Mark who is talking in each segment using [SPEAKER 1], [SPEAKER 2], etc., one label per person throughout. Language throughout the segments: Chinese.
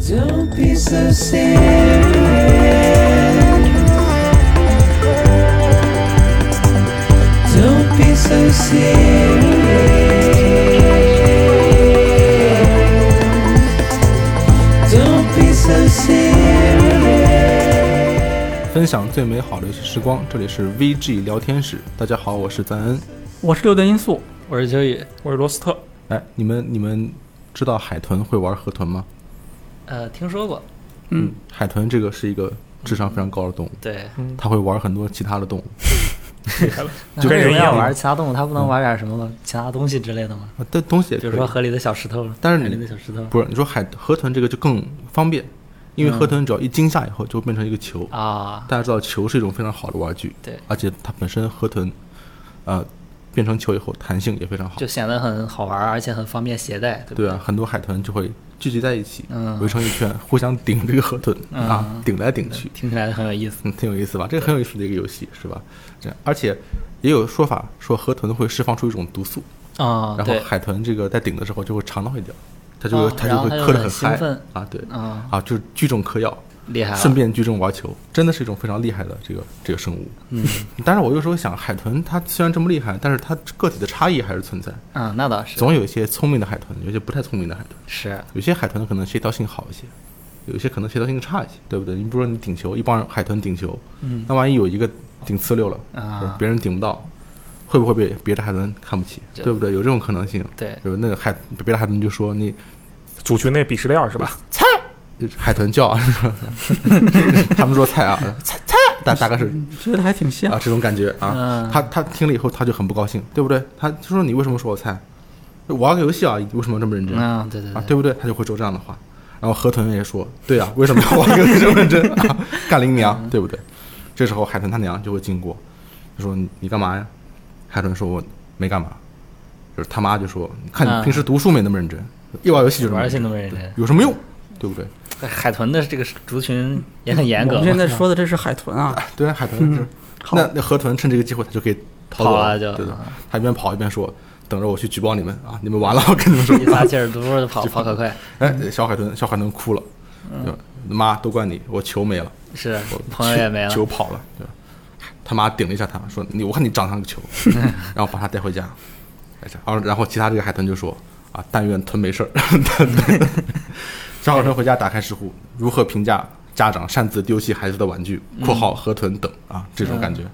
[SPEAKER 1] Don't be so serious. Don't be so serious. Don't be so serious.
[SPEAKER 2] 分享最美好的时光，这里是 VG 聊天室。大家好，我是赞恩。
[SPEAKER 3] 我是六的因素，
[SPEAKER 4] 我是秋野，
[SPEAKER 5] 我是罗斯特，
[SPEAKER 2] 哎，你们你们知道海豚会玩河豚吗？
[SPEAKER 4] 呃，听说过，
[SPEAKER 3] 嗯，
[SPEAKER 2] 海豚这个是一个智商非常高的动物，
[SPEAKER 4] 对，
[SPEAKER 2] 它会玩很多其他的动物。
[SPEAKER 4] 嗯那
[SPEAKER 2] 就
[SPEAKER 4] 为
[SPEAKER 2] 跟
[SPEAKER 4] 什
[SPEAKER 2] 人
[SPEAKER 4] 么
[SPEAKER 2] 一
[SPEAKER 4] 要
[SPEAKER 2] 样
[SPEAKER 4] 玩其他动物？它不能玩点什么其他东西之类的吗？
[SPEAKER 2] 啊但东西也
[SPEAKER 4] 比
[SPEAKER 2] 可
[SPEAKER 4] 如说
[SPEAKER 2] 以，
[SPEAKER 4] 河里的小石头，
[SPEAKER 2] 但是
[SPEAKER 4] 海
[SPEAKER 2] 你
[SPEAKER 4] 里的小石头
[SPEAKER 2] 不是你说海河豚这个就更方便，因为河豚只要一惊吓以后就会变成一个球。
[SPEAKER 4] 啊，
[SPEAKER 2] 大家知道球是一种非常好的玩具，
[SPEAKER 4] 对，
[SPEAKER 2] 而且它本身河豚，呃，变成球以后弹性也非常好
[SPEAKER 4] 就。显得很好玩，而且很方便携带，对不
[SPEAKER 2] 对啊，很多海豚就会聚集在一起，
[SPEAKER 4] 嗯
[SPEAKER 2] 围成一圈， 互相顶这个河豚、
[SPEAKER 4] 嗯
[SPEAKER 2] 啊，顶来顶去，
[SPEAKER 4] 听起来很有意思。
[SPEAKER 2] 嗯，挺有意思吧？这个很有意思的一个游戏，是吧？这样而且也有说法说河豚会释放出一种毒素，
[SPEAKER 4] 啊，
[SPEAKER 2] 然后
[SPEAKER 4] 对，
[SPEAKER 2] 海豚这个在顶的时候就会肠道会掉，它就会、
[SPEAKER 4] 哦
[SPEAKER 2] 它
[SPEAKER 4] 然
[SPEAKER 2] 就会
[SPEAKER 4] 后它就
[SPEAKER 2] 嗑得
[SPEAKER 4] 很兴
[SPEAKER 2] 嗨
[SPEAKER 4] 奋
[SPEAKER 2] 啊，对，
[SPEAKER 4] 啊，
[SPEAKER 2] 啊，就是聚众嗑药，
[SPEAKER 4] 厉害了，
[SPEAKER 2] 顺便聚众玩球，真的是一种非常厉害的这个这个生物。
[SPEAKER 4] 嗯，
[SPEAKER 2] 但是我有时候想，海豚它虽然这么厉害，但是它个体的差异还是存在，
[SPEAKER 4] 啊，那倒是
[SPEAKER 2] 总有一些聪明的海豚，有一些不太聪明的海豚，
[SPEAKER 4] 是，
[SPEAKER 2] 有些海豚可能协调性好一些，有一些可能协调性差一些，对不对？你比如说你顶球，一帮人海豚顶球，
[SPEAKER 4] 嗯
[SPEAKER 2] 那万一有一个顶呲溜了，
[SPEAKER 4] 啊
[SPEAKER 2] 别人顶不到，会不会被别的海豚看不起？
[SPEAKER 4] 这
[SPEAKER 2] 对不对？有这种可能性。
[SPEAKER 4] 对
[SPEAKER 2] 就是那个海别的海豚就说你
[SPEAKER 5] 组群内鄙视链是吧？
[SPEAKER 2] 海豚叫，啊 他们说菜 啊，菜菜，大大概是
[SPEAKER 3] 觉得还挺像
[SPEAKER 2] 啊，这种感觉啊
[SPEAKER 4] 嗯，
[SPEAKER 2] 他他听了以后他就很不高兴，对不对？他就说你为什么说我菜？我玩个游戏啊，你为什么这么认真啊？
[SPEAKER 4] 嗯，对对对，
[SPEAKER 2] 对不对？他就会说这样的话。然后河豚也说，对啊，为什么要玩个游戏这么认 真啊？干林娘，对不对？这时候海豚他娘就会经过，就说你你干嘛呀？海豚说我没干嘛，就是他妈就说，看你
[SPEAKER 4] 嗯
[SPEAKER 2] 平时读书没那么认真，一玩游戏就这么
[SPEAKER 4] 玩游
[SPEAKER 2] 认
[SPEAKER 4] 戏
[SPEAKER 2] 真
[SPEAKER 4] 那么认真，
[SPEAKER 2] 有什么用？对不对？
[SPEAKER 4] 海豚的这个族群也很严
[SPEAKER 3] 我
[SPEAKER 4] 格
[SPEAKER 3] 们
[SPEAKER 4] 嘛
[SPEAKER 3] 现，在 说的这是海豚 啊，
[SPEAKER 2] 对啊，海豚就是
[SPEAKER 3] 好
[SPEAKER 2] 那那河豚趁这个机会，它啊就可以逃走
[SPEAKER 4] 跑了就
[SPEAKER 2] 对的。它一边跑一边说：“等着我去举报你们啊！你们完了，我跟你们说
[SPEAKER 4] 一。撒气儿，嘟嘟跑跑可快，”
[SPEAKER 2] 哎，小海豚，小海豚哭了，对吧？妈，都怪你，我球没了，
[SPEAKER 4] 是
[SPEAKER 2] 我
[SPEAKER 4] 朋友也
[SPEAKER 2] 球
[SPEAKER 4] 没了，
[SPEAKER 2] 球跑了，对吧？他妈顶了一下他，说：“你，我看你长像个 球。”然后把他带回家。然后，然后其他这个海豚就说：“啊，但愿豚没事 儿。”小海豚回家打开石虎，如何评价家长擅自丢弃孩子的玩具（括号河豚等）啊，这种感觉。
[SPEAKER 4] 嗯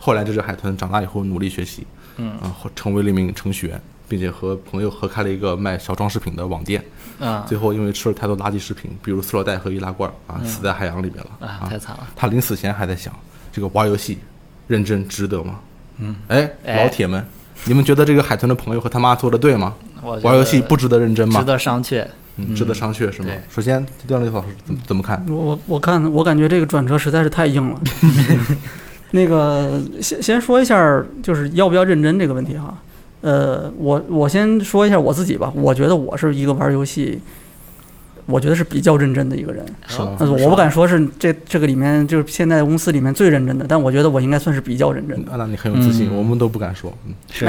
[SPEAKER 2] 后来这只海豚长大以后努力学习，嗯，啊，后成为了一名程序员，并且和朋友合开了一个卖小装饰品的网店。
[SPEAKER 4] 嗯
[SPEAKER 2] 最后因为吃了太多垃圾食品，比如塑料袋和易拉罐啊，死在海洋里边了
[SPEAKER 4] 啊，太惨了。
[SPEAKER 2] 他临死前还在想，这个玩游戏认真值得吗？嗯，哎，老铁们，你们觉得这个海豚的朋友和他妈做的对吗？
[SPEAKER 4] 我觉得
[SPEAKER 2] 玩游戏不值得认真吗？
[SPEAKER 4] 值得商榷。
[SPEAKER 2] 嗯，值得商榷是吗
[SPEAKER 4] 对？
[SPEAKER 2] 首先，段立老师怎么怎么看？
[SPEAKER 3] 我我我看我感觉这个转折实在是太硬了。那个先先说一下，就是要不要认真这个问题哈。呃，我我先说一下我自己吧，我觉得我是一个玩游戏，我觉得是比较认真的一个人。
[SPEAKER 2] 是吗
[SPEAKER 3] 呃，我不敢说是这这个里面就是现在公司里面最认真的，但我觉得我应该算是比较认真的。
[SPEAKER 2] 啊那你很有自信，
[SPEAKER 4] 嗯
[SPEAKER 2] 我们都不敢说。嗯
[SPEAKER 4] 是，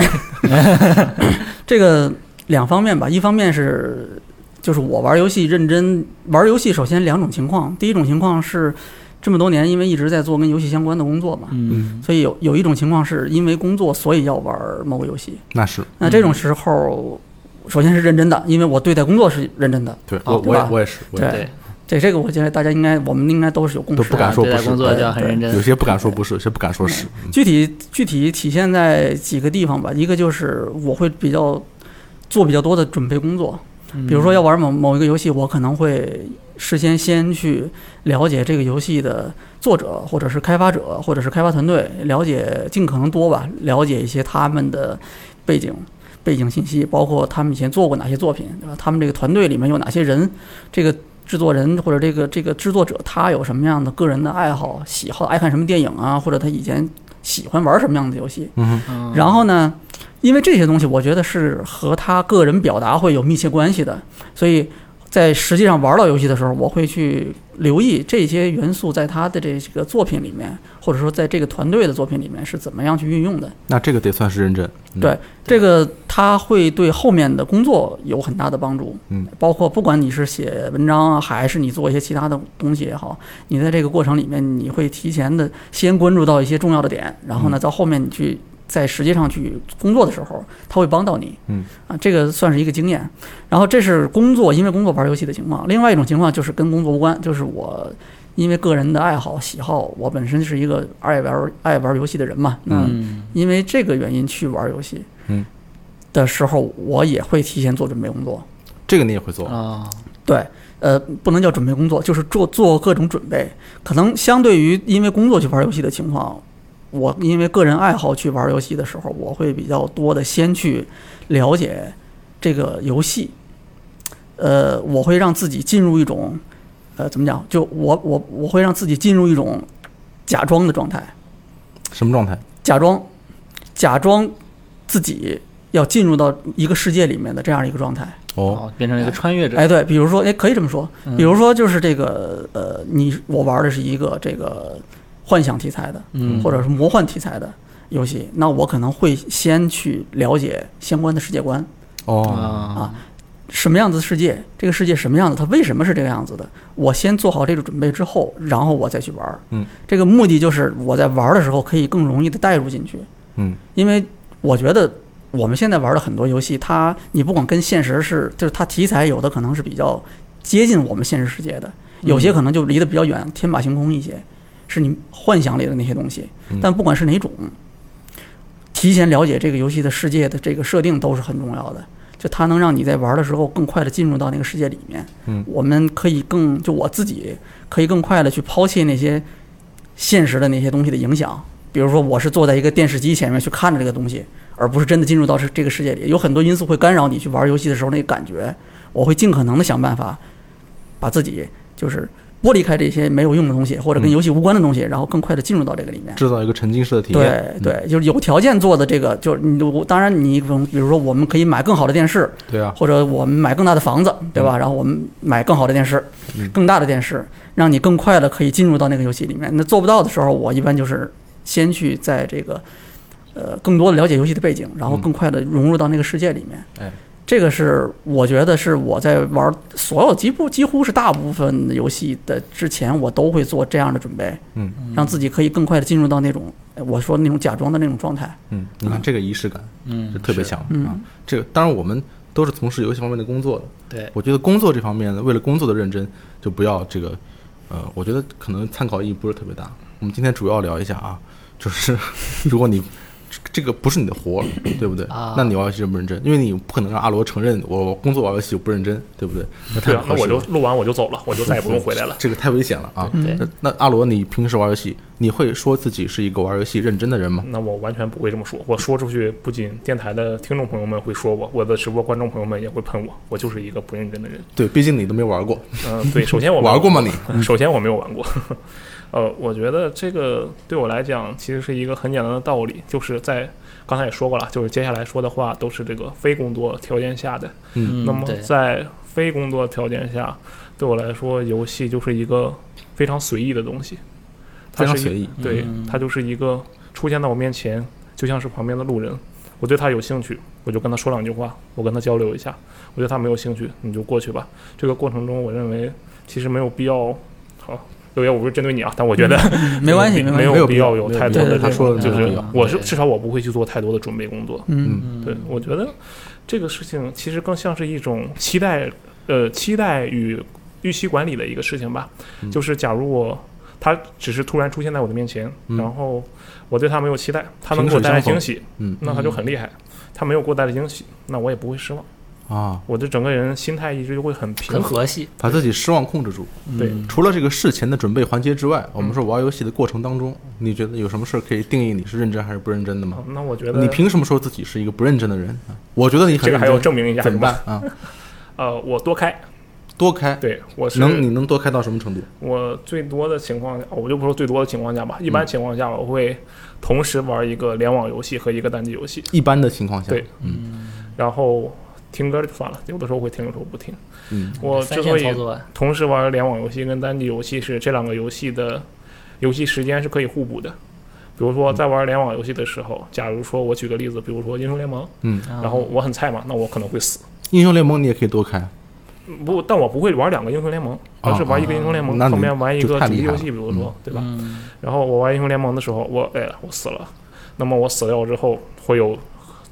[SPEAKER 3] 这个两方面吧，一方面是就是我玩游戏认真玩游戏，首先两种情况，第一种情况是这么多年因为一直在做跟游戏相关的工作嘛，
[SPEAKER 4] 嗯，
[SPEAKER 3] 所以有有一种情况是因为工作所以要玩某个游戏，
[SPEAKER 2] 那是
[SPEAKER 3] 那这种时候。首先是认真的，因为我对待工作是认真的。
[SPEAKER 2] 对
[SPEAKER 4] 哦
[SPEAKER 2] 我
[SPEAKER 3] 对
[SPEAKER 2] 我也
[SPEAKER 3] 吧
[SPEAKER 2] 我也是，我也
[SPEAKER 3] 对
[SPEAKER 2] 是
[SPEAKER 4] 对，啊
[SPEAKER 3] 这这个我觉得大家应该，我们应该都是有共识的。
[SPEAKER 2] 不敢说
[SPEAKER 4] 对
[SPEAKER 2] 不是
[SPEAKER 4] 待
[SPEAKER 2] 哎
[SPEAKER 4] 工作就要很认真
[SPEAKER 2] 有。些不敢说不是，有些不敢说是。嗯
[SPEAKER 3] 具体具体体现在几个地方吧，一个就是我会比较做比较多的准备工作，
[SPEAKER 4] 嗯
[SPEAKER 3] 比如说要玩某某一个游戏，我可能会事先先去了解这个游戏的作者，或者是开发者，或者是开发团队，了解尽可能多吧，了解一些他们的背景。背景信息包括他们以前做过哪些作品，对吧？他们这个团队里面有哪些人？这个制作人或者这个这个制作者他有什么样的个人的爱好、喜好，爱看什么电影啊，或者他以前喜欢玩什么样的游戏。
[SPEAKER 2] 嗯哼，
[SPEAKER 4] 嗯
[SPEAKER 3] 然后呢，因为这些东西我觉得是和他个人表达会有密切关系的，所以在实际上玩到游戏的时候，我会去留意这些元素在他的这个作品里面，或者说在这个团队的作品里面是怎么样去运用的。
[SPEAKER 2] 那这个得算是认真。嗯
[SPEAKER 3] 对，这个它会对后面的工作有很大的帮助。
[SPEAKER 2] 嗯，
[SPEAKER 3] 包括不管你是写文章啊，还是你做一些其他的东西也好，你在这个过程里面，你会提前的先关注到一些重要的点，然
[SPEAKER 2] 嗯
[SPEAKER 3] 后呢，到后面你去在实际上去工作的时候，它会帮到你。
[SPEAKER 2] 嗯，
[SPEAKER 3] 啊，这个算是一个经验。然后这是工作，因为工作玩游戏的情况。另外一种情况就是跟工作无关，就是我。因为个人的爱好喜好，我本身是一个爱玩爱玩游戏的人嘛，那
[SPEAKER 4] 嗯，
[SPEAKER 3] 因为这个原因去玩游戏，
[SPEAKER 2] 嗯，
[SPEAKER 3] 的时候我也会提前做准备工作，
[SPEAKER 2] 这个你也会做，
[SPEAKER 4] 哦，
[SPEAKER 3] 对，呃，不能叫准备工作，就是做做各种准备。可能相对于因为工作去玩游戏的情况，我因为个人爱好去玩游戏的时候，我会比较多的先去了解这个游戏，呃，我会让自己进入一种，呃，怎么讲？就我我我会让自己进入一种假装的状态。
[SPEAKER 2] 什么状态？
[SPEAKER 3] 假装假装自己要进入到一个世界里面的这样一个状态。
[SPEAKER 2] 哦，
[SPEAKER 4] 哦，变成了一个穿越者，
[SPEAKER 3] 哎，对，比如说，哎，可以这么说，
[SPEAKER 4] 嗯
[SPEAKER 3] 比如说就是这个呃，你我玩的是一个这个幻想题材的，
[SPEAKER 4] 嗯
[SPEAKER 3] 或者是魔幻题材的。游戏，那我可能会先去了解相关的世界观，
[SPEAKER 2] 哦，
[SPEAKER 4] 啊，
[SPEAKER 3] 什么样子的世界，这个世界什么样子，它为什么是这个样子的？我先做好这个准备之后，然后我再去玩儿。
[SPEAKER 2] 嗯，
[SPEAKER 3] 这个目的就是我在玩儿的时候可以更容易的带入进去。
[SPEAKER 2] 嗯，
[SPEAKER 3] 因为我觉得我们现在玩的很多游戏，它你不管跟现实是，就是它题材有的可能是比较接近我们现实世界的，有些可能就离得比较远，天马行空一些，是你幻想里的那些东西
[SPEAKER 2] 嗯。
[SPEAKER 3] 但不管是哪种，提前了解这个游戏的世界的这个设定都是很重要的。就它能让你在玩的时候更快的进入到那个世界里面。
[SPEAKER 2] 嗯
[SPEAKER 3] 我们可以更就我自己可以更快的去抛弃那些现实的那些东西的影响。比如说，我是坐在一个电视机前面去看着这个东西，而不是真的进入到这这个世界里。有很多因素会干扰你去玩游戏的时候那个感觉。我会尽可能的想办法把自己就是剥离开这些没有用的东西，或者跟
[SPEAKER 2] 嗯
[SPEAKER 3] 游戏无关的东西，然后更快的进入到这个里面。
[SPEAKER 2] 制造一个沉浸式的体
[SPEAKER 3] 对
[SPEAKER 2] 验。嗯
[SPEAKER 3] 对，就是有条件做的这个，就是你我当然你比如说我们可以买更好的电视，
[SPEAKER 2] 对啊，
[SPEAKER 3] 或者我们买更大的房子，对吧？然后我们买更好的电视
[SPEAKER 2] 嗯，
[SPEAKER 3] 更大的电视，让你更快的可以进入到那个游戏里面。那做不到的时候，我一般就是先去在这个呃更多的了解游戏的背景，然后
[SPEAKER 2] 嗯
[SPEAKER 3] 更快的融入到那个世界里面。
[SPEAKER 2] 哎
[SPEAKER 3] 这个是我觉得是我在玩所有几乎几乎是大部分的游戏的之前，我都会做这样的准备，
[SPEAKER 2] 嗯，
[SPEAKER 3] 让自己可以更快的进入到那种哎我说那种假装的那种状态。
[SPEAKER 2] 嗯，你看这个仪式感
[SPEAKER 4] 嗯
[SPEAKER 2] 就，特别
[SPEAKER 4] 是，
[SPEAKER 2] 强
[SPEAKER 3] 嗯
[SPEAKER 2] 啊。这个当然我们都是从事游戏方面的工作的，
[SPEAKER 4] 对，
[SPEAKER 2] 我觉得工作这方面，为了工作的认真，就不要这个，呃，我觉得可能参考意义不是特别大。我们今天主要聊一下啊，就是 如果你这这个不是你的活儿，对不对？
[SPEAKER 4] 啊
[SPEAKER 2] 那你玩游戏认不认真？因为你不可能让阿罗承认我我工作玩游戏我不认真，对不对？那太
[SPEAKER 5] 对
[SPEAKER 2] 不
[SPEAKER 5] 啊，
[SPEAKER 2] 合
[SPEAKER 5] 那
[SPEAKER 2] 适
[SPEAKER 5] 我就
[SPEAKER 2] 了
[SPEAKER 5] 录完我就走了，我就再也不用回来了。
[SPEAKER 2] 这个太危险了啊！
[SPEAKER 4] 对
[SPEAKER 2] 那那阿罗，你平时玩游戏，你会说自己是一个玩游戏认真的人吗？
[SPEAKER 5] 那我完全不会这么说，我说出去，不仅电台的听众朋友们会说我，我的直播观众朋友们也会喷我，我就是一个不认真的人。
[SPEAKER 2] 对，毕竟你都没玩过，
[SPEAKER 5] 嗯、对，首先我
[SPEAKER 2] 玩过吗你？
[SPEAKER 5] 首先我没有玩过，呃，我觉得这个对我来讲其实是一个很简单的道理，就是在刚才也说过了，就是接下来说的话都是这个非工作条件下的。
[SPEAKER 4] 嗯
[SPEAKER 5] 那么
[SPEAKER 4] 对
[SPEAKER 5] 在非工作条件下，对我来说，游戏就是一个非常随意的东西，它
[SPEAKER 2] 非常
[SPEAKER 5] 是一
[SPEAKER 2] 随意。
[SPEAKER 5] 对
[SPEAKER 4] 嗯，
[SPEAKER 5] 它就是一个出现在我面前，就像是旁边的路人。我对他有兴趣，我就跟他说两句话，我跟他交流一下。我对他没有兴趣，你就过去吧。这个过程中，我认为其实没有必要。好，六爷，我不是针对你啊，但我觉得
[SPEAKER 3] 没关系，
[SPEAKER 5] 没
[SPEAKER 3] 关系。
[SPEAKER 5] 有必要有太多
[SPEAKER 3] 没
[SPEAKER 5] 的
[SPEAKER 3] 有必要
[SPEAKER 5] 这
[SPEAKER 2] 他说的
[SPEAKER 5] 种，就
[SPEAKER 4] 没有必
[SPEAKER 5] 是
[SPEAKER 4] 要
[SPEAKER 5] 我是
[SPEAKER 4] 对
[SPEAKER 5] 至少我不会去做太多的准备工作。
[SPEAKER 3] 嗯，
[SPEAKER 4] 嗯
[SPEAKER 5] 对，我觉得这个事情其实更像是一种期待，呃，期待与预期管理的一个事情吧。
[SPEAKER 2] 嗯
[SPEAKER 5] 就是假如我他只是突然出现在我的面前，
[SPEAKER 2] 嗯
[SPEAKER 5] 然后我对他没有期待，他能
[SPEAKER 2] 萍
[SPEAKER 5] 给我
[SPEAKER 2] 水
[SPEAKER 5] 带来
[SPEAKER 2] 相
[SPEAKER 5] 惊
[SPEAKER 2] 逢
[SPEAKER 5] 喜，
[SPEAKER 2] 嗯
[SPEAKER 5] 那他就很厉害。他没有给我带来惊喜，那我也不会失望。
[SPEAKER 2] 啊，
[SPEAKER 5] 我的整个人心态一直就会很平
[SPEAKER 4] 很
[SPEAKER 5] 和。
[SPEAKER 4] 和气，
[SPEAKER 2] 把自己失望控制住。
[SPEAKER 5] 对
[SPEAKER 4] 嗯
[SPEAKER 2] 除了这个事前的准备环节之外，
[SPEAKER 5] 嗯
[SPEAKER 2] 我们说玩游戏的过程当中，你觉得有什么事儿可以定义你是认真还是不认真的吗
[SPEAKER 5] 啊？那我觉得
[SPEAKER 2] 你凭什么说自己是一个不认真的人？啊我觉得你很
[SPEAKER 5] 这个
[SPEAKER 2] 认
[SPEAKER 5] 还要
[SPEAKER 2] 真，
[SPEAKER 5] 证明一下，
[SPEAKER 2] 怎么
[SPEAKER 5] 是吧
[SPEAKER 2] 办？啊？
[SPEAKER 5] 呃，我多开，
[SPEAKER 2] 多开，
[SPEAKER 5] 对我是
[SPEAKER 2] 能你能多开到什么程度？
[SPEAKER 5] 我最多的情况下，哦我就不说最多的情况下
[SPEAKER 2] 嗯
[SPEAKER 5] 吧，一般情况下我会同时玩一个联网游戏和一个单机游戏，
[SPEAKER 2] 嗯
[SPEAKER 5] 嗯
[SPEAKER 2] 一般的情况下，
[SPEAKER 5] 对，然后听歌就算了，有的时候会听，有时候不听。
[SPEAKER 2] 嗯，
[SPEAKER 5] 我之
[SPEAKER 4] 三
[SPEAKER 5] 所
[SPEAKER 4] 线
[SPEAKER 5] 以
[SPEAKER 4] 操作，啊
[SPEAKER 5] 同时玩联网游戏跟单机游戏是这两个游戏的游戏时间是可以互补的。比如说在玩联网游戏的时候，假如说我举个例子，比如说英雄联盟，
[SPEAKER 2] 嗯，
[SPEAKER 5] 然后我很菜嘛，那我可能会死。
[SPEAKER 2] 英雄联盟你也可以多开，
[SPEAKER 5] 嗯不，但我不会玩两个英雄联盟，而是玩一个英雄联盟，
[SPEAKER 2] 啊那你
[SPEAKER 5] 后面玩一
[SPEAKER 2] 就
[SPEAKER 5] 个
[SPEAKER 2] 太
[SPEAKER 5] 主
[SPEAKER 2] 厉
[SPEAKER 5] 机
[SPEAKER 2] 害
[SPEAKER 5] 游
[SPEAKER 2] 了
[SPEAKER 5] 戏，比如说，对吧？
[SPEAKER 4] 嗯，
[SPEAKER 5] 然后我玩英雄联盟的时候，我哎，我死了。那么我死掉之后，会有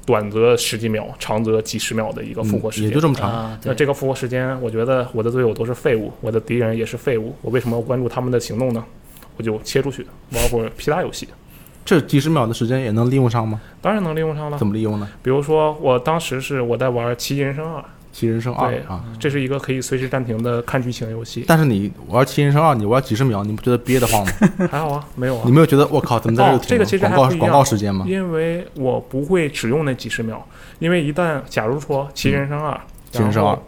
[SPEAKER 5] 短则十几秒，长则几十秒的一个复活
[SPEAKER 2] 嗯
[SPEAKER 5] 时间。
[SPEAKER 2] 也就这么长。
[SPEAKER 4] 啊，
[SPEAKER 5] 那
[SPEAKER 4] 对，
[SPEAKER 5] 这个复活时间，我觉得我的队友都是废物，我的敌人也是废物，我为什么要关注他们的行动呢？我就切出去玩会儿其他游戏，
[SPEAKER 2] 这几十秒的时间也能利用上吗？
[SPEAKER 5] 当然能利用上了
[SPEAKER 2] 怎。么利用呢？
[SPEAKER 5] 比如说，我当时是我在玩《奇迹人生二》，
[SPEAKER 2] 七人生二
[SPEAKER 5] 对
[SPEAKER 2] 啊，
[SPEAKER 5] 这是一个可以随时暂停的看剧情游戏，
[SPEAKER 2] 但是你玩七人生二，你玩几十秒，你不觉得憋得慌 吗？
[SPEAKER 5] 还好啊，没有啊
[SPEAKER 2] 你。没有觉得我靠，怎么在
[SPEAKER 5] 哦
[SPEAKER 2] 这停
[SPEAKER 5] 这
[SPEAKER 2] 了？
[SPEAKER 5] 个其实还
[SPEAKER 2] 广告
[SPEAKER 5] 不一样
[SPEAKER 2] 广告时间吗？
[SPEAKER 5] 因为我不会只用那几十秒，因为一旦假如说《奇人生二》，
[SPEAKER 2] 七人生二，，
[SPEAKER 5] 啊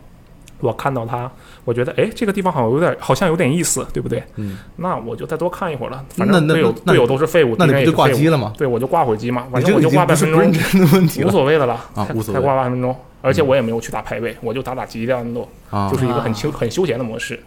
[SPEAKER 5] 我看到它，我觉得哎，这个地方好像有点，好像有点意思，对不对？
[SPEAKER 2] 嗯，
[SPEAKER 5] 那我就再多看一会儿了。反
[SPEAKER 2] 那
[SPEAKER 5] 正
[SPEAKER 2] 那
[SPEAKER 5] 队友
[SPEAKER 2] 那
[SPEAKER 5] 队友都是废物，
[SPEAKER 2] 那
[SPEAKER 5] 敌
[SPEAKER 2] 你不
[SPEAKER 5] 人也
[SPEAKER 2] 就是挂
[SPEAKER 5] 废物
[SPEAKER 2] 机了吗？
[SPEAKER 5] 对，我就挂会儿机嘛，
[SPEAKER 2] 你
[SPEAKER 5] 反
[SPEAKER 2] 这
[SPEAKER 5] 正
[SPEAKER 2] 个
[SPEAKER 5] 我
[SPEAKER 2] 已
[SPEAKER 5] 就
[SPEAKER 2] 经
[SPEAKER 5] 挂
[SPEAKER 2] 不
[SPEAKER 5] 半
[SPEAKER 2] 是
[SPEAKER 5] 分
[SPEAKER 2] 不
[SPEAKER 5] 钟
[SPEAKER 2] 认，真的问题
[SPEAKER 5] 无
[SPEAKER 2] 了
[SPEAKER 5] 所谓的了，
[SPEAKER 2] 啊
[SPEAKER 5] 才
[SPEAKER 2] 无所
[SPEAKER 5] 才
[SPEAKER 2] 谓
[SPEAKER 5] 挂半分钟，而且我也没有去打排位，我就打打级量斗，
[SPEAKER 2] 啊
[SPEAKER 5] 就！是一个很
[SPEAKER 4] 啊
[SPEAKER 5] 休很休闲的模式。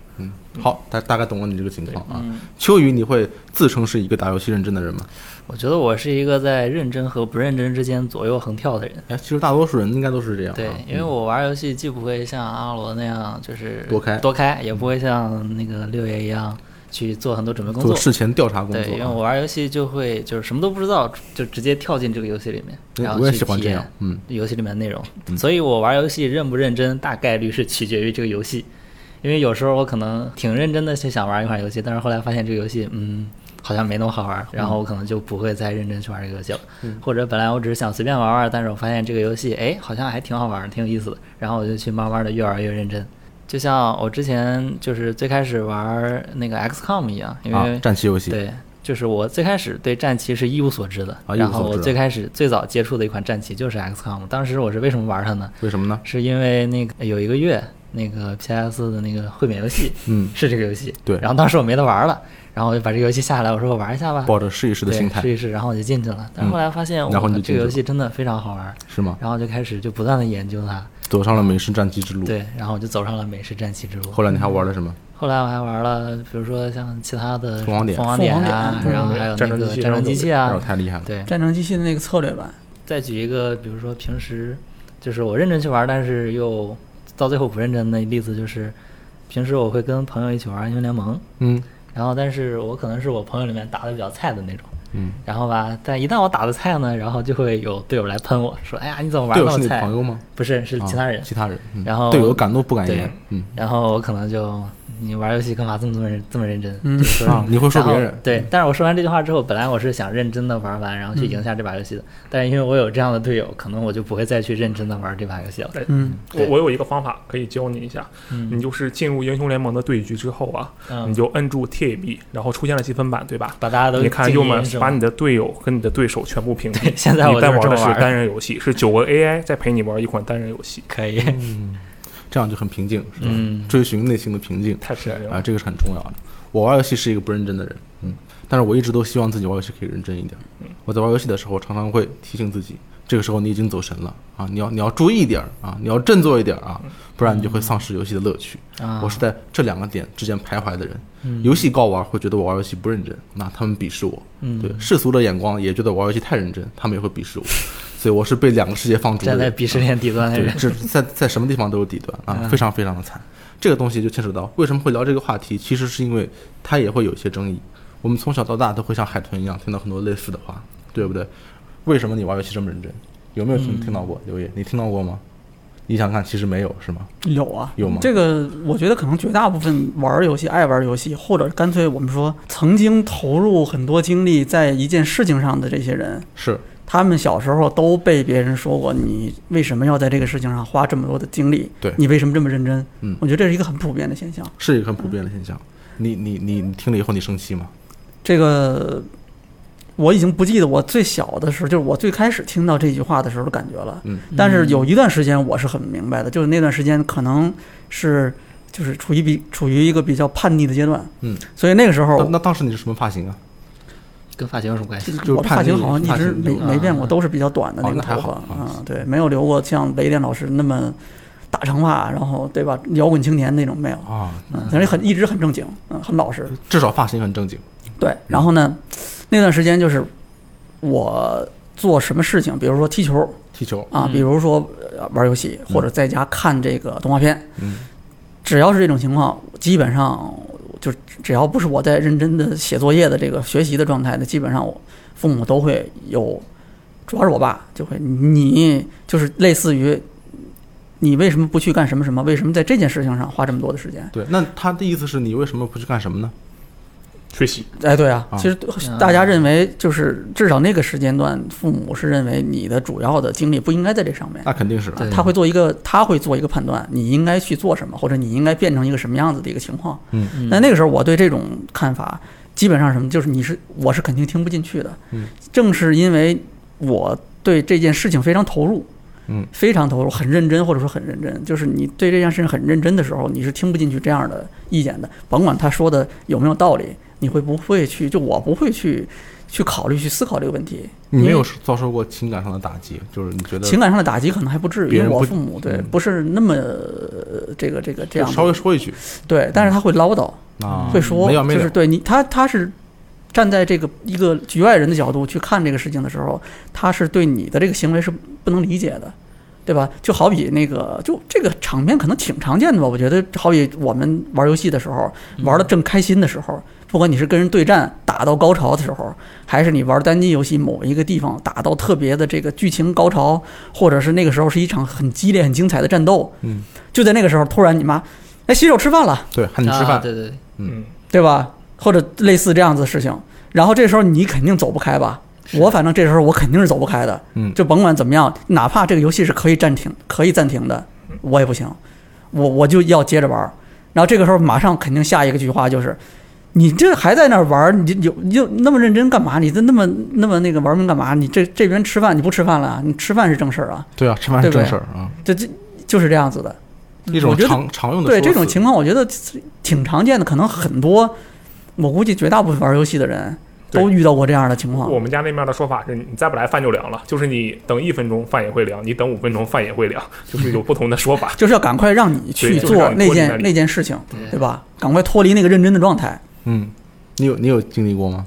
[SPEAKER 2] 好，大大概懂了你这个情况啊。
[SPEAKER 4] 嗯，
[SPEAKER 2] 秋雨，你会自称是一个打游戏认真的人吗？
[SPEAKER 4] 我觉得我是一个在认真和不认真之间左右横跳的人。
[SPEAKER 2] 哎，其实大多数人应该都是这样啊。
[SPEAKER 4] 对，因为
[SPEAKER 2] 嗯
[SPEAKER 4] 我玩游戏既不会像阿罗那样就是
[SPEAKER 2] 多开嗯
[SPEAKER 4] 多开，也不会像那个六爷一样去做很多准备工
[SPEAKER 2] 做
[SPEAKER 4] 作。
[SPEAKER 2] 事前调查工
[SPEAKER 4] 对，因为
[SPEAKER 2] 作啊
[SPEAKER 4] 我玩游戏就会就是什么都不知道，就直接跳进这个游戏里面，然
[SPEAKER 2] 啊，
[SPEAKER 4] 后
[SPEAKER 2] 我也
[SPEAKER 4] 去
[SPEAKER 2] 喜欢
[SPEAKER 4] 体
[SPEAKER 2] 这
[SPEAKER 4] 验
[SPEAKER 2] 样。嗯，
[SPEAKER 4] 游戏里面的内容，所以我玩游戏认不认真，大概率是取决于这个游戏。因为有时候我可能挺认真的去想玩一款游戏，但是后来发现这个游戏，嗯，好像没那么好
[SPEAKER 2] 嗯
[SPEAKER 4] 玩，然后我可能就不会再认真去玩这个游戏了。或者本来我只是想随便玩玩，但是我发现这个游戏，哎，好像还挺好玩，挺有意思的，然后我就去慢慢的越玩越认真。就像我之前就是最开始玩那个 XCOM 一样，因为、
[SPEAKER 2] 啊，战棋游戏，
[SPEAKER 4] 对，就是我最开始对战棋是一无所知的，
[SPEAKER 2] 啊一无
[SPEAKER 4] 然
[SPEAKER 2] 所
[SPEAKER 4] 后我
[SPEAKER 2] 知
[SPEAKER 4] 最开始最早接触的一款战棋就是 XCOM。当时我是为什么玩它呢？
[SPEAKER 2] 为什么呢？
[SPEAKER 4] 是因为那个有一个月那个 PS 的那个会免游戏
[SPEAKER 2] 嗯，
[SPEAKER 4] 是这个游戏，
[SPEAKER 2] 对
[SPEAKER 4] 然后当时我没得玩了，然后我就把这个游戏下下来，我说我玩一下吧，
[SPEAKER 2] 抱着试一试的
[SPEAKER 4] 对
[SPEAKER 2] 心态
[SPEAKER 4] 试一试，然后我就进去了。但
[SPEAKER 2] 嗯
[SPEAKER 4] 是后来发现，
[SPEAKER 2] 然后你就进
[SPEAKER 4] 哇这个
[SPEAKER 2] 去
[SPEAKER 4] 游戏真的非常好玩，
[SPEAKER 2] 是吗？
[SPEAKER 4] 然后就开始就不断的研究它，
[SPEAKER 2] 走上了美式战棋之路。
[SPEAKER 4] 对，然后我就走上了美式战棋之路。
[SPEAKER 2] 后来你还玩了什么？
[SPEAKER 4] 后来我还玩了，比如说像其他的
[SPEAKER 2] 凤凰点嗯
[SPEAKER 4] 凤凰点啊，
[SPEAKER 3] 凤凰点
[SPEAKER 4] 然后还有那
[SPEAKER 5] 战争
[SPEAKER 4] 个
[SPEAKER 5] 机器
[SPEAKER 4] 战争机器啊
[SPEAKER 2] 哎呦，太厉害了！
[SPEAKER 4] 对，
[SPEAKER 3] 战争机器的那个策略版，
[SPEAKER 4] 再举一个，比如说平时就是我认真去玩，但是又到最后不认真的例子，就是平时我会跟朋友一起玩英雄联盟，
[SPEAKER 2] 嗯
[SPEAKER 4] 然后但是我可能是我朋友里面打的比较菜的那种，
[SPEAKER 2] 嗯，
[SPEAKER 4] 然后吧，但一旦我打的菜呢，然后就会有队友来喷我说，哎呀，你怎么玩
[SPEAKER 2] 队
[SPEAKER 4] 那
[SPEAKER 2] 友是
[SPEAKER 4] 么
[SPEAKER 2] 你
[SPEAKER 4] 菜？
[SPEAKER 2] 朋友吗？
[SPEAKER 4] 不是，是
[SPEAKER 2] 啊
[SPEAKER 4] 其他人。
[SPEAKER 2] 其他人。嗯
[SPEAKER 4] 然后
[SPEAKER 2] 队友敢怒不敢
[SPEAKER 4] 对
[SPEAKER 2] 言。嗯
[SPEAKER 4] 然后我可能就你玩游戏干嘛这么这么认这么认真？
[SPEAKER 3] 嗯
[SPEAKER 4] 就 是说
[SPEAKER 2] 啊，你会说
[SPEAKER 4] 然后
[SPEAKER 2] 别人？
[SPEAKER 4] 对，但是我说完这句话之后，本来我是想认真的玩完，然后去赢下这把游
[SPEAKER 2] 嗯
[SPEAKER 4] 戏的。但是因为我有这样的队友，可能我就不会再去认真的玩这把游戏了。
[SPEAKER 3] 嗯，
[SPEAKER 5] 我
[SPEAKER 4] 对
[SPEAKER 5] 我有一个方法可以教你一下，你
[SPEAKER 4] 嗯，
[SPEAKER 5] 就是进入英雄联盟的对局之后啊，你
[SPEAKER 4] 嗯
[SPEAKER 5] 就摁住 T A B，然后出现了积分板，对吧？
[SPEAKER 4] 把大家都
[SPEAKER 5] 你看
[SPEAKER 4] 静
[SPEAKER 5] 右
[SPEAKER 4] 音
[SPEAKER 5] 门
[SPEAKER 4] 是吧
[SPEAKER 5] 把你的队友跟你的对手全部屏蔽
[SPEAKER 4] 对。现在我
[SPEAKER 5] 你在
[SPEAKER 4] 就是这
[SPEAKER 5] 玩
[SPEAKER 4] 么
[SPEAKER 5] 的是
[SPEAKER 4] 玩儿
[SPEAKER 5] 单人游戏，是九个 AI 在陪你玩一款单人游戏，
[SPEAKER 4] 可以，
[SPEAKER 2] 嗯，这样就很平静，是吧？
[SPEAKER 4] 嗯
[SPEAKER 2] 追寻内心的平静
[SPEAKER 5] 太神
[SPEAKER 2] 啊，
[SPEAKER 5] 了。
[SPEAKER 2] 这个是很重要的。我玩游戏是一个不认真的人，嗯，但是我一直都希望自己玩游戏可以认真一点。我在玩游戏的时候，常常会提醒自己，这个时候你已经走神了啊，你要你要注意一点儿啊，你要振作一点儿啊，不然你就会丧失游戏的乐趣。
[SPEAKER 4] 啊
[SPEAKER 2] 我是在这两个点之间徘徊的人。游戏高玩会觉得我玩游戏不认真，那他们鄙视我。
[SPEAKER 4] 嗯
[SPEAKER 2] 对世俗的眼光也觉得我玩游戏太认真，他们也会鄙视我。所以我是被两个世界放逐的
[SPEAKER 4] 站在
[SPEAKER 2] 人。
[SPEAKER 4] 鄙视链底端的
[SPEAKER 2] 对，
[SPEAKER 4] 人，
[SPEAKER 2] 这在在什么地方都有底端啊，非常非常的惨。这个东西就牵扯到为什么会聊这个话题，其实是因为它也会有一些争议。我们从小到大都会像海豚一样听到很多类似的话，对不对？为什么你玩游戏这么认真？有没有听听到过？刘烨，你听到过吗？你想看，其实没有是吗？
[SPEAKER 3] 有啊，
[SPEAKER 2] 有吗
[SPEAKER 3] 这个我觉得可能绝大部分玩儿游戏、爱玩儿游戏，或者干脆我们说曾经投入很多精力在一件事情上的这些人，
[SPEAKER 2] 是，
[SPEAKER 3] 他们小时候都被别人说过，你为什么要在这个事情上花这么多的精力？
[SPEAKER 2] 对
[SPEAKER 3] 你为什么这么认真？
[SPEAKER 2] 嗯
[SPEAKER 3] 我觉得这是一个很普遍的现象。
[SPEAKER 2] 是一个很普遍的现象。你你你你听了以后你生气吗？
[SPEAKER 3] 这个我已经不记得我最小的时候，就是我最开始听到这句话的时候的感觉了。
[SPEAKER 2] 嗯，
[SPEAKER 3] 但是有一段时间我是很明白的，就是那段时间可能是就是处于比处于一个比较叛逆的阶段，
[SPEAKER 2] 嗯，
[SPEAKER 3] 所以那个时
[SPEAKER 2] 那
[SPEAKER 3] 候
[SPEAKER 2] 那当时你是什么发型啊？
[SPEAKER 4] 跟发型有什么关系？
[SPEAKER 2] 就是
[SPEAKER 3] 我的发
[SPEAKER 2] 叛逆
[SPEAKER 3] 型好像一
[SPEAKER 2] 发
[SPEAKER 3] 直
[SPEAKER 2] 型
[SPEAKER 3] 没
[SPEAKER 2] 流啊
[SPEAKER 3] 没变过，都是比较短的
[SPEAKER 2] 哦
[SPEAKER 3] 那个
[SPEAKER 2] 那还
[SPEAKER 3] 头
[SPEAKER 2] 好
[SPEAKER 3] 发
[SPEAKER 2] 啊
[SPEAKER 3] 啊，对，没有留过像雷电老师那么大长发，然后对吧，摇滚青年那种没有，
[SPEAKER 2] 啊，
[SPEAKER 3] 嗯，但是很一直很正经，嗯，很老实，
[SPEAKER 2] 至少发型很正经。
[SPEAKER 3] 对，然后呢，那段时间就是我做什么事情，比如说踢球
[SPEAKER 2] 踢球，
[SPEAKER 3] 啊，
[SPEAKER 4] 嗯
[SPEAKER 3] 比如说呃玩游戏，或者在家看这个动画片，
[SPEAKER 2] 嗯，
[SPEAKER 3] 只要是这种情况，基本上就只要不是我在认真的写作业的这个学习的状态呢，基本上我父母都会有，主要是我爸就会你就是类似于。你为什么不去干什么什么？为什么在这件事情上花这么多的时间？
[SPEAKER 2] 对。那他的意思是你为什么不去干什么呢？
[SPEAKER 5] 学习，
[SPEAKER 3] 哎，对啊
[SPEAKER 2] 啊，
[SPEAKER 3] 其实大家认为就是至少那个时间段，父母是认为你的主要的精力不应该在这上面，
[SPEAKER 2] 那肯定是
[SPEAKER 4] 对
[SPEAKER 3] 他会做一个他会做一个判断，你应该去做什么，或者你应该变成一个什么样子的一个情况。
[SPEAKER 4] 嗯
[SPEAKER 3] 但那个时候我对这种看法基本上是什么，就是你是我是肯定听不进去的
[SPEAKER 2] 嗯。
[SPEAKER 3] 正是因为我对这件事情非常投入，
[SPEAKER 2] 嗯，
[SPEAKER 3] 非常投入，很认真，或者说很认真，就是你对这件事情很认真的时候，你是听不进去这样的意见的，甭管他说的有没有道理，你会不会去？就我不会去去考虑去思考这个问题。
[SPEAKER 2] 你
[SPEAKER 3] 因
[SPEAKER 2] 没
[SPEAKER 3] 为
[SPEAKER 2] 有遭受过情感上的打击，就是你觉得
[SPEAKER 3] 情感上的打击可能还不至于，
[SPEAKER 2] 别
[SPEAKER 3] 因为
[SPEAKER 2] 人
[SPEAKER 3] 我
[SPEAKER 2] 不
[SPEAKER 3] 父母对
[SPEAKER 2] 嗯
[SPEAKER 3] 不是那么呃这个这个这
[SPEAKER 2] 就
[SPEAKER 3] 样
[SPEAKER 2] 稍
[SPEAKER 3] 的
[SPEAKER 2] 微说一句
[SPEAKER 3] 对，但是他会唠叨，
[SPEAKER 2] 啊，
[SPEAKER 3] 会说，
[SPEAKER 2] 没完没
[SPEAKER 3] 就
[SPEAKER 2] 了
[SPEAKER 3] 是。对你他他是站在这个一个局外人的角度去看这个事情的时候，他是对你的这个行为是不能理解的。对吧？就好比那个，就这个场面可能挺常见的吧。我觉得，好比我们玩游戏的时候，玩
[SPEAKER 2] 嗯
[SPEAKER 3] 的正开心的时候，不管你是跟人对战打到高潮的时候，还是你玩单机游戏某一个地方打到特别的这个剧情高潮，或者是那个时候是一场很激烈、很精彩的战斗，
[SPEAKER 2] 嗯，
[SPEAKER 3] 就在那个时候，突然你妈，哎，洗手吃饭了，
[SPEAKER 2] 对，喊你吃
[SPEAKER 4] 啊
[SPEAKER 2] 饭，
[SPEAKER 4] 对对对，
[SPEAKER 2] 嗯
[SPEAKER 5] 嗯，
[SPEAKER 3] 对吧？或者类似这样子的事情。然后这时候你肯定走不开吧？我反正这时候我肯定是走不开的，
[SPEAKER 2] 嗯
[SPEAKER 3] 就甭管怎么样，哪怕这个游戏是可以暂停、可以暂停的，我也不行，我我就要接着玩儿。然后这个时候马上肯定下一个句话就是，你这还在那儿玩儿，你就有你就那么认真干嘛？你这那么那么那个玩命干嘛？你这这边吃饭你不吃饭了啊？你吃饭是正事儿啊，
[SPEAKER 2] 对啊，吃饭是
[SPEAKER 3] 对不
[SPEAKER 2] 正
[SPEAKER 3] 对
[SPEAKER 2] 事儿啊，
[SPEAKER 3] 这这就是这样子的。
[SPEAKER 2] 一种
[SPEAKER 3] 我觉得
[SPEAKER 2] 常常用的
[SPEAKER 3] 对
[SPEAKER 2] 说
[SPEAKER 3] 这种
[SPEAKER 2] 辞
[SPEAKER 3] 情况，我觉得挺常见的，可能很多，我估计绝大部分玩游戏的人都遇到过这样的情况。
[SPEAKER 5] 嗯我。们家那面的说法是，你再不来饭就凉了，就是你等一分钟饭也会凉，你等五分钟饭也会凉， 就是有不同的 说法
[SPEAKER 3] 就是要赶快让你去
[SPEAKER 5] 对就是
[SPEAKER 3] 做
[SPEAKER 5] 让你
[SPEAKER 3] 那
[SPEAKER 5] 脱离
[SPEAKER 3] 件
[SPEAKER 5] 那里
[SPEAKER 3] 那件事情，
[SPEAKER 4] 对
[SPEAKER 3] 对吧？赶快脱离那个认真的状态。
[SPEAKER 2] 嗯，你有你有经历过吗？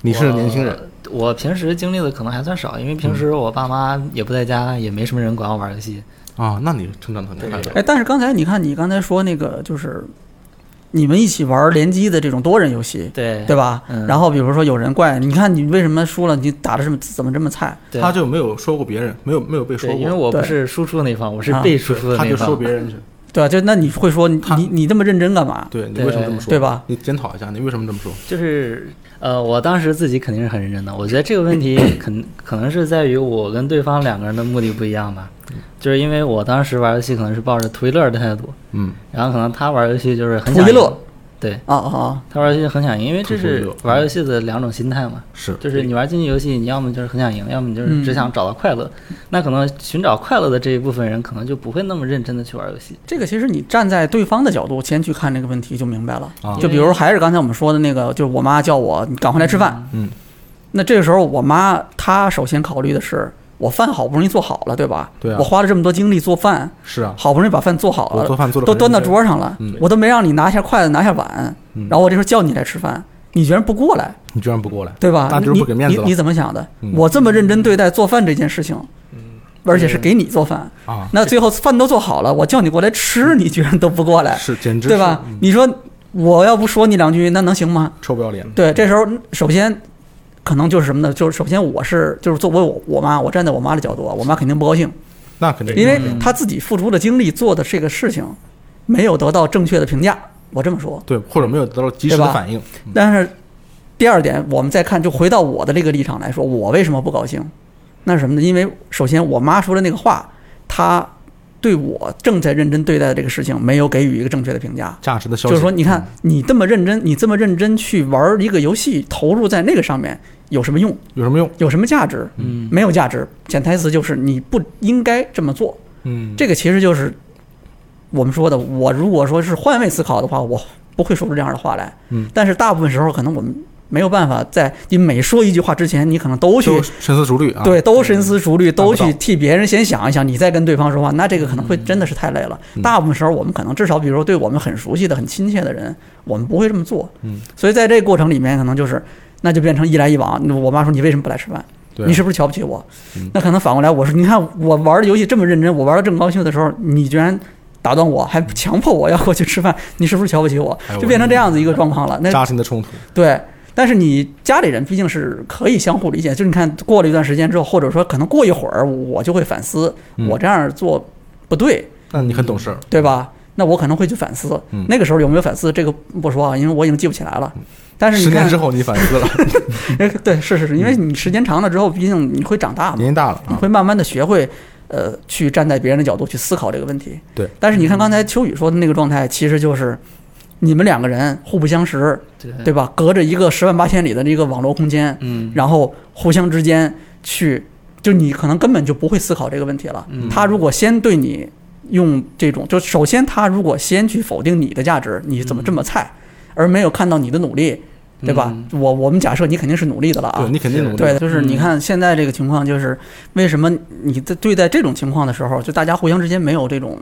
[SPEAKER 2] 你是年轻人，嗯
[SPEAKER 4] 我平时经历的可能还算少，因为平时我爸妈也不在家，也没什么人管我玩游戏。
[SPEAKER 2] 啊，那你成长得很快乐。
[SPEAKER 3] 哎，但是刚才你看，你刚才说那个就是你们一起玩联机的这种多人游戏，
[SPEAKER 4] 对
[SPEAKER 3] 对吧？
[SPEAKER 4] 嗯
[SPEAKER 3] 然后比如说有人怪你，你看你为什么输了？你打的这么怎么这么菜？
[SPEAKER 4] 对
[SPEAKER 2] 他就没有说过别人，没有没有被说
[SPEAKER 4] 对，
[SPEAKER 2] 过，
[SPEAKER 4] 因为我不
[SPEAKER 3] 对
[SPEAKER 4] 是输出那一方，我是
[SPEAKER 3] 啊
[SPEAKER 4] 被输出的
[SPEAKER 2] 他
[SPEAKER 4] 那一
[SPEAKER 2] 就说
[SPEAKER 4] 方。
[SPEAKER 2] 别人去。
[SPEAKER 3] 对吧？就那你会说你
[SPEAKER 2] 他
[SPEAKER 3] 你你这么认真干嘛？
[SPEAKER 2] 对你
[SPEAKER 4] 对
[SPEAKER 2] 为什么这么说？
[SPEAKER 3] 对吧？
[SPEAKER 2] 你检讨一下，你为什么这么说？
[SPEAKER 4] 就是呃，我当时自己肯定是很认真的。我觉得这个问题肯可能是在于我跟对方两个人的目的不一样吧，就是因为我当时玩游戏可能是抱着图一乐的态度，
[SPEAKER 2] 嗯，
[SPEAKER 4] 然后可能他玩游戏就是很
[SPEAKER 3] 图
[SPEAKER 4] 想
[SPEAKER 3] 一
[SPEAKER 4] 赢
[SPEAKER 3] 乐，
[SPEAKER 4] 对
[SPEAKER 3] 啊啊啊！
[SPEAKER 4] 他玩游戏很想赢，因为这
[SPEAKER 2] 图一
[SPEAKER 4] 是
[SPEAKER 2] 乐
[SPEAKER 4] 玩游戏的两种心态嘛。
[SPEAKER 2] 是
[SPEAKER 4] 就是你玩竞技游戏，你要么就是很想赢，要么你就是只
[SPEAKER 3] 嗯
[SPEAKER 4] 想找到快乐。那可能寻找快乐的这一部分人，可能就不会那么认真的去玩游戏。
[SPEAKER 3] 这个其实你站在对方的角度先去看这个问题就明白了。
[SPEAKER 2] 啊
[SPEAKER 3] 就比如还是刚才我们说的那个，就是我妈叫我你赶快来吃饭。
[SPEAKER 2] 嗯嗯
[SPEAKER 3] 那这个时候我妈她首先考虑的是，我饭好不容易做好了，对吧？
[SPEAKER 2] 对啊
[SPEAKER 3] 我花了这么多精力做饭，
[SPEAKER 2] 是啊，
[SPEAKER 3] 好不容易把饭做好
[SPEAKER 2] 我做
[SPEAKER 3] 了，
[SPEAKER 2] 饭做的
[SPEAKER 3] 都端到桌上了，
[SPEAKER 2] 嗯
[SPEAKER 3] 我都没让你拿下筷子拿下碗，
[SPEAKER 2] 嗯
[SPEAKER 3] 然后我这时候叫你来吃饭，你居然不过来，
[SPEAKER 2] 你居然不过来，
[SPEAKER 3] 对吧？
[SPEAKER 2] 那就是
[SPEAKER 3] 你
[SPEAKER 2] 不给面子
[SPEAKER 3] 你
[SPEAKER 2] 了
[SPEAKER 3] 你怎么想的？
[SPEAKER 2] 嗯
[SPEAKER 3] 我这么认真对待做饭这件事情，而且是给你做饭，
[SPEAKER 2] 啊，
[SPEAKER 3] 那最后饭都做好了，我叫你过来吃，你居然都 不过来，
[SPEAKER 2] 是简直
[SPEAKER 3] 对
[SPEAKER 2] 是
[SPEAKER 3] 吧
[SPEAKER 2] 嗯？
[SPEAKER 3] 你说我要不说你两句，那能行吗？
[SPEAKER 2] 臭不要脸，
[SPEAKER 3] 对，这时候首先可能就是什么呢？就是首先我是就是作为我我妈，我站在我妈的角度啊，我妈肯定不高兴，
[SPEAKER 2] 那肯定
[SPEAKER 3] 因为她自己付出的精力做的这个事情没有得到正确的评价，我这么说。
[SPEAKER 2] 对，或者没有得到及时
[SPEAKER 3] 对
[SPEAKER 2] 的
[SPEAKER 3] 吧
[SPEAKER 2] 反应，
[SPEAKER 3] 但是第二点，我们再看，就回到我的这个立场来说，我为什么不高兴？那是什么呢？因为首先我妈说的那个话，她对我正在认真对待的这个事情没有给予一个正确的评价。
[SPEAKER 2] 价值的消嗯
[SPEAKER 3] 就是说，你看你这么认真，你这么认真去玩一个游戏，投入在那个上面有什么用？
[SPEAKER 2] 有什么用？
[SPEAKER 3] 有什么价值？
[SPEAKER 4] 嗯，
[SPEAKER 3] 没有价值。潜台词就是你不应该这么做。
[SPEAKER 2] 嗯，
[SPEAKER 3] 这个其实就是我们说的，我如果说是换位思考的话，我不会说出这样的话来。
[SPEAKER 2] 嗯，
[SPEAKER 3] 但是大部分时候可能我们没有办法在你每说一句话之前，你可能都去
[SPEAKER 2] 就深思熟虑啊，
[SPEAKER 3] 对，都深思熟虑，都
[SPEAKER 2] 办
[SPEAKER 3] 去
[SPEAKER 2] 不
[SPEAKER 3] 替别人先想一想，你再跟对方说话，那这个可能会真的是太累了。
[SPEAKER 2] 嗯
[SPEAKER 3] 大部分时候，我们可能至少，比如说对我们很熟悉的、很亲切的人，我们不会这么做。
[SPEAKER 2] 嗯，
[SPEAKER 3] 所以在这个过程里面，可能就是那就变成一来一往。我妈说你为什么不来吃饭？
[SPEAKER 2] 对，啊
[SPEAKER 3] 你是不是瞧不起我
[SPEAKER 2] 嗯？
[SPEAKER 3] 那可能反过来，我说你看我玩的游戏这么认真，我玩的正高兴的时候，你居然。打断我，还强迫我要过去吃饭，你是不是瞧不起我
[SPEAKER 2] 哎呦？
[SPEAKER 3] 就变成这样子一个状况了。那
[SPEAKER 2] 扎心的冲突，
[SPEAKER 3] 对，但是你家里人毕竟是可以相互理解，就是你看过了一段时间之后，或者说可能过一会儿，我就会反思，
[SPEAKER 2] 嗯
[SPEAKER 3] 我这样做不对，
[SPEAKER 2] 那你很懂事儿，
[SPEAKER 3] 对吧？那我可能会去反思
[SPEAKER 2] 嗯，
[SPEAKER 3] 那个时候有没有反思，这个不说啊，因为我已经记不起来了。但是
[SPEAKER 2] 十
[SPEAKER 3] 你
[SPEAKER 2] 年
[SPEAKER 3] 看
[SPEAKER 2] 之，后嗯你反 思了，
[SPEAKER 3] 哎对，是是是，因为你时间长了之后，毕竟你会长大嘛，
[SPEAKER 2] 年纪大了
[SPEAKER 3] 你
[SPEAKER 2] 啊，
[SPEAKER 3] 会慢慢的学会，呃，去站在别人的角度去思考这个问题。
[SPEAKER 2] 对。
[SPEAKER 3] 但是你看刚才秋雨说的那个状态，其实就是你们两个人互不相识，
[SPEAKER 4] 对
[SPEAKER 2] 嗯
[SPEAKER 3] 对吧？隔着一个十万八千里的这个网络空间，
[SPEAKER 4] 嗯，
[SPEAKER 3] 然后互相之间去，就你可能根本就不会思考这个问题了。
[SPEAKER 4] 嗯
[SPEAKER 3] 他如果先对你用这种，就首先他如果先去否定你的价值，你怎么这么菜，而没有看到你的努力，对吧？我我们假设你肯定是努力的了嗯啊
[SPEAKER 2] 对，你肯定努力，
[SPEAKER 3] 嗯对，就是你看现在这个情况，就是为什么你在对待这种情况的时候，就大家互相之间没有这种，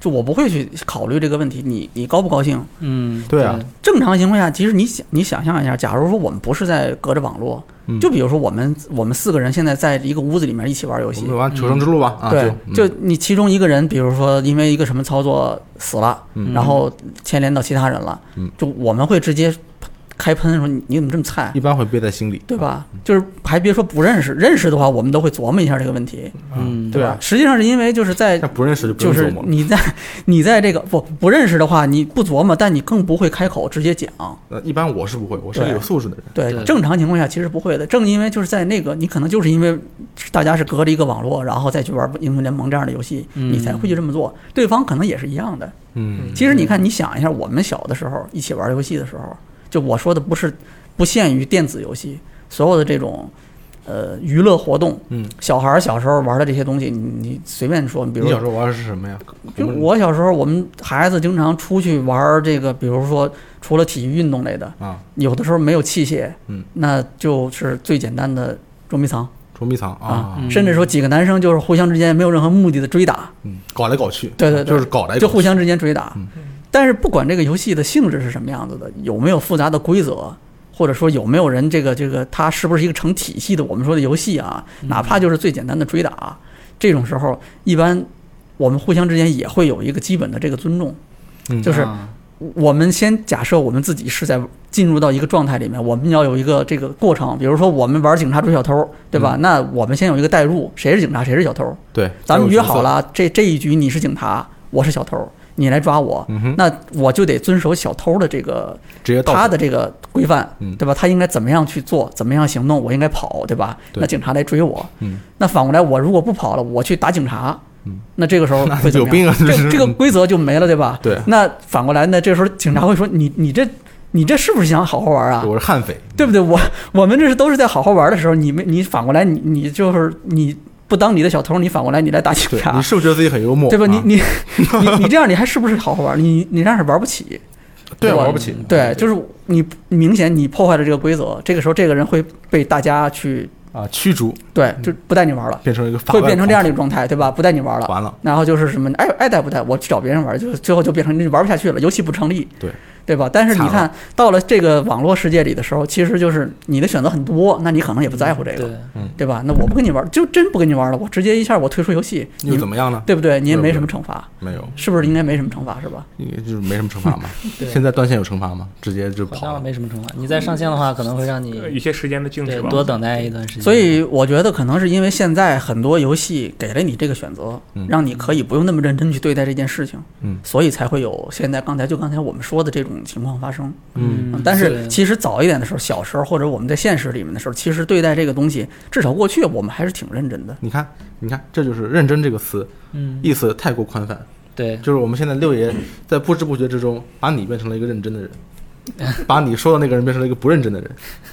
[SPEAKER 3] 就我不会去考虑这个问题，你你高不高兴？
[SPEAKER 4] 嗯，
[SPEAKER 2] 对啊，
[SPEAKER 3] 正常情况下，其实你想你想象一下，假如说我们不是在隔着网络，
[SPEAKER 2] 嗯
[SPEAKER 3] 就比如说我们我们四个人现在在一个屋子里面一起玩游
[SPEAKER 2] 我
[SPEAKER 3] 戏
[SPEAKER 2] 们，玩求生之路吧，啊，
[SPEAKER 3] 嗯对，
[SPEAKER 2] 就
[SPEAKER 3] 就你其中一个人，比如说因为一个什么操作死了，
[SPEAKER 2] 嗯
[SPEAKER 3] 然后牵连到其他人了，
[SPEAKER 2] 嗯
[SPEAKER 3] 就我们会直接开喷说你你怎么这么菜
[SPEAKER 2] 一，般会憋在心里，
[SPEAKER 3] 对吧？就是还别说不认识，认识的话我们都会琢磨一下这个问题，
[SPEAKER 4] 嗯，
[SPEAKER 2] 对
[SPEAKER 3] 吧
[SPEAKER 2] 啊？，
[SPEAKER 3] 实际上是因为就是在
[SPEAKER 2] 但不认识就不
[SPEAKER 3] 就
[SPEAKER 2] 用琢
[SPEAKER 3] 是
[SPEAKER 2] 磨了，
[SPEAKER 3] 你在你在这个不不认识的话，你不琢磨，但你更不会开口直接讲。
[SPEAKER 2] 呃，一般我是不会，我是
[SPEAKER 3] 对
[SPEAKER 2] 个有素质的人，
[SPEAKER 3] 对
[SPEAKER 4] 对，
[SPEAKER 3] 正常情况下其实不会的。正因为就是在那个，你可能就是因为大家是隔着一个网络，然后再去玩英雄联盟这样的游戏，
[SPEAKER 4] 嗯
[SPEAKER 3] 你才会去这么做。对方可能也是一样的。
[SPEAKER 2] 嗯，
[SPEAKER 3] 其实你看，你想一下，我们小的时候一起玩游戏的时候，就我说的不是不限于电子游戏，所有的这种呃娱乐活动，
[SPEAKER 2] 嗯，
[SPEAKER 3] 小孩儿小时候玩的这些东西，你你随便说，比如
[SPEAKER 2] 你小时候玩的是什么呀？
[SPEAKER 3] 就
[SPEAKER 2] 什么
[SPEAKER 3] 我小时候，我们孩子经常出去玩儿这个，比如说除了体育运动类的，
[SPEAKER 2] 啊，
[SPEAKER 3] 有的时候没有器械，
[SPEAKER 2] 嗯，
[SPEAKER 3] 那就是最简单的捉迷藏
[SPEAKER 2] 捉迷藏
[SPEAKER 3] 啊
[SPEAKER 2] 啊，
[SPEAKER 4] 嗯
[SPEAKER 3] 甚至说几个男生就是互相之间没有任何目的的追打，
[SPEAKER 2] 嗯，搞来搞去，
[SPEAKER 3] 对对对
[SPEAKER 2] 就是搞来搞去
[SPEAKER 3] 就互相之间追打
[SPEAKER 2] 嗯。
[SPEAKER 3] 但是不管这个游戏的性质是什么样子的，有没有复杂的规则，或者说有没有人这个这个它是不是一个成体系的我们说的游戏啊，
[SPEAKER 2] 嗯
[SPEAKER 3] 哪怕就是最简单的追打，这种时候一般我们互相之间也会有一个基本的这个尊重，
[SPEAKER 2] 嗯
[SPEAKER 3] 就是
[SPEAKER 4] 啊
[SPEAKER 3] 我们先假设我们自己是在进入到一个状态里面，我们要有一个这个过程。比如说，我们玩警察追小偷，对吧？那我们先有一个代入，谁是警察，谁是小偷？
[SPEAKER 2] 对，
[SPEAKER 3] 咱们
[SPEAKER 2] 嗯都有
[SPEAKER 3] 约
[SPEAKER 2] 角色
[SPEAKER 3] 好，了，这这一局你是警察，我是小偷，你来抓我，
[SPEAKER 2] 嗯哼，
[SPEAKER 3] 那我就得遵守小偷的这个
[SPEAKER 2] 直接到
[SPEAKER 3] 他
[SPEAKER 2] 手
[SPEAKER 3] 的这个规范
[SPEAKER 2] 嗯，
[SPEAKER 3] 对吧？他应该怎么样去做，怎么样行动，我应该跑，对吧？
[SPEAKER 2] 对
[SPEAKER 3] 那警察来追我，
[SPEAKER 2] 嗯
[SPEAKER 3] 那反过来，我如果不跑了，我去打警察
[SPEAKER 2] 嗯，
[SPEAKER 3] 那这 个时候
[SPEAKER 2] 那
[SPEAKER 3] 会怎么
[SPEAKER 2] 有病
[SPEAKER 3] 样
[SPEAKER 2] 啊这是
[SPEAKER 3] 这这个规则就没了，对吧？
[SPEAKER 2] 对
[SPEAKER 3] 那反过来，那这时候警察会说：“你你这你这是不是想好好玩啊？
[SPEAKER 2] 我是悍匪，
[SPEAKER 3] 对不对？我我们这是都是在好好玩的时候，你们你反过来，你你就是你不当你的小偷，你反过来你来打警
[SPEAKER 2] 对，
[SPEAKER 3] 察
[SPEAKER 2] 你，是不是觉得自己很幽默？
[SPEAKER 3] 对吧？
[SPEAKER 2] 啊
[SPEAKER 3] 你你你你这样，你还是不是好好玩？你你这样是玩不起。
[SPEAKER 2] 对啊
[SPEAKER 3] 对吧
[SPEAKER 2] 玩不起，
[SPEAKER 3] 对，就是你明显你破坏了这个规则，这个时候这个人会被大家去
[SPEAKER 2] 啊，驱逐
[SPEAKER 3] 对就不带你玩了，
[SPEAKER 2] 变成一个法
[SPEAKER 3] 会
[SPEAKER 2] 外
[SPEAKER 3] 变成
[SPEAKER 2] 狂
[SPEAKER 3] 这样的一个状态，对吧？不带你玩了
[SPEAKER 2] 徒，。完了，
[SPEAKER 3] 然后就是什么爱爱带不带，我去找别人玩，就是最后就变成你玩不下去了，游戏不成立，
[SPEAKER 2] 对
[SPEAKER 3] 对吧？但是你
[SPEAKER 2] 惨
[SPEAKER 3] 看到了这个网络世界里的时候，其实就是你的选择很多，那你可能也不在乎这个，
[SPEAKER 4] 嗯对，
[SPEAKER 3] 对吧？那我不跟你玩，就真不跟你玩了，我直接一下我退出游戏，
[SPEAKER 2] 又
[SPEAKER 3] 你
[SPEAKER 2] 怎么样呢？
[SPEAKER 3] 对不对？你也
[SPEAKER 2] 对
[SPEAKER 3] 没
[SPEAKER 2] 对
[SPEAKER 3] 什么惩罚，
[SPEAKER 2] 没有，
[SPEAKER 3] 是不是应该没什么惩罚是吧？
[SPEAKER 2] 因为就是没什么惩 罚嘛。
[SPEAKER 4] 对
[SPEAKER 2] 现在断线有惩罚吗？直接就
[SPEAKER 4] 好
[SPEAKER 2] 跑
[SPEAKER 4] 像
[SPEAKER 2] 了。
[SPEAKER 4] 没什么惩罚。你再上线的话，可能会让
[SPEAKER 5] 呃
[SPEAKER 4] 你
[SPEAKER 5] 一些时间的静
[SPEAKER 4] 嗯
[SPEAKER 5] 止
[SPEAKER 4] 对
[SPEAKER 5] 吧。
[SPEAKER 4] 多等待一段
[SPEAKER 2] 嗯
[SPEAKER 4] 时间。
[SPEAKER 3] 所以我觉得可能是因为现在很多游戏给了你这个选择
[SPEAKER 2] 嗯，
[SPEAKER 3] 让你可以不用那么认真去对待这件事情，
[SPEAKER 2] 嗯
[SPEAKER 3] 所以才会有现在刚才就刚才我们说的这种情况发生。
[SPEAKER 2] 嗯
[SPEAKER 3] 嗯但是
[SPEAKER 4] 对
[SPEAKER 3] 其实早一点的时候，小时候或者我们在现实里面的时候，其实对待这个东西，至少过去我们还是挺认真的。
[SPEAKER 2] 你看，你看，这就是“认真”这个词，
[SPEAKER 4] 嗯，
[SPEAKER 2] 意思太过宽泛。
[SPEAKER 4] 对，
[SPEAKER 2] 就是我们现在六爷在不知不觉之中，把你变成了一个认真的人，把你说的那个人变成了一个不认真的人，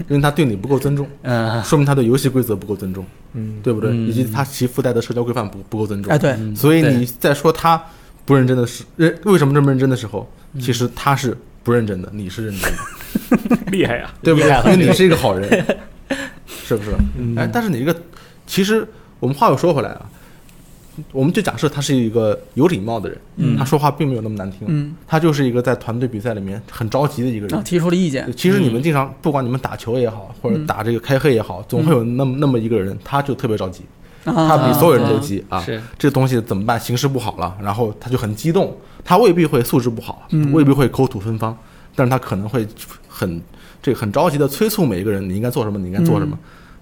[SPEAKER 2] 因为他对你不够尊重，
[SPEAKER 4] 嗯，
[SPEAKER 2] 说明他对游戏规则不够尊重，
[SPEAKER 5] 嗯，
[SPEAKER 2] 对不对？
[SPEAKER 4] 嗯
[SPEAKER 2] 以及他其附带的社交规范不不够尊重。
[SPEAKER 3] 哎，对，
[SPEAKER 2] 所以你
[SPEAKER 4] 对
[SPEAKER 2] 在说他不认真的时，认为什么这么认真的时候，其实他是不认真的，你是认真的。
[SPEAKER 5] 厉害呀！
[SPEAKER 2] 对不对？
[SPEAKER 4] 厉害
[SPEAKER 2] 因
[SPEAKER 4] 了
[SPEAKER 2] 为你是一个好人，是不是？哎，但是你这个，其实我们话又说回来啊，我们就假设他是一个有礼貌的人，
[SPEAKER 4] 嗯
[SPEAKER 2] 他说话并没有那么难听，
[SPEAKER 3] 嗯，啊
[SPEAKER 2] 他就是一个在团队比赛里面很着急的一个
[SPEAKER 3] 然后
[SPEAKER 2] 人。
[SPEAKER 3] 提出了意见，嗯
[SPEAKER 2] 其实你们经常，不管你们打球也好，或者打这个开黑也好，总会有那么那么一个人，他就特别着急，他
[SPEAKER 3] 他
[SPEAKER 2] 比所有人都
[SPEAKER 3] 急。
[SPEAKER 2] 急啊。
[SPEAKER 4] 是
[SPEAKER 2] 这东西怎么办？形势不好了，然后他就很激动，他未必会素质不好，
[SPEAKER 3] 嗯
[SPEAKER 2] 未必会口吐芬芳，但是他可能会很这个很着急的催促每一个人，你应该做什么，你应该做什
[SPEAKER 3] 嗯
[SPEAKER 2] 么。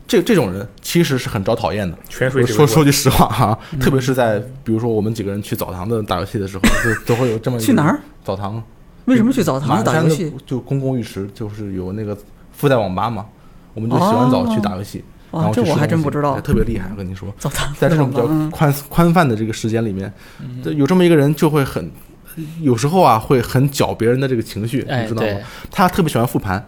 [SPEAKER 2] 这这种人其实是很招讨厌的。
[SPEAKER 5] 全
[SPEAKER 2] 我
[SPEAKER 5] 水
[SPEAKER 2] 说说句实话哈、
[SPEAKER 3] 嗯
[SPEAKER 2] 特别是在比如说我们几个人去澡堂子打游戏的时候，就都会有这么一个
[SPEAKER 3] 去哪儿？
[SPEAKER 2] 澡堂？
[SPEAKER 3] 为什么去澡堂
[SPEAKER 2] 马
[SPEAKER 3] 子打
[SPEAKER 2] 鞍
[SPEAKER 3] 游
[SPEAKER 2] 山
[SPEAKER 3] 戏
[SPEAKER 2] 的？就公共浴池，就是有那个附带网吧嘛，我们就洗完澡去打游戏。
[SPEAKER 3] 哦
[SPEAKER 2] 然后
[SPEAKER 3] 这
[SPEAKER 2] 去吃
[SPEAKER 3] 我还真
[SPEAKER 2] 东西
[SPEAKER 3] 不知道
[SPEAKER 2] 哎特别厉害，我跟你说。
[SPEAKER 3] 澡堂
[SPEAKER 2] 在这种比较
[SPEAKER 3] 嗯
[SPEAKER 2] 宽宽泛的这个时间里面，对有这么一个人就会很，有时候啊会很搅别人的这个情绪，
[SPEAKER 4] 哎
[SPEAKER 2] 你知道吗
[SPEAKER 4] 对？
[SPEAKER 2] 他特别喜欢复盘，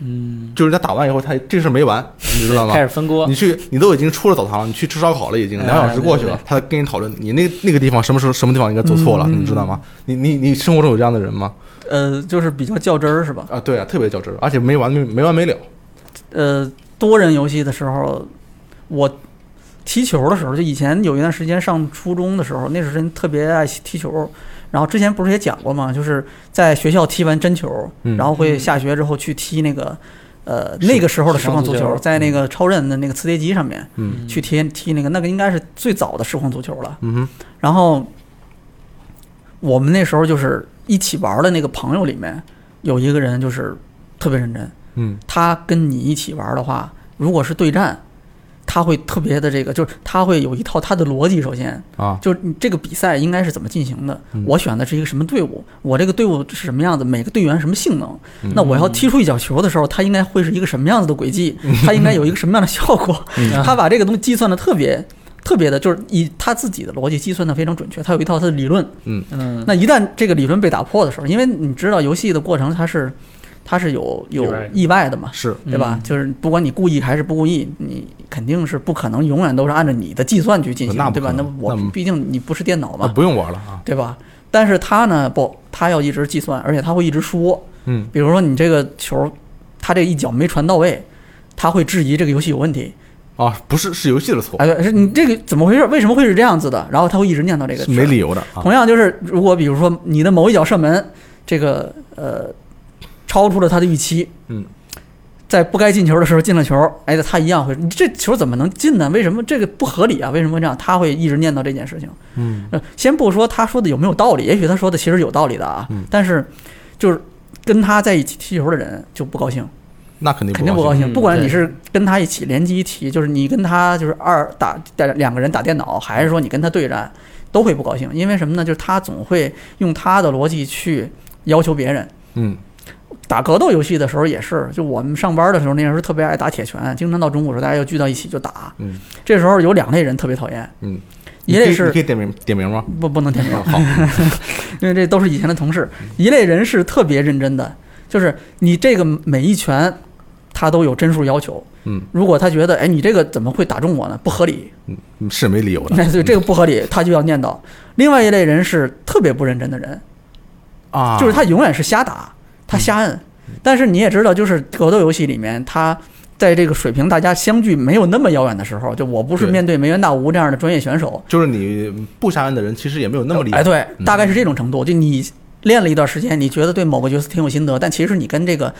[SPEAKER 4] 嗯，
[SPEAKER 2] 就是他打完以后，他这事儿没完，你知道吗
[SPEAKER 4] 开？始分锅
[SPEAKER 2] 你，去，你都已经出了澡堂了，你去吃烧烤了，已经
[SPEAKER 4] 哎
[SPEAKER 2] 两小时过去了，他跟你讨论你那那个地方什么时候什么地方应该做错
[SPEAKER 3] 嗯
[SPEAKER 2] 了，你知道吗？你你你生活中有这样的人吗？
[SPEAKER 3] 呃，就是比较较真儿是吧？
[SPEAKER 2] 啊，对啊，特别较真儿，而且没完没没完没了。
[SPEAKER 3] 呃，多人游戏的时候，我踢球的时候，就以前有一段时间上初中的时候，那时候真特别爱踢球。然后之前不是也讲过嘛，就是在学校踢完真球，
[SPEAKER 2] 嗯
[SPEAKER 3] 然后会下学之后去踢那个，呃，那个时候的实况足
[SPEAKER 4] 实况足
[SPEAKER 3] 球，
[SPEAKER 4] 球
[SPEAKER 3] 在那个超任的那个磁碟机上面
[SPEAKER 2] 嗯
[SPEAKER 3] 去踢踢那个，那个应该是最早的实况足球了。
[SPEAKER 2] 嗯哼，
[SPEAKER 3] 然后我们那时候就是一起玩的那个朋友里面有一个人就是特别认真，
[SPEAKER 2] 嗯
[SPEAKER 3] 他跟你一起玩的话，如果是对战，他会特别的这个，就是他会有一套他的逻辑。首先，
[SPEAKER 2] 啊，
[SPEAKER 3] 就是你这个比赛应该是怎么进行的
[SPEAKER 2] 嗯？
[SPEAKER 3] 我选的是一个什么队伍？我这个队伍是什么样子？每个队员什么性能
[SPEAKER 2] 嗯？
[SPEAKER 3] 那我要踢出一脚球的时候，他应该会是一个什么样子的轨迹？
[SPEAKER 2] 嗯
[SPEAKER 3] 他应该有一个什么样的效 果？他把这个东西计算的特别。特别的，就是以他自己的逻辑计算的非常准确，他有一套他的理论。
[SPEAKER 4] 嗯，
[SPEAKER 3] 那一旦这个理论被打破的时候，因为你知道游戏的过程它是它是有有
[SPEAKER 5] 意外的
[SPEAKER 3] 意外的嘛，
[SPEAKER 2] 是
[SPEAKER 3] 对吧？就是不管你故意还是不故意，你肯定是不可能永远都是按照你的计算去进
[SPEAKER 2] 那
[SPEAKER 3] 行，
[SPEAKER 2] 不
[SPEAKER 3] 对吧
[SPEAKER 2] 可？
[SPEAKER 3] 那
[SPEAKER 2] 能
[SPEAKER 3] 我
[SPEAKER 2] 那
[SPEAKER 3] 毕竟你不是电脑
[SPEAKER 2] 啊，
[SPEAKER 3] 嘛，
[SPEAKER 2] 不用玩了啊，
[SPEAKER 3] 对吧？但是他呢，不，他要一直计算，而且他会一直说，
[SPEAKER 2] 嗯
[SPEAKER 3] 比如说你这个球，他这一脚没传到位，他会质疑这个游戏有问题，
[SPEAKER 2] 啊，不是是游戏的错，
[SPEAKER 3] 哎，对，是你这个怎么回事？为什么会是这样子的？然后他会一直念叨这个
[SPEAKER 2] 是
[SPEAKER 3] 事儿，
[SPEAKER 2] 没理由的啊，
[SPEAKER 3] 同样就是，如果比如说你的某一脚射门，这个呃超出了他的预期，
[SPEAKER 2] 嗯，
[SPEAKER 3] 在不该进球的时候进了球，哎，他一样会，你这球怎么能进呢？为什么这个不合理啊？为什么会这样？他会一直念叨这件事情。
[SPEAKER 2] 嗯
[SPEAKER 3] 呃，先不说他说的有没有道理，也许他说的其实有道理的啊，
[SPEAKER 2] 嗯
[SPEAKER 3] 但是就是跟他在一起踢球的人就不高兴。
[SPEAKER 2] 那肯定
[SPEAKER 3] 肯定不
[SPEAKER 2] 高
[SPEAKER 3] 高
[SPEAKER 4] 嗯
[SPEAKER 3] 兴。不管
[SPEAKER 4] 对
[SPEAKER 3] 你是跟他一起联机踢，就是你跟他就是二打打两个人打电脑，还是说你跟他对战，都会不高兴。因为什么呢？就是他总会用他的逻辑去要求别人。
[SPEAKER 2] 嗯
[SPEAKER 3] 打格斗游戏的时候也是，就我们上班的时候，那时候特别爱打铁拳，经常到中午的时候大家又聚到一起就打。
[SPEAKER 2] 嗯
[SPEAKER 3] 这时候有两类人特别讨厌，
[SPEAKER 2] 嗯，
[SPEAKER 3] 一
[SPEAKER 2] 你可
[SPEAKER 3] 类
[SPEAKER 2] 以你
[SPEAKER 3] 是
[SPEAKER 2] 可以点名点名吗？
[SPEAKER 3] 不不能点名
[SPEAKER 2] 啊，，好，
[SPEAKER 3] 因为这都是以前的同事。一类人是特别认真的，就是你这个每一拳，他都有帧数要求。
[SPEAKER 2] 嗯
[SPEAKER 3] 如果他觉得，哎，你这个怎么会打中我呢？不合理，
[SPEAKER 2] 嗯，是没理由的
[SPEAKER 3] 那对这个不合理，他就要念叨。另外一类人是特别不认真的人，
[SPEAKER 2] 啊，嗯
[SPEAKER 3] 就是他永远是瞎打，他瞎摁。但是你也知道，就是格斗游戏里面，他在这个水平大家相距没有那么遥远的时候，就我不是
[SPEAKER 2] 对
[SPEAKER 3] 面对梅原大吴这样的专业选手，
[SPEAKER 2] 就是你不杀人的人，其实也没有那么厉害。
[SPEAKER 3] 哎，对
[SPEAKER 2] 嗯，
[SPEAKER 3] 大概是这种程度。就你练了一段时间，你觉得对某个角色挺有心得，但其实你跟这个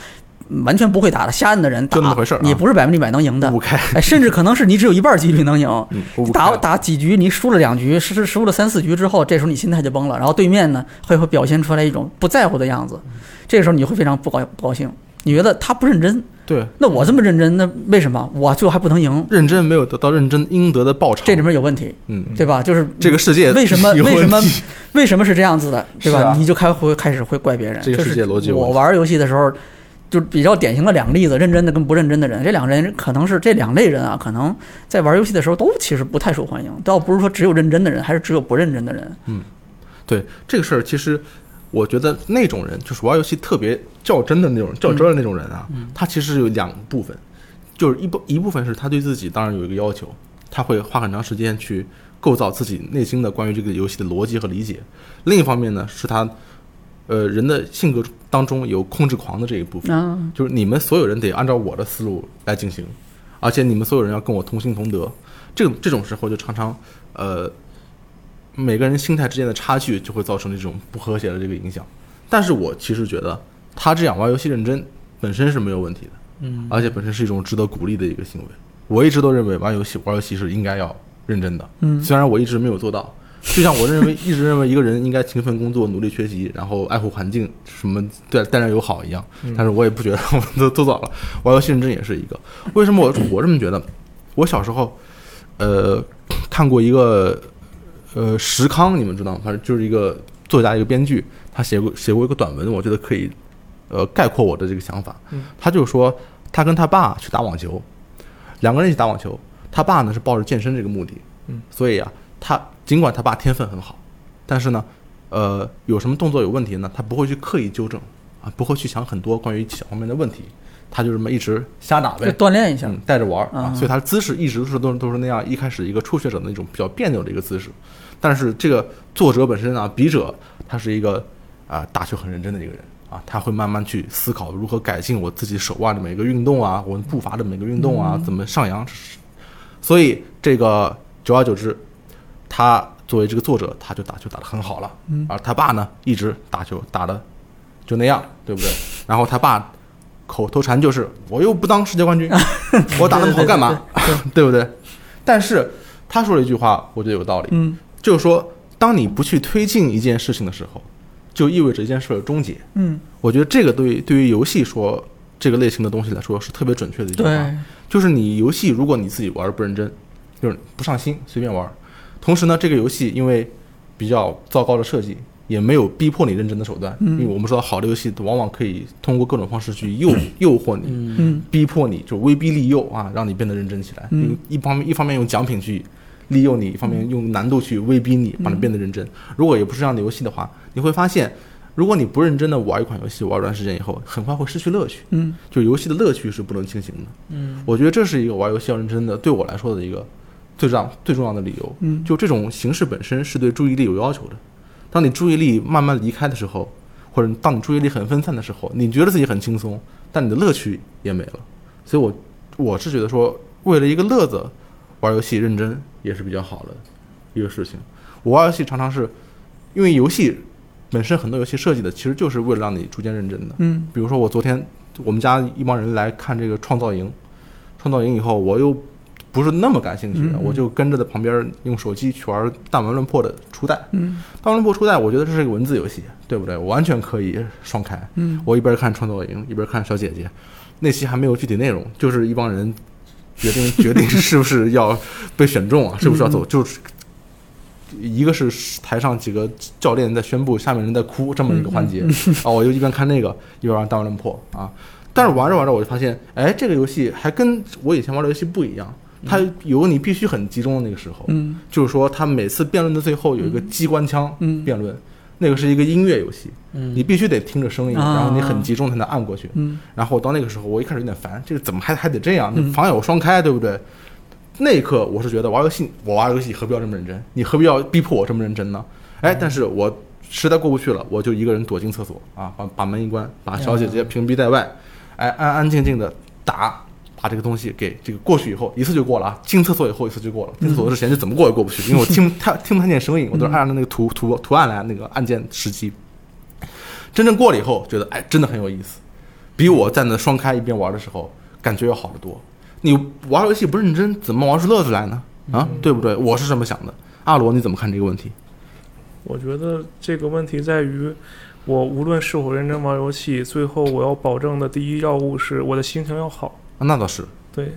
[SPEAKER 3] 嗯完全不会打的瞎摁的人打，
[SPEAKER 2] 就那么回事儿啊
[SPEAKER 3] 你不是百分之百能赢的
[SPEAKER 2] 五。开，
[SPEAKER 3] 哎，甚至可能是你只有一半几率能赢。
[SPEAKER 2] 嗯，五开
[SPEAKER 3] 打打几局，你输了两局，输输了三四局之后，这时候你心态就崩了，然后对面呢会会表现出来一种不在乎的样子，这时候你会非常不高不高兴，你觉得他不认真，
[SPEAKER 2] 对，
[SPEAKER 3] 那我这么认真，那为什么我最后还不能赢？
[SPEAKER 2] 认真没有得到认真应得的报偿。
[SPEAKER 3] 这里面有问题，
[SPEAKER 2] 嗯，
[SPEAKER 3] 对吧？就是
[SPEAKER 2] 这个世界
[SPEAKER 3] 为什么
[SPEAKER 2] 有问
[SPEAKER 3] 为什么
[SPEAKER 2] 题
[SPEAKER 3] 为什么是这样子的，
[SPEAKER 2] 是
[SPEAKER 3] 对吧？
[SPEAKER 2] 啊
[SPEAKER 3] 你就开会开始会怪别人。
[SPEAKER 2] 这个世界逻辑
[SPEAKER 3] 就是
[SPEAKER 2] 有问题
[SPEAKER 3] 我玩游戏的时候，就比较典型的两个例子：认真的跟不认真的人。这两个人可能是这两类人啊，可能在玩游戏的时候都其实不太受欢迎，倒不是说只有认真的人，还是只有不认真的人。
[SPEAKER 2] 对这个事儿，其实我觉得那种人就是玩游戏特别较真的那种较真儿的那种人啊，他其实有两部分，就是一部一部分是他对自己当然有一个要求，他会花很长时间去构造自己内心的关于这个游戏的逻辑和理解；另一方面呢，是他呃，人的性格当中有控制狂的这一部分，
[SPEAKER 3] 啊，
[SPEAKER 2] 就是你们所有人得按照我的思路来进行，而且你们所有人要跟我同心同德。这种这种时候就常常，呃，每个人心态之间的差距就会造成这种不和谐的这个影响。但是我其实觉得他这样玩游戏认真本身是没有问题的，
[SPEAKER 4] 嗯，
[SPEAKER 2] 而且本身是一种值得鼓励的一个行为。我一直都认为玩游戏玩游戏是应该要认真的，
[SPEAKER 3] 嗯
[SPEAKER 2] 虽然我一直没有做到。就像我认为一直认为一个人应该勤奋工作、努力学习，然后爱护环境，什么对待人友好一样，但是我也不觉得我都做到了。玩游戏认真也是一个。为什么我我这么觉得？我小时候，呃，看过一个呃石康，你们知道吗？他就是一个作家，一个编剧，他写过写过一个短文，我觉得可以呃概括我的这个想法。
[SPEAKER 5] 嗯
[SPEAKER 2] 他就说他跟他爸去打网球，两个人一起打网球，他爸呢是抱着健身这个目的，
[SPEAKER 5] 嗯，
[SPEAKER 2] 所以啊，他尽管他爸天分很好，但是呢，呃，有什么动作有问题呢，他不会去刻意纠正啊，不会去想很多关于小方面的问题，他就这么一直瞎打
[SPEAKER 3] 就
[SPEAKER 2] 呗。
[SPEAKER 3] 锻炼一下
[SPEAKER 2] 嗯，，带着玩儿啊，
[SPEAKER 3] 啊
[SPEAKER 2] 所以他姿势一直是都都是那样，一开始一个初学者的那种比较别扭的一个姿势，但是这个作者本身啊，笔者他是一个啊、打球很认真的一个人啊，他会慢慢去思考如何改进我自己手腕的每个运动啊，我步伐的每个运动啊，
[SPEAKER 3] 嗯
[SPEAKER 2] 怎么上扬，所以这个久而久之，他作为这个作者，他就打球打得很好了，
[SPEAKER 3] 嗯
[SPEAKER 2] 而他爸呢，一直打球打的就那样，对不对？然后他爸口头禅就是我又不当世界冠军， 我打那么好干嘛？ 对不对？但是他说了一句话，我觉得有道理，
[SPEAKER 3] 嗯
[SPEAKER 2] 就是说，当你不去推进一件事情的时候，就意味着一件事的终结。
[SPEAKER 3] 嗯，
[SPEAKER 2] 我觉得这个对于对于游戏说这个类型的东西来说是特别准确的一句话。
[SPEAKER 4] 啊
[SPEAKER 3] 对，
[SPEAKER 2] 就是你游戏如果你自己玩儿不认真，就是不上心，随便玩儿。同时呢，这个游戏因为比较糟糕的设计，也没有逼迫你认真的手段，
[SPEAKER 3] 嗯
[SPEAKER 2] 因为我们知道好的游戏往往可以通过各种方式去诱诱惑你，
[SPEAKER 3] 嗯
[SPEAKER 2] 逼迫你，就威逼利诱啊，让你变得认真起来。
[SPEAKER 3] 嗯
[SPEAKER 2] 用一方面一方面用奖品去利诱你，一方面用难度去威逼
[SPEAKER 3] 嗯
[SPEAKER 2] 你，把你变得认真。如果也不是这样的游戏的话，你会发现，如果你不认真的玩一款游戏，玩一段时间以后，很快会失去乐趣。
[SPEAKER 3] 嗯，
[SPEAKER 2] 就游戏的乐趣是不能清醒的。嗯，我觉得这是一个玩游戏要认真的，对我来说的一个最让最重要的理由。
[SPEAKER 3] 嗯
[SPEAKER 2] 就这种形式本身是对注意力有要求的。当你注意力慢慢离开的时候，或者当你注意力很分散的时候，你觉得自己很轻松，但你的乐趣也没了。所以我我是觉得说，为了一个乐子玩游戏认真也是比较好的一个事情。我玩游戏常常是因为游戏本身很多游戏设计的其实就是为了让你逐渐认真的。
[SPEAKER 3] 嗯
[SPEAKER 2] 比如说我昨天我们家一帮人来看这个创造营，创造营以后我又不是那么感兴趣，
[SPEAKER 3] 嗯嗯
[SPEAKER 2] 我就跟着在旁边用手机去玩《弹丸论破》的初代。
[SPEAKER 3] 嗯
[SPEAKER 2] 《弹丸论破》初代，我觉得这是个文字游戏，对不对？我完全可以双开。
[SPEAKER 3] 嗯
[SPEAKER 2] 我一边看创造营，一边看小姐姐。那期还没有具体内容，就是一帮人决 定决定是不是要被选中啊，是不是要
[SPEAKER 3] 嗯
[SPEAKER 2] 走？就是一个是台上几个教练在宣布，下面人在哭这么一个环节
[SPEAKER 3] 嗯
[SPEAKER 2] 啊、我就一边看那个一边玩《大乱论破》啊。但是玩着玩着，我就发现，哎，这个游戏还跟我以前玩的游戏不一样，它有你必须很集中的那个时候，
[SPEAKER 3] 嗯
[SPEAKER 2] 就是说，它每次辩论的最后有一个机关枪
[SPEAKER 3] 嗯
[SPEAKER 2] 辩论，那个是一个音乐游戏，
[SPEAKER 4] 嗯
[SPEAKER 2] 你必须得听着声音，
[SPEAKER 3] 啊
[SPEAKER 2] 然后你很集中才能按过去。
[SPEAKER 3] 嗯
[SPEAKER 2] 然后我到那个时候，我一开始有点烦，这个怎么还还得这样？你防友双开，对不对？那一刻我是觉得玩游戏，我玩游戏何必要这么认真？你何必要逼迫我这么认真呢？哎，但是我实在过不去了，我就一个人躲进厕所啊，把把门一关，把小姐姐屏蔽在外，哎，安安静静的打。把这个东西给这个过去以后，一次就过了啊！进厕所以后一次就过了，进厕所之前就怎么过也过不去，因为我听不太听不太见声音，我都是按照那个图图图案来那个按键时机。真正过了以后，觉得哎，真的很有意思，比我在那双开一边玩的时候感觉要好得多。你玩游戏不认真，怎么玩出乐子来呢？
[SPEAKER 5] 嗯
[SPEAKER 2] 啊，对不对？我是这么想的。阿罗，你怎么看这个问题？
[SPEAKER 5] 我觉得这个问题在于，我无论是否认真玩游戏，最后我要保证的第一要务是我的心情要好。
[SPEAKER 2] 啊、那倒是，
[SPEAKER 5] 对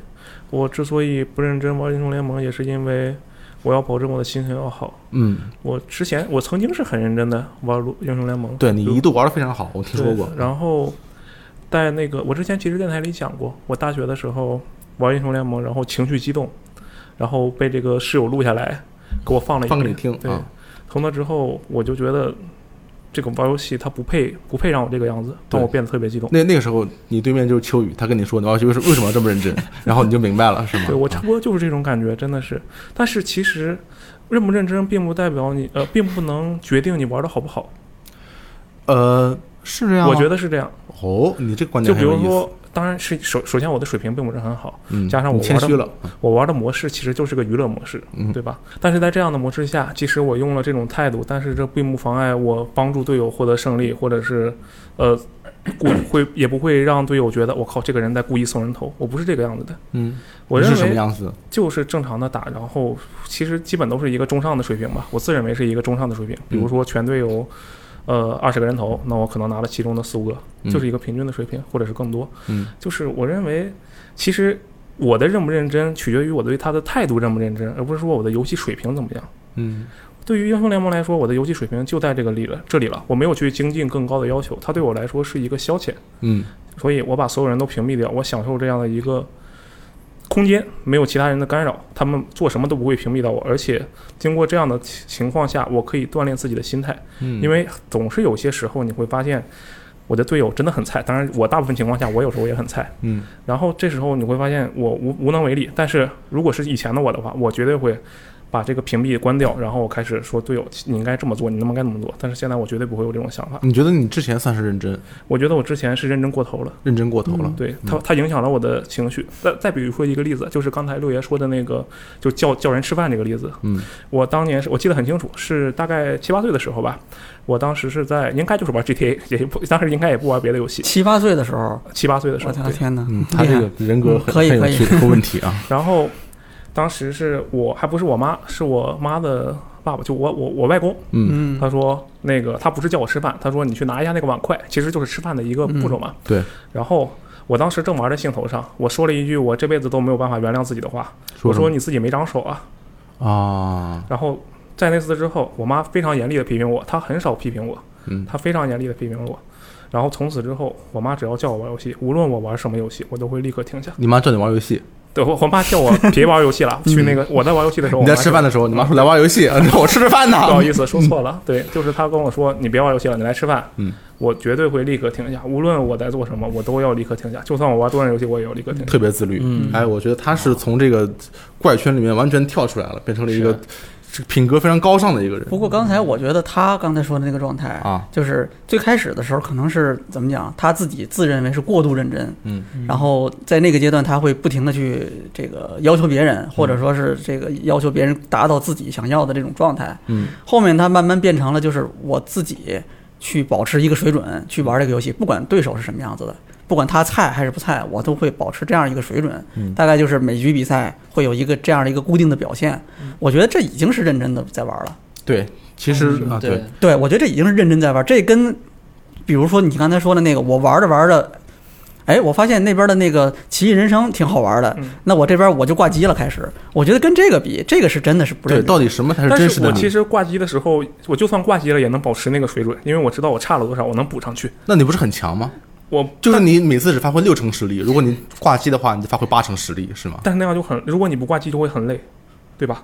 [SPEAKER 5] 我之所以不认真玩英雄联盟，也是因为我要保证我的心情要好。
[SPEAKER 2] 嗯，
[SPEAKER 5] 我之前我曾经是很认真的玩英雄联盟，
[SPEAKER 2] 对你
[SPEAKER 5] 比如
[SPEAKER 2] 一度玩的非常好，我听说
[SPEAKER 5] 对
[SPEAKER 2] 过。
[SPEAKER 5] 然后在那个我之前其实电台里讲过，我大学的时候玩英雄联盟，然后情绪激动，然后被这个室友录下来，给我放了一
[SPEAKER 2] 放给你
[SPEAKER 5] 遍
[SPEAKER 2] 听
[SPEAKER 5] 对，
[SPEAKER 2] 啊，
[SPEAKER 5] 从那之后我就觉得。这个玩游戏它不配不配让我这个样子，但我
[SPEAKER 2] 对
[SPEAKER 5] 变得特别激动。
[SPEAKER 2] 那那个时候你对面就是秋雨，他跟你说你玩游戏为什为什么要这么认 真，然后你就明白了，是吗？
[SPEAKER 5] 对我差
[SPEAKER 2] 啊
[SPEAKER 5] 不多就是这种感觉，真的是。但是其实认不认真并不代表你呃，并不能决定你玩的好不好。
[SPEAKER 2] 呃，是这样吗？
[SPEAKER 5] 我觉得是这样。
[SPEAKER 2] 哦，你这个观
[SPEAKER 5] 就
[SPEAKER 2] 点
[SPEAKER 5] 比
[SPEAKER 2] 很有
[SPEAKER 5] 如
[SPEAKER 2] 意思。
[SPEAKER 5] 说，当然是首首先我的水平并不是很好，
[SPEAKER 2] 嗯，
[SPEAKER 5] 加上
[SPEAKER 2] 你
[SPEAKER 5] 我
[SPEAKER 2] 谦
[SPEAKER 5] 玩的
[SPEAKER 2] 虚了，
[SPEAKER 5] 我玩的模式其实就是个娱乐模式，
[SPEAKER 2] 嗯
[SPEAKER 5] 对吧？但是在这样的模式下，即使我用了这种态度，但是这并不妨碍我帮助队友获得胜利，或者是，呃，我会也不会让队友觉得我靠这个人在故意送人头，我不是这个样子的。
[SPEAKER 2] 嗯，
[SPEAKER 5] 我
[SPEAKER 2] 你
[SPEAKER 5] 认
[SPEAKER 2] 是什么
[SPEAKER 5] 为
[SPEAKER 2] 样子？
[SPEAKER 5] 就是正常的打，然后其实基本都是一个中上的水平吧，我自认为是一个中上的水平。比如说全队有，呃，二十个人头，那我可能拿了其中的四五个，
[SPEAKER 2] 嗯
[SPEAKER 5] 就是一个平均的水平，或者是更多。
[SPEAKER 2] 嗯，
[SPEAKER 5] 就是我认为，其实我的认不认真取决于我对他的态度认不认真，而不是说我的游戏水平怎么样。
[SPEAKER 2] 嗯
[SPEAKER 5] 对于英雄联盟来说，我的游戏水平就在这个里了，这里了，我没有去精进更高的要求，它对我来说是一个消遣，
[SPEAKER 2] 嗯
[SPEAKER 5] 所以我把所有人都屏蔽掉，我享受这样的一个空间，没有其他人的干扰，他们做什么都不会屏蔽到我，而且经过这样的情情况下，我可以锻炼自己的心态。
[SPEAKER 2] 嗯，
[SPEAKER 5] 因为总是有些时候你会发现我的队友真的很菜，当然我大部分情况下我有时候也很菜，
[SPEAKER 2] 嗯，
[SPEAKER 5] 然后这时候你会发现我无无能为力，但是如果是以前的我的话，我绝对会。把这个屏蔽关掉，然后我开始说队友，你应该这么做，你那么该怎么做。但是现在我绝对不会有这种想法。
[SPEAKER 2] 你觉得你之前算是认真，
[SPEAKER 5] 我觉得我之前是认真过头了，
[SPEAKER 2] 认真过头了？
[SPEAKER 5] 嗯对
[SPEAKER 3] 嗯
[SPEAKER 5] 它它影响了我的情绪。再再比如说一个例子，就是刚才六爷说的那个，就叫叫人吃饭这个例子。
[SPEAKER 2] 嗯
[SPEAKER 5] 我当年是我记得很清楚，是大概七八岁的时候吧。我当时是在应该就是玩 GTA，也不当时应该也不玩别的游戏。
[SPEAKER 3] 七八岁的时候，
[SPEAKER 5] 七八岁的时
[SPEAKER 3] 我
[SPEAKER 5] 候，
[SPEAKER 3] 的
[SPEAKER 5] 对。
[SPEAKER 3] 天哪，
[SPEAKER 2] 哎嗯，他
[SPEAKER 3] 厉
[SPEAKER 2] 这
[SPEAKER 3] 害！
[SPEAKER 2] 个人格
[SPEAKER 3] 嗯
[SPEAKER 2] 很
[SPEAKER 3] 可以
[SPEAKER 2] 很
[SPEAKER 3] 可
[SPEAKER 2] 有
[SPEAKER 3] 以
[SPEAKER 2] 趣这个问题啊。
[SPEAKER 5] 然后当时是我还不是我妈，是我妈的爸爸，就我我我外公。
[SPEAKER 2] 嗯，
[SPEAKER 3] 嗯
[SPEAKER 5] 他说那个他不是叫我吃饭，他说你去拿一下那个碗筷，其实就是吃饭的一个步骤
[SPEAKER 3] 嗯
[SPEAKER 5] 嘛。
[SPEAKER 2] 对。
[SPEAKER 5] 然后我当时正玩在兴头上，我说了一句我这辈子都没有办法原谅自己的话，我
[SPEAKER 2] 什么
[SPEAKER 5] 说你自己没长手啊。
[SPEAKER 2] 啊，
[SPEAKER 5] 然后在那次之后，我妈非常严厉的批评我，她很少批评我，
[SPEAKER 2] 嗯
[SPEAKER 5] 她非常严厉的批评我。然后从此之后，我妈只要叫我玩游戏，无论我玩什么游戏，我都会立刻停下。
[SPEAKER 2] 你妈叫你玩游戏，
[SPEAKER 5] 对，我我妈叫我别玩游戏 了，去那个我在玩游戏的时
[SPEAKER 2] 嗯
[SPEAKER 5] 候，
[SPEAKER 2] 你在
[SPEAKER 5] 我妈
[SPEAKER 2] 吃
[SPEAKER 5] 就
[SPEAKER 2] 饭的时候，你妈说来玩 游戏，啊你说我吃着饭呢。
[SPEAKER 5] 不好意思，说错了。 对，就是他跟我说你别玩游戏了，你来吃饭。
[SPEAKER 2] 嗯，
[SPEAKER 5] 我绝对会立刻停下，无论我在做什么，我都要立刻停下。就算我玩多人游戏，我也要立刻停下。
[SPEAKER 2] 特别自律。
[SPEAKER 4] 嗯
[SPEAKER 2] 哎，我觉得他是从这个怪圈里面完全跳出来了，变成了一个这个品格非常高尚的一个人
[SPEAKER 3] 不过刚才我觉得他刚才说的那个状态
[SPEAKER 2] 啊。
[SPEAKER 3] 就是最开始的时候，可能是怎么讲，他自己自认为是过度认真，
[SPEAKER 2] 嗯，
[SPEAKER 3] 然后在那个阶段，他会不停的去这个要求别人，或者说是这个要求别人达到自己想要的这种状态。
[SPEAKER 2] 嗯，
[SPEAKER 3] 后面他慢慢变成了就是我自己去保持一个水准去玩这个游戏，不管对手是什么样子的，不管他菜还是不菜，我都会保持这样一个水准。
[SPEAKER 2] 嗯
[SPEAKER 3] 大概就是每局比赛会有一个这样的一个固定的表现。我觉得这已经是认真的在玩了。
[SPEAKER 2] 对，其实
[SPEAKER 4] 嗯
[SPEAKER 2] 啊，对，
[SPEAKER 3] 对，我觉得这已经是认真在玩儿。这跟比如说你刚才说的那个，我玩着玩着，哎，我发现那边的那个《奇异人生》挺好玩的，
[SPEAKER 5] 嗯
[SPEAKER 3] 那我这边我就挂机了。开始，我觉得跟这个比，这个是真的是不
[SPEAKER 2] 对，
[SPEAKER 3] 认真。
[SPEAKER 2] 到底什么才是
[SPEAKER 5] 但
[SPEAKER 2] 真实
[SPEAKER 5] 是
[SPEAKER 2] 的
[SPEAKER 5] 我其
[SPEAKER 2] 你？
[SPEAKER 5] 实挂机的时候，我就算挂机了，也能保持那个水准，因为我知道我差了多少，我能补上去。
[SPEAKER 2] 那你不是很强吗？
[SPEAKER 5] 我
[SPEAKER 2] 就是你每次只发挥六成实力，如果你挂机的话，你就发挥八成实力，是吗？
[SPEAKER 5] 但是那样就很，如果你不挂机就会很累，对吧？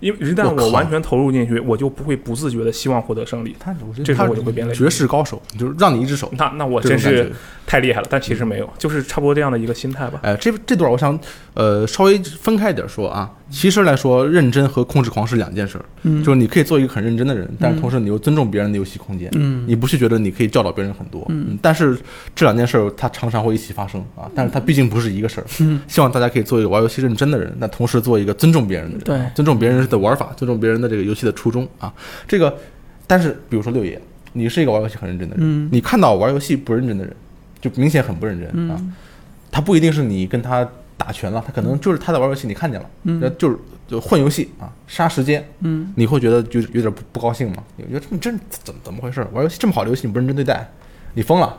[SPEAKER 5] 因为一旦
[SPEAKER 2] 我靠
[SPEAKER 5] 我完全投入进去，我就不会不自觉的希望获得胜利。
[SPEAKER 2] 他，我觉
[SPEAKER 5] 这时候我就会变累
[SPEAKER 2] 绝世高手，就是让你一只手。
[SPEAKER 5] 那那我
[SPEAKER 2] 这
[SPEAKER 5] 真
[SPEAKER 2] 种感
[SPEAKER 5] 是
[SPEAKER 2] 觉。
[SPEAKER 5] 太厉害了，但其实没有，就是差不多这样的一个心态吧。
[SPEAKER 2] 哎，这这段我想，呃，稍微分开一点说啊。其实来说，认真和控制狂是两件事儿。
[SPEAKER 3] 嗯
[SPEAKER 2] 就是你可以做一个很认真的人，但是同时你又尊重别人的游戏空间，
[SPEAKER 3] 嗯
[SPEAKER 2] 你不是觉得你可以教导别人很多，嗯，但是这两件事儿它常常会一起发生啊，但是它毕竟不是一个事儿，
[SPEAKER 3] 嗯，
[SPEAKER 2] 希望大家可以做一个玩游戏认真的人，但同时做一个尊重别人的人，
[SPEAKER 3] 对
[SPEAKER 2] 尊重别人的玩法，尊重别人的这个游戏的初衷啊，这个，但是比如说六爷，你是一个玩游戏很认真的人，
[SPEAKER 3] 嗯
[SPEAKER 2] 你看到玩游戏不认真的人，就明显很不认真、啊，他不一定是你跟他打拳了，他可能就是他在玩游戏，你看见了，那就是就混游戏啊，杀时间，
[SPEAKER 3] 嗯，
[SPEAKER 2] 你会觉得就有点不不高兴吗？你觉得你这怎么怎么回事？玩游戏这么好的游戏，你不认真对待，你疯了？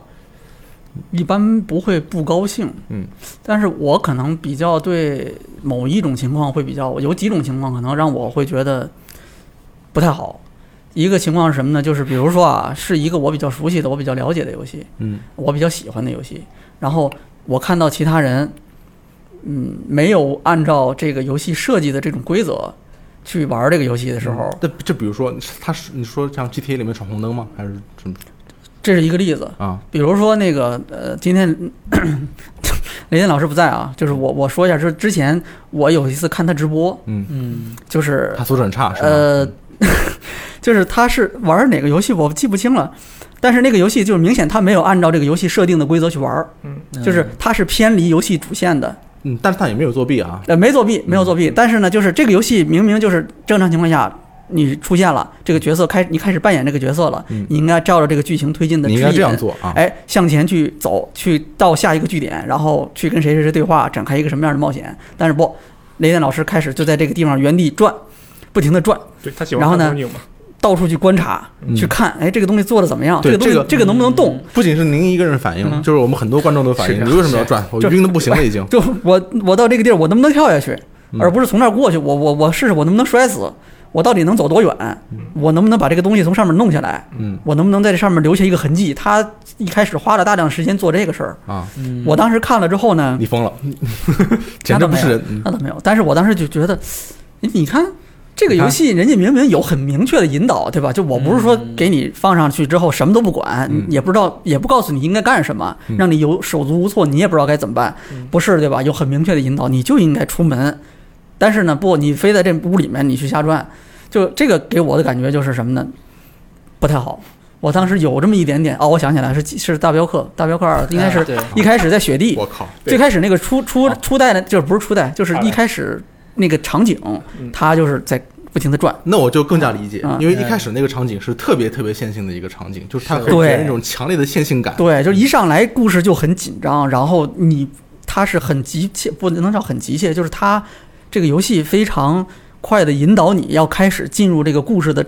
[SPEAKER 3] 一般不会不高兴，
[SPEAKER 2] 嗯，
[SPEAKER 3] 但是我可能比较对某一种情况会比较，有几种情况可能让我会觉得不太好。一个情况是什么呢？就是比如说啊，是一个我比较熟悉的、我比较了解的游戏，
[SPEAKER 2] 嗯
[SPEAKER 3] 我比较喜欢的游戏，然后我看到其他人，嗯，没有按照这个游戏设计的这种规则去玩这个游戏的时候，
[SPEAKER 2] 这这比如说，他是你说像 GTA 里面闯红灯吗？还是什么
[SPEAKER 3] 这是一个例子。
[SPEAKER 2] 啊？
[SPEAKER 3] 比如说那个呃，今天 咳雷电老师不在啊，就是我我说一下，就是之前我有一次看他直播，
[SPEAKER 2] 嗯，
[SPEAKER 4] 嗯
[SPEAKER 3] 就是呃
[SPEAKER 2] 他素质很差是吗？
[SPEAKER 3] 呃，就是他是玩哪个游戏我记不清了，但是那个游戏就是明显它没有按照这个游戏设定的规则去玩儿，
[SPEAKER 5] 嗯，
[SPEAKER 3] 就是它是偏离游戏主线的，
[SPEAKER 2] 嗯，但是他也没有作弊啊，
[SPEAKER 3] 呃，没作弊，没有作弊。但是呢，就是这个游戏明明就是正常情况下你出现了这个角色开，你开始扮演这个角色了，
[SPEAKER 2] 嗯
[SPEAKER 3] 你应该照着这个剧情推进的
[SPEAKER 2] 你
[SPEAKER 3] 指
[SPEAKER 2] 应
[SPEAKER 3] 引，
[SPEAKER 2] 该这样做啊。
[SPEAKER 3] 哎，向前去走，去到下一个据点，然后去跟谁谁谁对话，展开一个什么样的冒险。但是不，雷电老师开始就在这个地方原地转，不停的转，
[SPEAKER 2] 嗯
[SPEAKER 5] 对他喜欢
[SPEAKER 3] 然后
[SPEAKER 5] 看
[SPEAKER 3] 呢
[SPEAKER 5] 风景嘛，
[SPEAKER 3] 到处去观察，去看，哎，这个东西做的怎么样？
[SPEAKER 2] 对
[SPEAKER 3] 这个东西，
[SPEAKER 2] 这
[SPEAKER 3] 这
[SPEAKER 2] 个嗯
[SPEAKER 3] 个、能不能动？
[SPEAKER 2] 不仅是您一个人反应，
[SPEAKER 3] 嗯
[SPEAKER 2] 就是我们很多观众都反
[SPEAKER 4] 是
[SPEAKER 2] 映，
[SPEAKER 4] 啊
[SPEAKER 2] 你为什么要转？我
[SPEAKER 3] 就
[SPEAKER 2] 晕的不行了，已经。
[SPEAKER 3] 就我我到这个地儿，我能不能跳下去，
[SPEAKER 2] 嗯
[SPEAKER 3] 而不是从那儿过去？我我我试试我能不能摔死？我到底能走多远？我能不能把这个东西从上面弄下来？
[SPEAKER 2] 嗯
[SPEAKER 3] 我能不能在这上面留下一个痕迹？他一开始花了大量时间做这个事儿，
[SPEAKER 2] 啊，
[SPEAKER 4] 嗯
[SPEAKER 3] 我当时看了之后呢，
[SPEAKER 2] 你疯了， 简直不是人。嗯
[SPEAKER 3] 那倒没有，但是我当时就觉得，你你看这个
[SPEAKER 2] 你看
[SPEAKER 3] 游戏，人家明明有很明确的引导，对吧？就我不是说给你放上去之后什么都不管，
[SPEAKER 2] 嗯
[SPEAKER 3] 也不知道，也不告诉你应该干什么，
[SPEAKER 2] 嗯
[SPEAKER 3] 让你有手足无措，你也不知道该怎么办，不是对吧？有很明确的引导，你就应该出门，但是呢，不，你非在这屋里面你去瞎转，就这个给我的感觉就是什么呢？不太好。我当时有这么一点点哦，我想起来是是大镖客，大镖客二应该
[SPEAKER 4] 啊
[SPEAKER 3] 是
[SPEAKER 4] 对
[SPEAKER 3] 一开始在雪地，
[SPEAKER 2] 哎我靠，
[SPEAKER 3] 最开始那个初初初代的，就是不是初代，就是
[SPEAKER 5] 二代
[SPEAKER 3] 一开始那个场景
[SPEAKER 5] 嗯，
[SPEAKER 3] 它就是在不停的转。
[SPEAKER 2] 那我就更加理解，
[SPEAKER 3] 嗯
[SPEAKER 2] 因为一开始那个场景是特别特别线性的一个场景，就是它
[SPEAKER 4] 是
[SPEAKER 2] 会给人
[SPEAKER 3] 对
[SPEAKER 2] 一种强烈的线性感。
[SPEAKER 3] 对，就一上来故事就很紧张，然后你它是很急切，不能叫很急切，就是它这个游戏非常快的引导你要开始进入这个故事的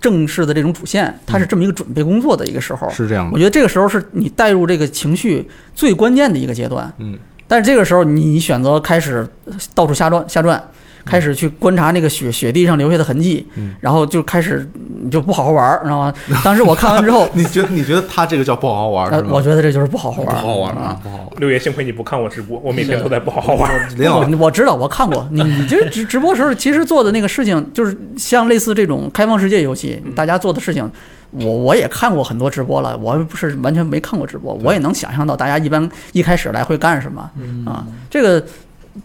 [SPEAKER 3] 正式的这种主线，它是这么一个准备工作的一个时候。
[SPEAKER 2] 是这样
[SPEAKER 3] 我
[SPEAKER 2] 的。
[SPEAKER 3] 觉得这个时候是你带入这个情绪最关键的一个阶段。
[SPEAKER 2] 嗯，
[SPEAKER 3] 但是这个时候你选择开始到处瞎转瞎转，开始去观察那个雪雪地上留下的痕迹，
[SPEAKER 2] 嗯，
[SPEAKER 3] 然后就开始你就不好好玩儿，你知道吗？当时我看完之后
[SPEAKER 2] 你觉得你觉得他这个叫不好好玩
[SPEAKER 3] 呃
[SPEAKER 2] 是吗？
[SPEAKER 3] 我觉得这就是不好好
[SPEAKER 2] 不
[SPEAKER 3] 玩儿，
[SPEAKER 2] 好玩
[SPEAKER 3] 啊。
[SPEAKER 2] 啊，不好 玩。
[SPEAKER 5] 六爷，幸亏你不看我直播，我每天都在啊不好好玩儿。
[SPEAKER 2] 林老师，
[SPEAKER 3] 我我知道，我看过你，你这直直播时候其实做的那个事情，就是像类似这种开放世界游戏，大家做的事情，我我也看过很多直播了，我不是完全没看过直播，我也能想象到大家一般一开始来会干什么
[SPEAKER 2] 嗯
[SPEAKER 3] 啊，这个。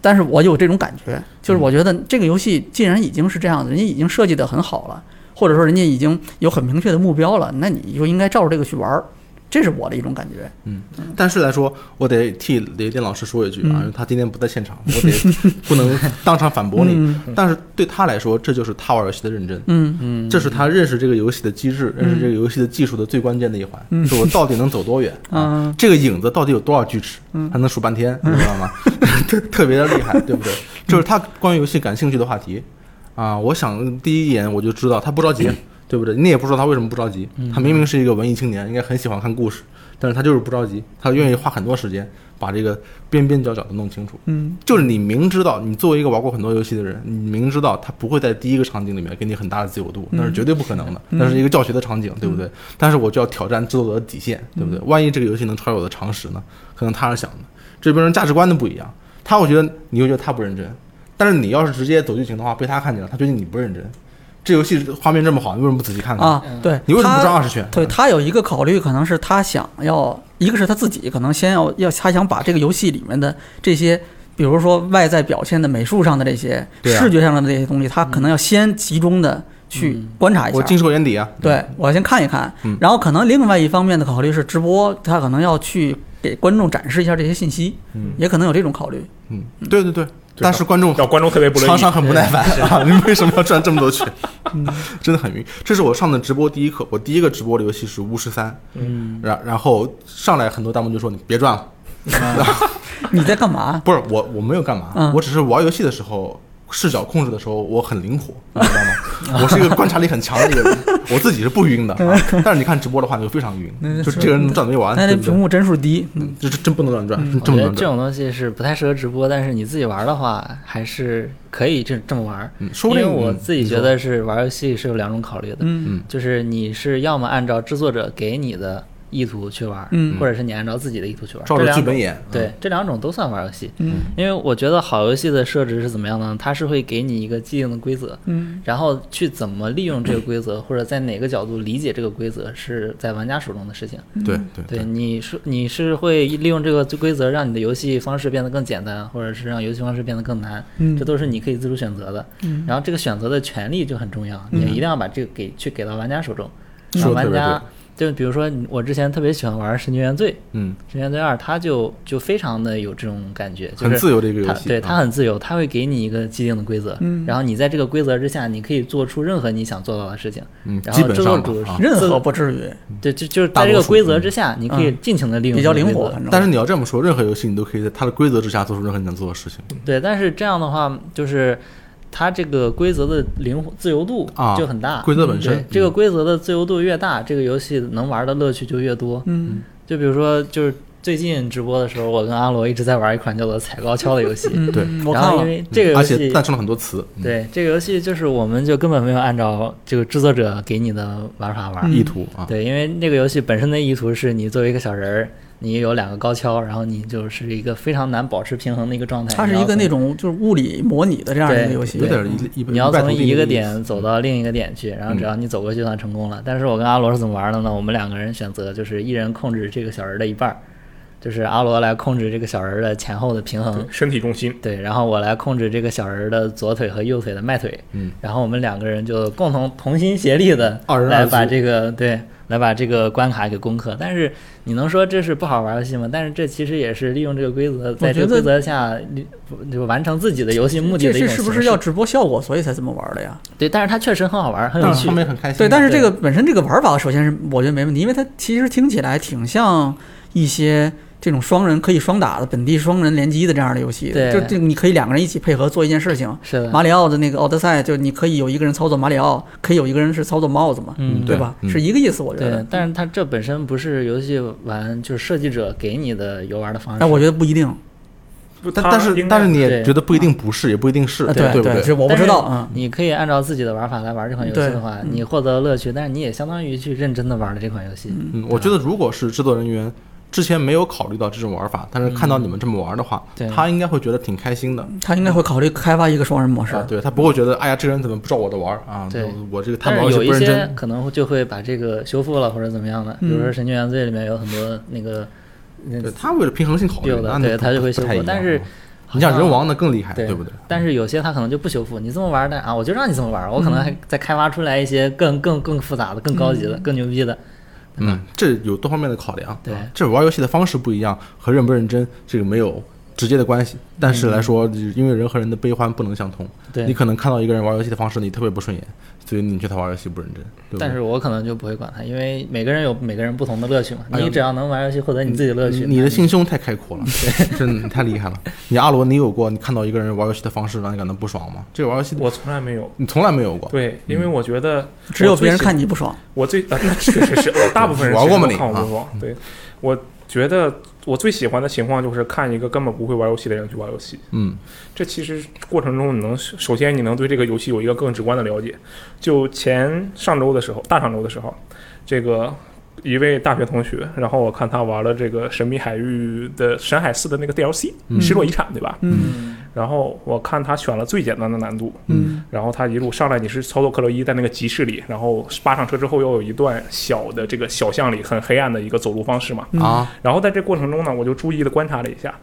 [SPEAKER 3] 但是我有这种感觉，就是我觉得这个游戏既然已经是这样的，人家已经设计得很好了，或者说人家已经有很明确的目标了，那你就应该照着这个去玩儿，这是我的一种感觉。
[SPEAKER 2] 但是来说，我得替雷电老师说一句啊，
[SPEAKER 3] 嗯
[SPEAKER 2] 因为他今天不在现场，我得 不能当场反驳你。但是对他来说，这就是他玩游戏的认真，
[SPEAKER 3] 嗯
[SPEAKER 4] 嗯
[SPEAKER 2] 这是他认识这个游戏的机制，认识这个游戏的技术的最关键的一环，是我到底能走 多远啊
[SPEAKER 3] 嗯？
[SPEAKER 2] 这个影子到底有多少锯齿？他能数半天，你知道吗？ 特特别的厉害，对不对？
[SPEAKER 3] 嗯
[SPEAKER 2] 就是他关于游戏感兴趣的话题啊，我想第一眼我就知道他不着急。对不对？你也不知道他为什么不着急，他明明是一个文艺青年，应该很喜欢看故事，但是他就是不着急，他愿意花很多时间把这个边边角角的弄清楚。
[SPEAKER 3] 嗯，
[SPEAKER 2] 就是你明知道，你作为一个玩过很多游戏的人，你明知道他不会在第一个场景里面给你很大的自由度，
[SPEAKER 3] 嗯
[SPEAKER 2] 那是绝对不可能的。那是一个教学的场景，对不对？但是我就要挑战制作者的底线，对不
[SPEAKER 3] 嗯
[SPEAKER 2] 对？万一这个游戏能超越我的常识呢？可能他是想的，这边人价值观的不一样，他会觉得你会觉得他不认真，但是你要是直接走剧情的话，被他看见了，他觉得你不认真。这游戏画面这么好，你为什么不仔细看看？
[SPEAKER 3] 啊，对，
[SPEAKER 2] 嗯你为什么
[SPEAKER 3] 他
[SPEAKER 2] 不赚二十圈？
[SPEAKER 3] 对他有一个考虑，可能是他想要，一个是他自己可能先要要，他想把这个游戏里面的这些，比如说外在表现的美术上的这些、
[SPEAKER 2] 对啊嗯
[SPEAKER 3] 视觉上的这些东西，他可能要先集中的去观察一下。
[SPEAKER 2] 我尽收眼底啊。
[SPEAKER 3] 对我先看一看
[SPEAKER 2] 嗯，
[SPEAKER 3] 然后可能另外一方面的考虑是直播，他可能要去给观众展示一下这些信息，
[SPEAKER 2] 嗯
[SPEAKER 3] 也可能有这种考虑。
[SPEAKER 2] 嗯，对对对。但是观众
[SPEAKER 5] 让观众特别哎不乐
[SPEAKER 2] 常
[SPEAKER 5] 意
[SPEAKER 2] 常。很不耐 烦啊！你为什么要转这么多圈？ 真的很晕。这是我上的直播第一课，我第一个直播的游戏是巫师三，
[SPEAKER 4] 嗯
[SPEAKER 2] 然然后上来很多弹幕就说你别转了，
[SPEAKER 3] 你在干嘛？
[SPEAKER 2] 不是我我没有干嘛，
[SPEAKER 3] 嗯
[SPEAKER 2] 我只是玩游戏的时候。视角控制的时候，我很灵活，你知道吗？我是一个观察力很强的一个人，我自己是不晕的、 啊。但是你看直播的话，你就非常晕，
[SPEAKER 3] 那
[SPEAKER 2] 就这个人转没完，
[SPEAKER 3] 那
[SPEAKER 2] 对
[SPEAKER 3] 这
[SPEAKER 2] 不对
[SPEAKER 3] 屏幕帧数低，嗯
[SPEAKER 2] 这这真不能乱转，真
[SPEAKER 4] 嗯我
[SPEAKER 2] 真
[SPEAKER 4] 觉
[SPEAKER 2] 不
[SPEAKER 4] 得
[SPEAKER 2] 能转。
[SPEAKER 4] 这种东西是不太适合直播，但是你自己玩的话，还是可以这这么玩。
[SPEAKER 2] 嗯说不定
[SPEAKER 4] 因为我
[SPEAKER 2] 嗯
[SPEAKER 4] 自己
[SPEAKER 2] 你说
[SPEAKER 4] 觉得是玩游戏是有两种考虑的，
[SPEAKER 3] 嗯
[SPEAKER 4] 就是你是要么按照制作者给你的意图去玩，
[SPEAKER 3] 嗯
[SPEAKER 4] 或者是你按照自己的意图去玩，
[SPEAKER 2] 照
[SPEAKER 4] 这
[SPEAKER 2] 着
[SPEAKER 4] 两
[SPEAKER 2] 剧本
[SPEAKER 4] 种
[SPEAKER 2] 演，
[SPEAKER 4] 对，这两种都算玩游戏。
[SPEAKER 3] 嗯
[SPEAKER 4] 因为我觉得好游戏的设置是怎么样呢？它是会给你一个既定的规则，
[SPEAKER 3] 嗯
[SPEAKER 4] 然后去怎么利用这个规则，或者在哪个角度理解这个规则，是在玩家手中的事情。
[SPEAKER 2] 对对
[SPEAKER 4] 对，你是你是会利用这个规则让你的游戏方式变得更简单，或者是让游戏方式变得更难，
[SPEAKER 3] 嗯
[SPEAKER 4] 这都是你可以自主选择的。
[SPEAKER 3] 嗯
[SPEAKER 4] 然后这个选择的权利就很重要，你一定要把这个给去给到玩家手中，
[SPEAKER 2] 嗯
[SPEAKER 4] 让
[SPEAKER 2] 说得特
[SPEAKER 4] 玩
[SPEAKER 2] 别
[SPEAKER 4] 家就比如说你我之前特别喜欢玩《神经元罪》，《
[SPEAKER 2] 嗯，
[SPEAKER 4] 神经元罪二》，它就就非常的有这种感觉，就
[SPEAKER 2] 很
[SPEAKER 4] 是
[SPEAKER 2] 自由的一个
[SPEAKER 4] 它
[SPEAKER 2] 游戏，
[SPEAKER 4] 对它
[SPEAKER 2] 啊
[SPEAKER 4] 很自由，它会给你一个既定的规则，
[SPEAKER 3] 嗯
[SPEAKER 4] 然后你在这个规则之下，你可以做出任何你想做到的事情。
[SPEAKER 2] 嗯，
[SPEAKER 4] 然
[SPEAKER 2] 基
[SPEAKER 4] 后
[SPEAKER 2] 本
[SPEAKER 4] 制作
[SPEAKER 2] 上
[SPEAKER 4] 主
[SPEAKER 2] 吧啊。
[SPEAKER 3] 任何不至于，
[SPEAKER 4] 对，就就是
[SPEAKER 2] 大
[SPEAKER 4] 在这
[SPEAKER 2] 多
[SPEAKER 4] 个
[SPEAKER 2] 数嗯
[SPEAKER 4] 规则之下，你可以尽情的利用
[SPEAKER 3] 嗯比较
[SPEAKER 4] 这个
[SPEAKER 3] 灵
[SPEAKER 4] 规
[SPEAKER 3] 活，
[SPEAKER 4] 则
[SPEAKER 3] 反正。
[SPEAKER 2] 但是你要这么说，任何游戏你都可以在它的规则之下做出任何你想做的事情。
[SPEAKER 4] 对，但是这样的话，就是它这个规则的灵活自由度
[SPEAKER 2] 啊
[SPEAKER 4] 就很大。嗯
[SPEAKER 2] 规则本
[SPEAKER 4] 对
[SPEAKER 2] 身，
[SPEAKER 4] 这个规则的自由度越大，这个游戏能玩的乐趣就越多。
[SPEAKER 3] 嗯
[SPEAKER 4] 就比如说，就是最近直播的时候，我跟阿罗一直在玩一款叫做踩高跷的游戏。
[SPEAKER 3] 嗯，
[SPEAKER 2] 对
[SPEAKER 3] 嗯我
[SPEAKER 4] 然
[SPEAKER 3] 看
[SPEAKER 4] 后因
[SPEAKER 3] 了，
[SPEAKER 4] 为这个
[SPEAKER 2] 而
[SPEAKER 4] 游
[SPEAKER 2] 且
[SPEAKER 4] 戏，
[SPEAKER 2] 诞生了很多词，嗯
[SPEAKER 4] 对这个游戏就是我们就根本没有按照这个制作者给你的玩法玩。
[SPEAKER 3] 嗯
[SPEAKER 2] 意图啊，
[SPEAKER 4] 对，因为那个游戏本身的意图是你作为一个小人儿，你有两个高跷，然后你就是一个非常难保持平衡的一个状态。
[SPEAKER 3] 它是
[SPEAKER 4] 你
[SPEAKER 3] 一
[SPEAKER 4] 要
[SPEAKER 3] 个
[SPEAKER 4] 从
[SPEAKER 3] 那种就是物理模拟的这样的一个
[SPEAKER 4] 对
[SPEAKER 3] 游戏
[SPEAKER 2] 有，点一一
[SPEAKER 4] 你要
[SPEAKER 2] 一败涂
[SPEAKER 4] 从
[SPEAKER 2] 地的
[SPEAKER 4] 一
[SPEAKER 2] 意
[SPEAKER 4] 个
[SPEAKER 2] 思
[SPEAKER 4] 点走
[SPEAKER 3] 嗯
[SPEAKER 4] 到另一个点去，然后只要你走过去算成功了。但是我跟阿罗是怎么玩的呢？我们两个人选择就是一人控制这个小人的一半儿，就是阿罗来控制这个小人的前后的平衡，
[SPEAKER 5] 身体重心，
[SPEAKER 4] 对，然后我来控制这个小人的左腿和右腿的迈腿，
[SPEAKER 2] 嗯，
[SPEAKER 4] 然后我们两个人就共同同心协力的
[SPEAKER 2] 二人二
[SPEAKER 4] 来把
[SPEAKER 2] 足
[SPEAKER 4] 这个对来把这个关卡给攻克。但是你能说这是不好玩儿游戏吗？但是这其实也是利用这个规则，在这个
[SPEAKER 3] 觉
[SPEAKER 4] 规
[SPEAKER 3] 得
[SPEAKER 4] 则下，你就完成自己的游戏目的
[SPEAKER 3] 这
[SPEAKER 4] 的一种
[SPEAKER 3] 是是不
[SPEAKER 4] 形
[SPEAKER 3] 是
[SPEAKER 4] 式
[SPEAKER 3] 要直播效果，所以才这么玩的呀？
[SPEAKER 4] 对，但是它确实很好玩，很有
[SPEAKER 3] 嗯
[SPEAKER 2] 但是
[SPEAKER 4] 趣
[SPEAKER 2] 他。们也很开心。
[SPEAKER 3] 对，但是这
[SPEAKER 4] 对
[SPEAKER 3] 个本身这个玩法，首先是我觉得没问题，因为它其实听起来挺像一些这种双人可以双打的本地双人联机的这样的游戏，
[SPEAKER 4] 对
[SPEAKER 3] 就这你可以两个人一起配合做一件事情。
[SPEAKER 4] 是的，
[SPEAKER 3] 马里奥的那个奥德赛，就你可以有一个人操作马里奥，可以有一个人是操作帽子嘛，
[SPEAKER 4] 嗯
[SPEAKER 2] 对
[SPEAKER 3] 对吧？
[SPEAKER 2] 嗯
[SPEAKER 3] 是一个意思，我觉
[SPEAKER 4] 对
[SPEAKER 3] 得。，
[SPEAKER 4] 但是它这本身不是游戏玩，就是设计者给你的游玩的方式。
[SPEAKER 3] 但我觉得不一定，
[SPEAKER 2] 啊但
[SPEAKER 5] 它
[SPEAKER 2] 但是
[SPEAKER 5] 应该
[SPEAKER 2] 但是你也
[SPEAKER 4] 对
[SPEAKER 2] 觉得不一定不是，也不一定是，
[SPEAKER 3] 啊
[SPEAKER 2] 对
[SPEAKER 3] 对
[SPEAKER 2] 不
[SPEAKER 3] 是
[SPEAKER 2] 对？
[SPEAKER 3] 我不
[SPEAKER 4] 但
[SPEAKER 3] 知
[SPEAKER 4] 是嗯
[SPEAKER 3] 道啊。
[SPEAKER 4] 你可以按照自己的玩法来玩这款游戏
[SPEAKER 3] 对
[SPEAKER 4] 的话，你获得乐趣，但是你也相当于去认真的玩了这款游戏。
[SPEAKER 2] 嗯，我觉得如果是制作人员之前没有考虑到这种玩法，但是看到你们这么玩的话
[SPEAKER 4] 嗯对，
[SPEAKER 2] 他应该会觉得挺开心的。
[SPEAKER 3] 他应该会考虑开发一个双人模式
[SPEAKER 2] 啊，，对他不会觉得，哎呀，这个人怎么不照我的玩儿啊？
[SPEAKER 4] 对
[SPEAKER 2] 我这个他
[SPEAKER 4] 但
[SPEAKER 2] 玩
[SPEAKER 4] 是
[SPEAKER 2] 游
[SPEAKER 4] 有
[SPEAKER 2] 戏不
[SPEAKER 4] 一
[SPEAKER 2] 认
[SPEAKER 4] 些
[SPEAKER 2] 真。
[SPEAKER 4] 可能就会把这个修复了或者怎么样的，比如说《神经元罪》里面有很多那个那
[SPEAKER 2] 对他为了平衡性考虑
[SPEAKER 4] 有，的
[SPEAKER 2] 那你
[SPEAKER 4] 对
[SPEAKER 2] 不
[SPEAKER 4] 他就会
[SPEAKER 2] 不太
[SPEAKER 4] 修复
[SPEAKER 2] 一
[SPEAKER 4] 但
[SPEAKER 2] 样
[SPEAKER 4] 是
[SPEAKER 2] 啊你像
[SPEAKER 4] 好像
[SPEAKER 2] 人王那更厉害，
[SPEAKER 4] 对
[SPEAKER 2] 不对？
[SPEAKER 4] 但是有些他可能就不修复，你这么玩儿的啊，我就让你这么玩儿，我可能还再开发出来一些更更更复杂的、更高级的、更牛逼的。
[SPEAKER 2] 嗯，这有多方面的考量。
[SPEAKER 4] 对
[SPEAKER 2] 啊这玩游戏的方式不一样，和认不认真这个没有直接的关系。但是
[SPEAKER 5] 嗯
[SPEAKER 2] 来说，就是因为人和人的悲欢不能相通，
[SPEAKER 4] 对
[SPEAKER 2] 你可能看到一个人玩游戏的方式，你特别不顺眼，所以你觉得他玩游戏不认真。对不对
[SPEAKER 4] 但是我可能就不会管它，因为每个人有每个人不同的乐趣嘛。
[SPEAKER 2] 哎呦
[SPEAKER 4] 你只要能玩游戏获得你自己的乐趣，
[SPEAKER 2] 你
[SPEAKER 4] 那
[SPEAKER 2] 的心胸太开阔了，真的太厉害了。你阿罗，你有过你看到一个人玩游戏的方式让你感到不爽吗？这个玩游戏
[SPEAKER 5] 我从来没有。
[SPEAKER 2] 你从来没有过，
[SPEAKER 5] 对，因为我觉得
[SPEAKER 3] 只有别人
[SPEAKER 5] 我最喜
[SPEAKER 3] 看你不爽。
[SPEAKER 5] 我最 呃，那确实 是，我大部分人
[SPEAKER 2] 玩过吗
[SPEAKER 5] 其实
[SPEAKER 2] 你啊
[SPEAKER 5] 都看我不爽。对，我觉得我最喜欢的情况就是看一个根本不会玩游戏的人去玩游戏。
[SPEAKER 2] 嗯，
[SPEAKER 5] 这其实过程中，你能首先你能对这个游戏有一个更直观的了解。就前上周的时候，大上周的时候，这个一位大学同学，然后我看他玩了这个《神秘海域》的《深海四》的那个 DLC《失落遗产》，对吧？
[SPEAKER 3] 嗯
[SPEAKER 5] 然后我看他选了最简单的难度，
[SPEAKER 3] 嗯
[SPEAKER 5] 然后他一路上来，你是操作克洛伊在那个集市里，然后扒上车之后又有一段小的这个小巷里很黑暗的一个走路方式嘛。
[SPEAKER 2] 啊，
[SPEAKER 5] 然后在这过程中呢，我就注意的观察了一下，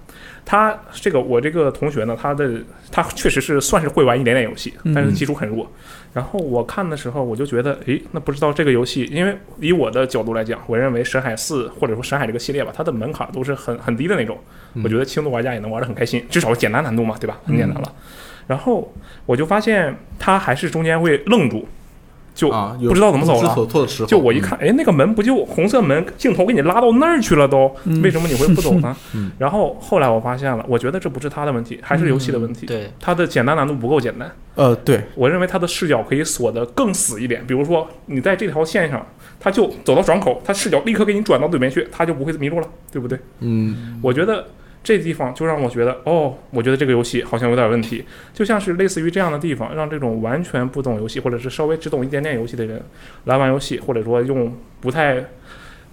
[SPEAKER 5] 他这个我这个同学呢，他的他确实是算是会玩一点点游戏，但是
[SPEAKER 2] 嗯
[SPEAKER 5] 基础很弱。然后我看的时候，我就觉得，诶，那不知道这个游戏，因为以我的角度来讲，我认为《神海四》或者说《神海》这个系列吧，它的门槛都是很很低的那种，
[SPEAKER 2] 嗯
[SPEAKER 5] 我觉得轻度玩家也能玩得很开心，至少简单难度嘛，对吧？很简单了。
[SPEAKER 2] 嗯
[SPEAKER 5] 然后我就发现他还是中间会愣住，就
[SPEAKER 2] 啊，有
[SPEAKER 5] 不知道怎么走
[SPEAKER 2] 不
[SPEAKER 5] 了。
[SPEAKER 2] 知所措的时候，
[SPEAKER 5] 就我一
[SPEAKER 2] 嗯
[SPEAKER 5] 看，哎，那个门不就红色门，镜头给你拉到那儿去了都，为什么你会不走呢？然后后来我发现了，我觉得这不是他的问题，还是游戏的问题。
[SPEAKER 4] 嗯对，
[SPEAKER 5] 它的简单难度不够简单，
[SPEAKER 2] 呃，对，
[SPEAKER 5] 我认为它的视角可以锁得更死一点。比如说，你在这条线上，他就走到转口，他视角立刻给你转到对面去，他就不会迷路了，对不对？
[SPEAKER 2] 嗯，
[SPEAKER 5] 我觉得这地方就让我觉得，哦，我觉得这个游戏好像有点问题，就像是类似于这样的地方，让这种完全不懂游戏，或者是稍微只懂一点点游戏的人来玩游戏，或者说用不太。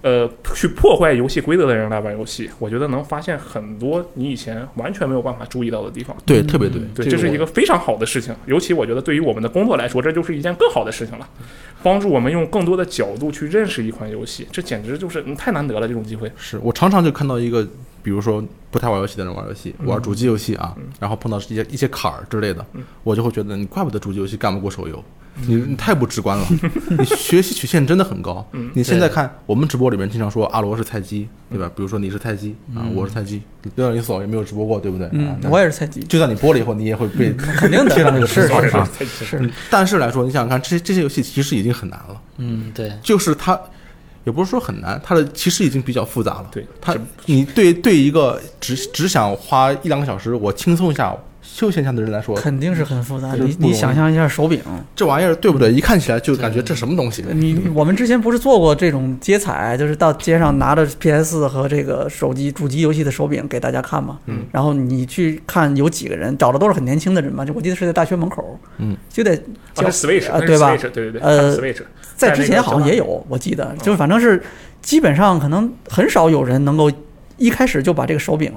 [SPEAKER 5] 呃，去破坏游戏规则的人来玩游戏，我觉得能发现很多你以前完全没有办法注意到的地方。
[SPEAKER 2] 对，特别对，
[SPEAKER 5] 对，
[SPEAKER 2] 这
[SPEAKER 5] 这是
[SPEAKER 2] 我
[SPEAKER 5] 一个非常好的事情，尤其我觉得对于我们的工作来说，这就是一件更好的事情了，帮助我们用更多的角度去认识一款游戏，这简直就是、嗯太难得了，这种机会。
[SPEAKER 2] 是我常常就看到一个，比如说不太玩游戏的人玩游戏，玩主
[SPEAKER 3] 嗯
[SPEAKER 2] 机游戏啊，然后碰到一些一些坎儿之类的，我就会觉得你怪不得主机游戏干不过手游，你
[SPEAKER 3] 嗯
[SPEAKER 2] 你太不直观 了，你学习曲线真的很高。你现在看我们直播里面经常说阿罗是菜鸡，
[SPEAKER 3] 嗯
[SPEAKER 2] 对吧？比如说你是菜鸡啊，我是菜鸡，六点零四也没有直播过，对不对？啊
[SPEAKER 3] 嗯，
[SPEAKER 2] 但
[SPEAKER 3] 我也是菜鸡，
[SPEAKER 2] 就算你播了以后，你也会被
[SPEAKER 3] 肯定的，
[SPEAKER 2] 贴上这个
[SPEAKER 3] 是
[SPEAKER 2] 标
[SPEAKER 3] 是
[SPEAKER 2] 签啊。
[SPEAKER 5] 才
[SPEAKER 3] 是
[SPEAKER 2] 嗯但是来说，你想想看，这这些游戏其实已经很难了，
[SPEAKER 4] 嗯，对，
[SPEAKER 2] 就是它也不是说很难，它的其实已经比较复杂了。
[SPEAKER 5] 对
[SPEAKER 2] 它
[SPEAKER 5] 是，
[SPEAKER 2] 你对对一个只只想花一两个小时我轻松一下休闲一下的人来说，
[SPEAKER 3] 肯定是很复杂。
[SPEAKER 2] 就是
[SPEAKER 3] 你
[SPEAKER 2] 不容
[SPEAKER 3] 你
[SPEAKER 2] 易
[SPEAKER 3] 想象一下手柄，
[SPEAKER 5] 嗯
[SPEAKER 2] 这玩意儿对不对？一看起来就感觉这什么东西？
[SPEAKER 3] 嗯你我们之前不是做过这种接彩，就是到街上拿着 PS 和这个手机主机游戏的手柄给大家看嘛。
[SPEAKER 2] 嗯。
[SPEAKER 3] 然后你去看有几个人，找的都是很年轻的人嘛，就我记得是在大学门口。
[SPEAKER 2] 嗯。
[SPEAKER 3] 就得
[SPEAKER 5] 啊，
[SPEAKER 3] 叫、
[SPEAKER 5] 是 Switch，
[SPEAKER 3] 啊
[SPEAKER 5] 那是
[SPEAKER 3] 对吧
[SPEAKER 5] Switch，对对对，
[SPEAKER 3] 呃
[SPEAKER 5] s w i t c h
[SPEAKER 3] 在之前好像也
[SPEAKER 5] 在
[SPEAKER 3] 有，我记
[SPEAKER 5] 嗯
[SPEAKER 3] 得就是反正是基本上可能很少有人能够一开始就把这个手柄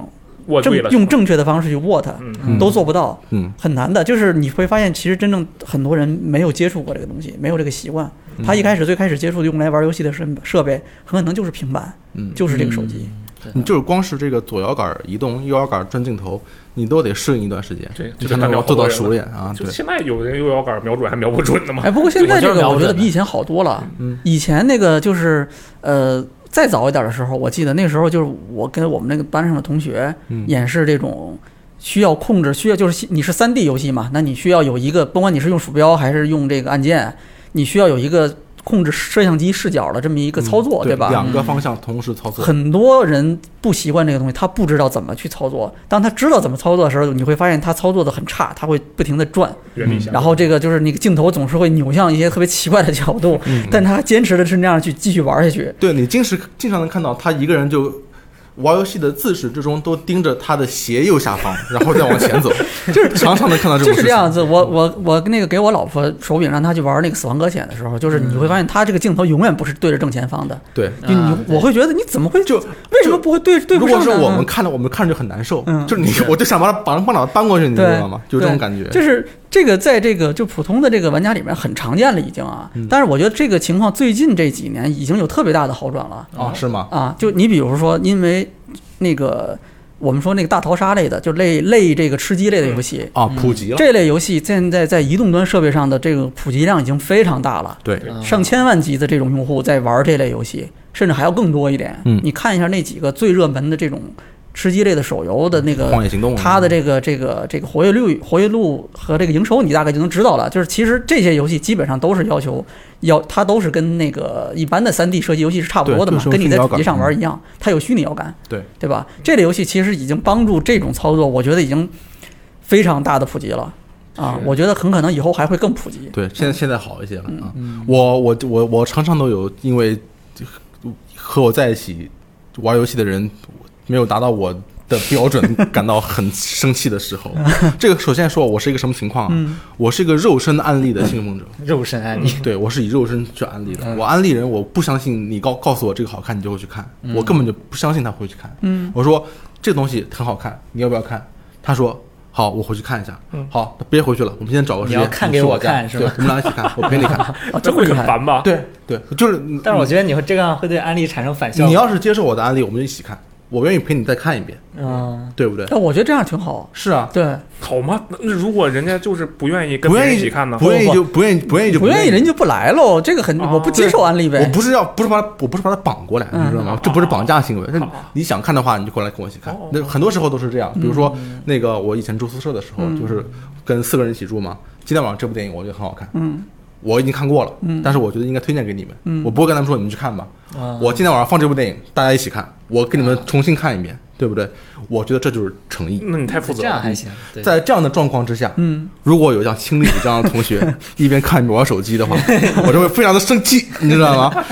[SPEAKER 5] 我
[SPEAKER 3] 正
[SPEAKER 5] 对了，
[SPEAKER 3] 用正确的方式去握它，
[SPEAKER 5] 嗯，
[SPEAKER 4] 嗯
[SPEAKER 3] 都做不到。
[SPEAKER 2] 嗯，
[SPEAKER 3] 很难的，就是你会发现，其实真正很多人没有接触过这个东西，没有这个习惯。他一开始最开始接触用来玩游戏的设设备，很可能就是平板，
[SPEAKER 2] 嗯
[SPEAKER 3] 就是这个手机。
[SPEAKER 2] 你就是光是这个左摇杆移动，右摇杆转镜头，你都得适应一段时间，
[SPEAKER 5] 对
[SPEAKER 2] 你
[SPEAKER 5] 这
[SPEAKER 2] 才能
[SPEAKER 5] 就代表
[SPEAKER 2] 够做
[SPEAKER 5] 好多
[SPEAKER 2] 到
[SPEAKER 5] 人
[SPEAKER 2] 熟
[SPEAKER 5] 了
[SPEAKER 2] 练啊。
[SPEAKER 5] 就
[SPEAKER 2] 对，
[SPEAKER 5] 现在有人右摇杆瞄准还瞄不准的嘛，
[SPEAKER 3] 哎，不过现在这
[SPEAKER 4] 对我就是
[SPEAKER 3] 个我
[SPEAKER 4] 瞄
[SPEAKER 3] 觉得
[SPEAKER 4] 准的
[SPEAKER 3] 比以前好多了。
[SPEAKER 2] 嗯，
[SPEAKER 3] 以前那个就是呃，再早一点的时候，我记得那时候就是我跟我们那个班上的同学
[SPEAKER 2] 嗯
[SPEAKER 3] 演示这种。需要控制，需要就是你是三 D 游戏嘛，那你需要有一个，甭管你是用鼠标还是用这个按键，你需要有一个控制摄像机视角的这么一个操作，
[SPEAKER 2] 嗯对
[SPEAKER 3] 吧？嗯
[SPEAKER 2] 两个方向同时操作，
[SPEAKER 3] 很多人不习惯这个东西，他不知道怎么去操作。当他知道怎么操作的时候，你会发现他操作的很差，他会不停的转，
[SPEAKER 5] 原
[SPEAKER 2] 嗯
[SPEAKER 5] 理一下。
[SPEAKER 3] 嗯然后这个就是那个镜头总是会扭向一些特别奇怪的角度，
[SPEAKER 2] 嗯
[SPEAKER 3] 但他坚持的是那样去继续玩下 去。
[SPEAKER 2] 对你经时经常能看到他一个人就。玩游戏的自始至终都盯着他的斜右下方，然后再往前走，就是常常能看到这
[SPEAKER 3] 就
[SPEAKER 2] 种
[SPEAKER 3] 是
[SPEAKER 2] 事
[SPEAKER 3] 这
[SPEAKER 2] 情。
[SPEAKER 3] 样子，我我我那个给我老婆手柄让她去玩那个死亡搁浅的时候，就是你会发现她这个镜头永远不是对着正前方的，
[SPEAKER 2] 对，
[SPEAKER 3] 就你我会觉得你怎么会
[SPEAKER 2] 嗯就
[SPEAKER 3] 为什么不会对对
[SPEAKER 2] 如
[SPEAKER 3] 不
[SPEAKER 2] 果
[SPEAKER 3] 上
[SPEAKER 2] 是
[SPEAKER 3] 呢？
[SPEAKER 2] 我
[SPEAKER 3] 嗯
[SPEAKER 2] 们看了，我们看着就很难受，
[SPEAKER 3] 嗯
[SPEAKER 2] 就是你，我就想把它把把脑袋搬过去，你知
[SPEAKER 3] 对，
[SPEAKER 2] 道吗？就这种
[SPEAKER 3] 对
[SPEAKER 2] 感觉。
[SPEAKER 3] 就是这个在这个就普通的这个玩家里面很常见了已经啊，
[SPEAKER 2] 嗯
[SPEAKER 3] 但是我觉得这个情况最近这几年已经有特别大的好转了
[SPEAKER 2] 哦，是吗？
[SPEAKER 3] 啊。就你比如说，因为那个我们说那个大逃杀类的，就类类这个吃鸡类的游戏。
[SPEAKER 2] 啊，普及了，
[SPEAKER 3] 嗯这类游戏现在在移动端设备上的这个普及量已经非常大了，
[SPEAKER 2] 对，
[SPEAKER 4] 嗯
[SPEAKER 3] 上千万级的这种用户在玩这类游戏，甚至还要更多一点。
[SPEAKER 2] 嗯
[SPEAKER 3] 你看一下那几个最热门的这种吃鸡类的手游的那个
[SPEAKER 2] 荒野行动啊
[SPEAKER 3] 它的这个这个这个活跃率、活跃度和这个营收，你大概就能知道了。就是其实这些游戏基本上都是要求要，它都是跟那个一般的三 D 射击游戏是差不多的嘛
[SPEAKER 2] 对，就是嗯
[SPEAKER 3] 跟
[SPEAKER 2] 有
[SPEAKER 3] 你在
[SPEAKER 2] 虚拟摇
[SPEAKER 3] 主
[SPEAKER 2] 杆
[SPEAKER 3] 机上玩一样，它有虚拟摇杆，
[SPEAKER 2] 对
[SPEAKER 3] 对吧？这类游戏其实已经帮助这种操作，我觉得已经非常大的普及了啊！
[SPEAKER 5] 是
[SPEAKER 3] 我觉得很可能以后还会更普及。
[SPEAKER 2] 对，现在现在好一些
[SPEAKER 3] 嗯
[SPEAKER 2] 了啊。我我我我常常都有因为和我在一起玩游戏的人没有达到我的标准，感到很生气的时候。 这个首先说我是一个什么情况
[SPEAKER 3] 嗯
[SPEAKER 2] 啊？我是一个肉身案例的信奉者，
[SPEAKER 4] 肉身安利，
[SPEAKER 2] 对我是以肉身去安利的。我安利人，我不相信你告告诉我这个好看，你就会去看，我根本就不相信他会去看。嗯，我说这东西很好看，你要不要看？他说。好，我回去看一下。嗯，好，别回去了，我们先找个时间。
[SPEAKER 4] 你要看给
[SPEAKER 2] 去
[SPEAKER 4] 我
[SPEAKER 2] 我家
[SPEAKER 4] 看是
[SPEAKER 2] 对
[SPEAKER 4] 吗
[SPEAKER 2] 我们俩一起看，我陪你看。
[SPEAKER 3] 啊，
[SPEAKER 5] 这
[SPEAKER 3] 这么
[SPEAKER 5] 会
[SPEAKER 3] 厉
[SPEAKER 5] 很
[SPEAKER 3] 害！
[SPEAKER 5] 烦吧？，
[SPEAKER 2] 对对，就是你。
[SPEAKER 4] 但是我觉得你会这样会对安利产生反效果。
[SPEAKER 2] 你要是接受我的案例，我们就一起看，我愿意陪你再看一遍，
[SPEAKER 4] 嗯，
[SPEAKER 2] 对不对？
[SPEAKER 3] 但我觉得这样挺好。
[SPEAKER 2] 是啊，
[SPEAKER 3] 对，
[SPEAKER 5] 好吗？那那如果人家就是不愿意跟
[SPEAKER 2] 不
[SPEAKER 5] 别人
[SPEAKER 2] 愿
[SPEAKER 5] 一
[SPEAKER 2] 意
[SPEAKER 5] 起看呢？
[SPEAKER 2] 不愿意就不愿意不愿意就
[SPEAKER 3] 不愿意人
[SPEAKER 2] 家。
[SPEAKER 3] 就不来喽，这个很
[SPEAKER 2] 哦
[SPEAKER 3] 我不接受安利呗。
[SPEAKER 2] 我不是要不是把他我不是把他绑过来，你知道吗？这不是绑架行为。那你想看的话，你就过来跟我一起看
[SPEAKER 5] 哦。
[SPEAKER 2] 那很多时候都是这样，比如说那个我以前住宿舍的时候，就是跟四个人一起住嘛。今天晚上这部电影我觉得很好看，
[SPEAKER 3] 嗯，
[SPEAKER 2] 我已经看过了，但是我觉得应该推荐给你们。我不会跟他们说你们去看吧，我今天晚上放这部电影，大家一起看，我给你们重新看一遍，对不对？我觉得这就是诚意。
[SPEAKER 5] 那你太负责
[SPEAKER 4] 这样
[SPEAKER 5] 了。
[SPEAKER 4] 还行。对，
[SPEAKER 2] 嗯在这样的状况之下，嗯，如果有像青历这样的同学一边看玩手机的话，我就会非常的生气，你知道吗？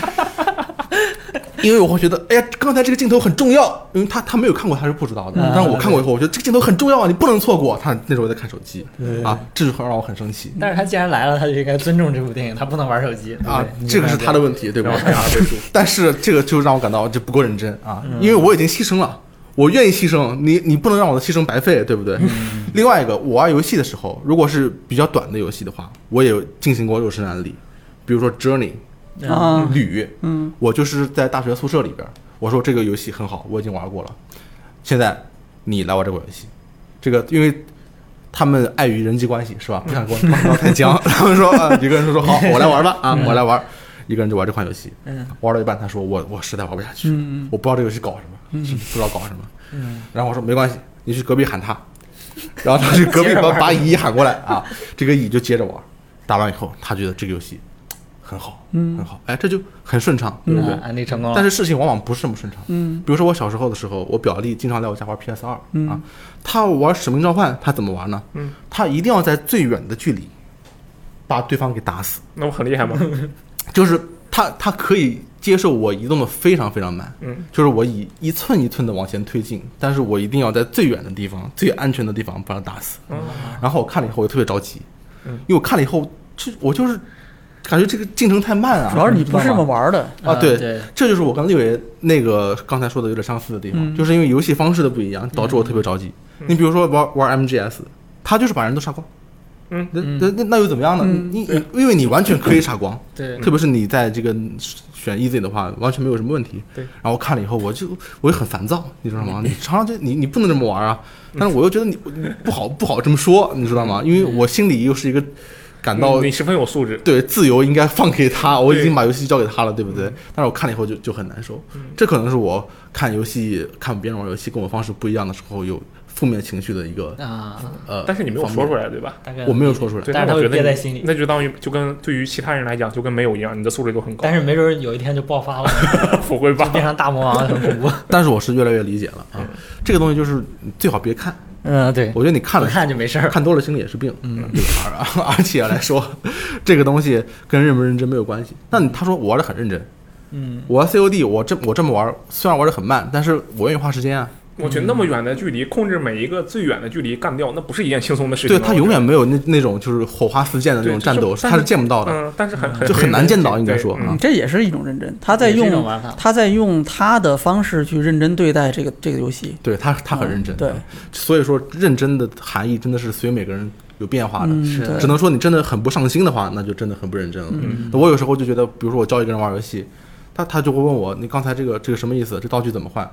[SPEAKER 2] 因为我会觉得，哎呀，刚才这个镜头很重要，因为他他没有看过，他是不知道的。但是我看过以后，我觉得这个镜头很重要啊，你不能错过。他那时候在看手机啊，这就会让我很生气
[SPEAKER 4] 但是他既然来了，他就应该尊重这部电影，他不能玩手机
[SPEAKER 2] 啊，这个是他的问题，对吧
[SPEAKER 5] 然后？他俩背书，
[SPEAKER 2] 但是这个就让我感到这不够认真啊，
[SPEAKER 3] 嗯
[SPEAKER 2] 因为我已经牺牲了，我愿意牺牲，你你不能让我的牺牲白费，对不对？
[SPEAKER 3] 嗯
[SPEAKER 2] 另外一个，我玩游戏的时候，如果是比较短的游戏的话，我也有进行过肉身案例，比如说 Journey
[SPEAKER 3] 啊，
[SPEAKER 2] 旅，
[SPEAKER 3] 嗯，
[SPEAKER 2] 我就是在大学宿舍里边，我说这个游戏很好，我已经玩过了，现在你来玩这款游戏，这个因为他们碍于人际关系是
[SPEAKER 4] 嗯
[SPEAKER 2] 吧，不想跟我闹闹太 僵，他们说啊，一个人说说好，我来玩吧啊，我来玩，一个人就玩这款游戏，
[SPEAKER 4] 嗯
[SPEAKER 2] 玩到一半他说我我实在玩不下去，
[SPEAKER 3] 嗯
[SPEAKER 2] 我不知道这游戏搞什么，是不知道搞什么，
[SPEAKER 4] 嗯，
[SPEAKER 2] 然后我说没关系，你去隔壁喊他，然后他去隔壁
[SPEAKER 4] 接着
[SPEAKER 2] 把
[SPEAKER 4] 玩
[SPEAKER 2] 把乙喊过来啊，这个乙就接着玩，打完以后他觉得这个游戏很好，
[SPEAKER 3] 嗯
[SPEAKER 2] 很好，哎，这就很顺畅，对不对
[SPEAKER 4] 嗯？安利成功了。
[SPEAKER 2] 但是事情往往不是这么顺畅。
[SPEAKER 3] 嗯
[SPEAKER 2] 比如说我小时候的时候，我表弟经常来我家玩 PS 二、
[SPEAKER 3] 嗯
[SPEAKER 2] 啊，他玩《使命召唤》，他怎么玩呢？
[SPEAKER 5] 嗯
[SPEAKER 2] 他一定要在最远的距离把对方给打死，
[SPEAKER 5] 那我很厉害吗？
[SPEAKER 2] 就是他他可以接受我移动的非常非常慢，
[SPEAKER 5] 嗯，
[SPEAKER 2] 就是我以一寸一寸的往前推进，但是我一定要在最远的地方、最安全的地方把他打死。然后我看了以后，我特别着急，
[SPEAKER 5] 嗯
[SPEAKER 2] 因为我看了以后，这我就是感觉这个进程太慢啊，
[SPEAKER 3] 主要是你
[SPEAKER 2] 知道
[SPEAKER 3] 不是这
[SPEAKER 2] 吗
[SPEAKER 3] 么玩的，
[SPEAKER 2] 啊，
[SPEAKER 4] 嗯
[SPEAKER 2] 对，
[SPEAKER 4] 对
[SPEAKER 2] 这就是我跟立伟那个刚才说的有点相似的地方，
[SPEAKER 3] 嗯
[SPEAKER 2] 就是因为游戏方式的不一样，导致我特别着急。你比如说玩玩 MGS，他就是把人都杀光，
[SPEAKER 5] 嗯
[SPEAKER 2] 那那那那又怎么样呢？
[SPEAKER 3] 嗯
[SPEAKER 2] 你你因为你完全可以杀光，
[SPEAKER 4] 对
[SPEAKER 2] 特别是你在这个选 easy 的话，完全没有什么问题。
[SPEAKER 5] 对
[SPEAKER 2] 然后我看了以后，我就我就很烦躁，你知道吗？你常常就你你不能这么玩啊，但是我又觉得你你不好不好这么说，你知道吗？因为我心里又是一个感到
[SPEAKER 5] 你你十分有素质。
[SPEAKER 2] 对自由应该放给他，我已
[SPEAKER 5] 对嗯
[SPEAKER 2] 经把游戏交给他了，对不对？但是我看了以后就就很难受，这可能是我看游戏、看别人玩游戏跟我方式不一样的时候有负面情绪的一个
[SPEAKER 4] 啊，
[SPEAKER 2] 呃，
[SPEAKER 5] 但是你没有说出来，对吧？
[SPEAKER 4] 大概
[SPEAKER 2] 来我没有说出来，
[SPEAKER 5] 对，
[SPEAKER 4] 但是
[SPEAKER 5] 那
[SPEAKER 4] 他会
[SPEAKER 5] 我觉得
[SPEAKER 4] 憋
[SPEAKER 5] 你
[SPEAKER 4] 在心里
[SPEAKER 5] 那就当于就跟对于其他人来讲，就跟没有一样，你的素质都很高
[SPEAKER 4] 但。是没准有一天就爆发了，
[SPEAKER 5] 不会吧？
[SPEAKER 4] 变成大魔王了，很 恐怖。
[SPEAKER 2] 但是我是越来越理解了
[SPEAKER 5] 嗯
[SPEAKER 2] 啊，这个东西就是你最好别看，
[SPEAKER 4] 嗯，对，
[SPEAKER 2] 我觉得你看
[SPEAKER 4] 不
[SPEAKER 2] 了
[SPEAKER 4] 看就没事儿。
[SPEAKER 2] 看多了心里也是病，嗯，对吧？而 而且来说，这个东西跟认不认真没有关系。那你他说我玩的很认真，
[SPEAKER 4] 嗯，
[SPEAKER 2] 我玩 COD 我这我这么玩，虽然玩的很慢，但是我愿意花时间啊。
[SPEAKER 5] 我觉得那么远的距离，控制每一个最远的距离干掉，那不是一件轻松的事情
[SPEAKER 2] 对
[SPEAKER 5] 啊。
[SPEAKER 2] 他永远没有那那种就是火花四溅的那
[SPEAKER 5] 对
[SPEAKER 2] 种
[SPEAKER 5] 就
[SPEAKER 2] 战
[SPEAKER 5] 是
[SPEAKER 2] 斗，
[SPEAKER 5] 但
[SPEAKER 2] 他是
[SPEAKER 5] 是
[SPEAKER 2] 见不到的。
[SPEAKER 5] 嗯，但是很很
[SPEAKER 2] 就很难见到
[SPEAKER 5] 对
[SPEAKER 2] 应该说啊
[SPEAKER 5] 嗯
[SPEAKER 3] 嗯这也是一种认真，他在
[SPEAKER 4] 也是一种
[SPEAKER 3] 用
[SPEAKER 4] 玩法
[SPEAKER 3] 他在用他的方式去认真对待这个这个游戏，
[SPEAKER 2] 对他，他很
[SPEAKER 3] 嗯
[SPEAKER 2] 认真。啊
[SPEAKER 3] 对，
[SPEAKER 2] 所以说认真的含义真的是随每个人有变化的。
[SPEAKER 3] 嗯，
[SPEAKER 4] 是
[SPEAKER 3] 对
[SPEAKER 2] 只能说你真的很不上心的话，那就真的很不认真了。
[SPEAKER 3] 嗯
[SPEAKER 2] 我有时候就觉得，比如说我教一个人玩游戏，他他就会问我，你刚才这个这个什么意思？这道具怎么换？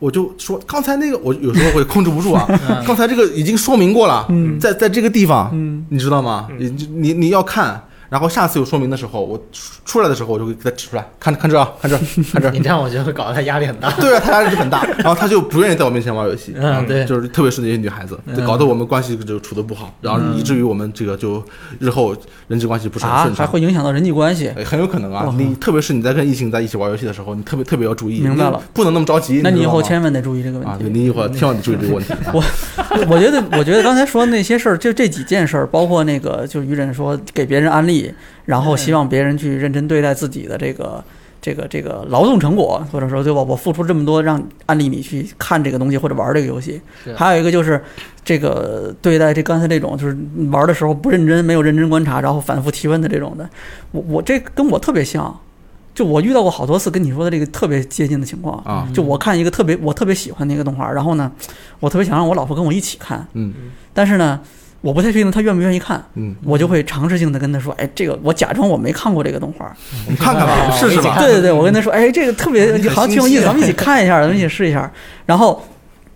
[SPEAKER 2] 我就说刚才那个，我有时候会控制不住啊。刚才这个已经说明过了，
[SPEAKER 3] 嗯
[SPEAKER 2] 在在这个地方，
[SPEAKER 3] 嗯
[SPEAKER 2] 你知道吗？你你你要看，然后下次有说明的时候，我出出来的时候我就会给他指出来，看看这啊，看这，看这
[SPEAKER 4] 你。这样我觉得会搞得他压力很大。
[SPEAKER 2] 对啊，他压力就很大，然后他就不愿意在我面前玩游戏。
[SPEAKER 4] 嗯，对，
[SPEAKER 2] 就是特别是那些女孩子，就搞得我们关系就处的不好，然后
[SPEAKER 3] 嗯
[SPEAKER 2] 以至于我们这个就日后人际关系不是很
[SPEAKER 3] 啊，
[SPEAKER 2] 顺
[SPEAKER 3] 还
[SPEAKER 2] 畅。
[SPEAKER 3] 会影响到人际关系。
[SPEAKER 2] 哎很有可能啊
[SPEAKER 3] 哇！
[SPEAKER 2] 你特别是你在跟异性在一起玩游戏的时候，你特别特别要注意，
[SPEAKER 3] 明白了
[SPEAKER 2] 你不能那么着急。
[SPEAKER 3] 那你以
[SPEAKER 2] 知道
[SPEAKER 3] 后
[SPEAKER 2] 吗
[SPEAKER 3] 千万得注意这个
[SPEAKER 2] 啊
[SPEAKER 3] 问，
[SPEAKER 2] 对
[SPEAKER 3] 题。嗯
[SPEAKER 2] 你以后千万得注意这个问题。
[SPEAKER 3] 我我觉得，我觉得刚才说的那些事儿，就这几件事儿，包括那个，就于忍说给别人安利，然后希望别人去认真对待自己的这个这个这个劳动成果，或者说对吧？我付出这么多，让安利你去看这个东西或者玩这个游戏
[SPEAKER 4] 是。
[SPEAKER 3] 还有一个就是这个对待这刚才这种，就是玩的时候不认真，没有认真观察，然后反复提问的这种的，我我这跟我特别像。就我遇到过好多次跟你说的这个特别接近的情况
[SPEAKER 2] 啊
[SPEAKER 3] 就我看一个特别我特别喜欢的一个动画，然后呢，我特别想让我老婆跟我一起看，
[SPEAKER 2] 嗯
[SPEAKER 3] 但是呢，我不太确定她愿不愿意看，
[SPEAKER 2] 嗯，
[SPEAKER 3] 我就会尝试性的跟她说，哎，这个我假装我没看过这个动画，
[SPEAKER 2] 我们啊看看吧，试试吧。
[SPEAKER 3] 对对对，我跟她说，哎，这个特
[SPEAKER 2] 啊
[SPEAKER 3] 别好像挺有意思，咱 们一起看一下，咱们一起试一下，然后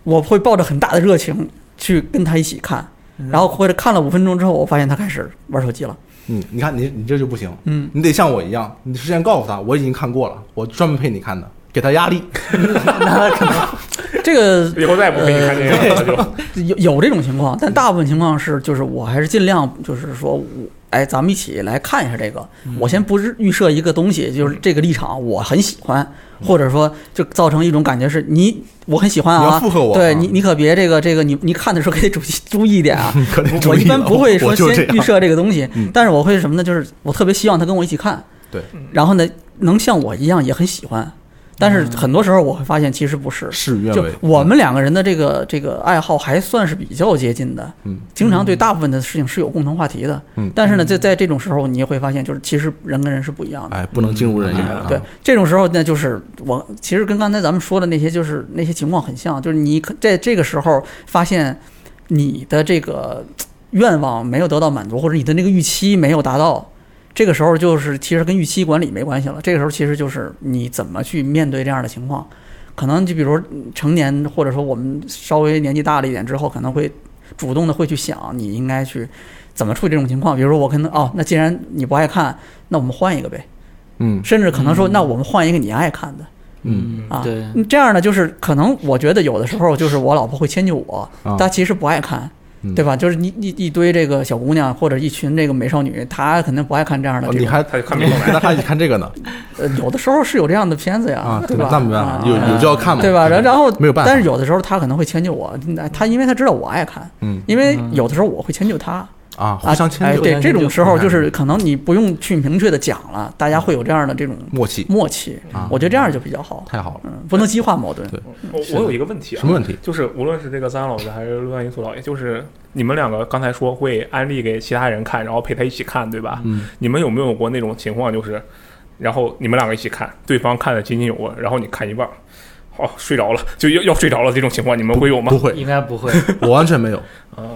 [SPEAKER 3] 我会抱着很大的热情去跟她一起看，然后或者看了五分钟之后，我发现她开始玩手机了，
[SPEAKER 2] 嗯，你看你你这就不行，
[SPEAKER 3] 嗯，
[SPEAKER 2] 你得像我一样，你事先告诉他我已经看过了，我专门陪你看的，给他压力。
[SPEAKER 3] 这 个
[SPEAKER 5] 以后再也不陪你看电影了，就
[SPEAKER 3] 有有这种情况，但大部分情况是，就是我还是尽量就是说我，哎，咱们一起来看一下这个。
[SPEAKER 2] 嗯
[SPEAKER 3] 我先不是预设一个东西，就是这个立场我很喜欢，
[SPEAKER 2] 嗯
[SPEAKER 3] 或者说就造成一种感觉是你我很喜欢啊，
[SPEAKER 2] 你要附和我啊
[SPEAKER 3] 对你你可别这个这个你你看的时候 可得注意注意一点啊。
[SPEAKER 2] 可能
[SPEAKER 3] 我一般不会说
[SPEAKER 2] 我就这
[SPEAKER 3] 先预
[SPEAKER 2] 样。
[SPEAKER 3] 设这个东西
[SPEAKER 2] 嗯，
[SPEAKER 3] 但是我会什么呢？就是我特别希望他跟我一起看，
[SPEAKER 2] 对，嗯
[SPEAKER 3] 然后呢能像我一样也很喜欢，但是很多时候我会发现其实不是，
[SPEAKER 2] 事与愿
[SPEAKER 3] 就
[SPEAKER 2] 违。
[SPEAKER 3] 我们两个人的这个这个爱好还算是比较接近的，
[SPEAKER 2] 嗯
[SPEAKER 3] 经常对大部分的事情是有共同话题的。
[SPEAKER 2] 嗯
[SPEAKER 3] 但是呢，在在这种时候，你也会发现，就是其实人跟人是不一样的。
[SPEAKER 2] 哎，不能进入人眼啊。
[SPEAKER 3] 嗯对，这种时候呢，就是我其实跟刚才咱们说的那些，就是那些情况很像，就是你可在这个时候发现你的这个嘖愿望没有得到满足，或者你的那个预期没有达到，这个时候就是其实跟预期管理没关系了，这个时候其实就是你怎么去面对这样的情况。可能就比如说嗯成年，或者说我们稍微年纪大了一点之后，可能会主动的会去想你应该去怎么处理这种情况。比如说我可能哦，那既然你不爱看，那我们换一个呗，
[SPEAKER 2] 嗯
[SPEAKER 3] 甚至可能说、
[SPEAKER 4] 嗯
[SPEAKER 3] 那我们换一个你爱看的。
[SPEAKER 2] 嗯
[SPEAKER 3] 啊
[SPEAKER 4] 对，
[SPEAKER 3] 嗯这样呢，就是可能我觉得有的时候就是我老婆会迁就我，
[SPEAKER 2] 啊
[SPEAKER 3] 她其实不爱看
[SPEAKER 2] 嗯。
[SPEAKER 3] 对吧？就是一一一堆这个小姑娘或者一群这个美少女，她肯定不爱看这样的
[SPEAKER 2] 哦
[SPEAKER 3] 这
[SPEAKER 2] 你
[SPEAKER 3] 种。
[SPEAKER 2] 还
[SPEAKER 5] 他就看
[SPEAKER 2] 你
[SPEAKER 5] 不懂
[SPEAKER 2] 还还看这个呢
[SPEAKER 3] 呃，有的时候是有这样的片子呀
[SPEAKER 2] 啊，？
[SPEAKER 3] 对
[SPEAKER 2] 对
[SPEAKER 3] 吧？
[SPEAKER 2] 那没办法
[SPEAKER 3] 啊，
[SPEAKER 2] 有有就要看嘛，
[SPEAKER 3] 对吧？然然后
[SPEAKER 2] 没有办法
[SPEAKER 3] 但是有的时候她可能会迁就我，那她因为她知道我爱看，
[SPEAKER 2] 嗯
[SPEAKER 3] 因为有的时候我会迁就她。
[SPEAKER 2] 啊，
[SPEAKER 3] 啊
[SPEAKER 2] 互相迁
[SPEAKER 3] 哎，
[SPEAKER 2] 就，
[SPEAKER 3] 对，这种时候
[SPEAKER 2] 互相
[SPEAKER 3] 就
[SPEAKER 2] 迁就是
[SPEAKER 3] 可能你不用去明确的讲了，大家会有这样的这种
[SPEAKER 2] 默契
[SPEAKER 3] 默契
[SPEAKER 2] 啊。
[SPEAKER 3] 我觉得这样就比较好，
[SPEAKER 2] 太好了。
[SPEAKER 3] 嗯，不能激化矛盾。
[SPEAKER 2] 对
[SPEAKER 5] 我我有一个问题啊，
[SPEAKER 2] 什么问题？
[SPEAKER 5] 就是无论是这个三老师还是陆万云苏老爷，就是你们两个刚才说会安利给其他人看，然后陪他一起看，对吧？
[SPEAKER 2] 嗯，
[SPEAKER 5] 你们有没有过那种情况，就是然后你们两个一起看，对方看的津津有味，然后你看一半儿，哦睡着了，就要要睡着了这种情况，你们会有吗
[SPEAKER 2] 不？会，
[SPEAKER 4] 应该不 会。
[SPEAKER 2] 我完全没有，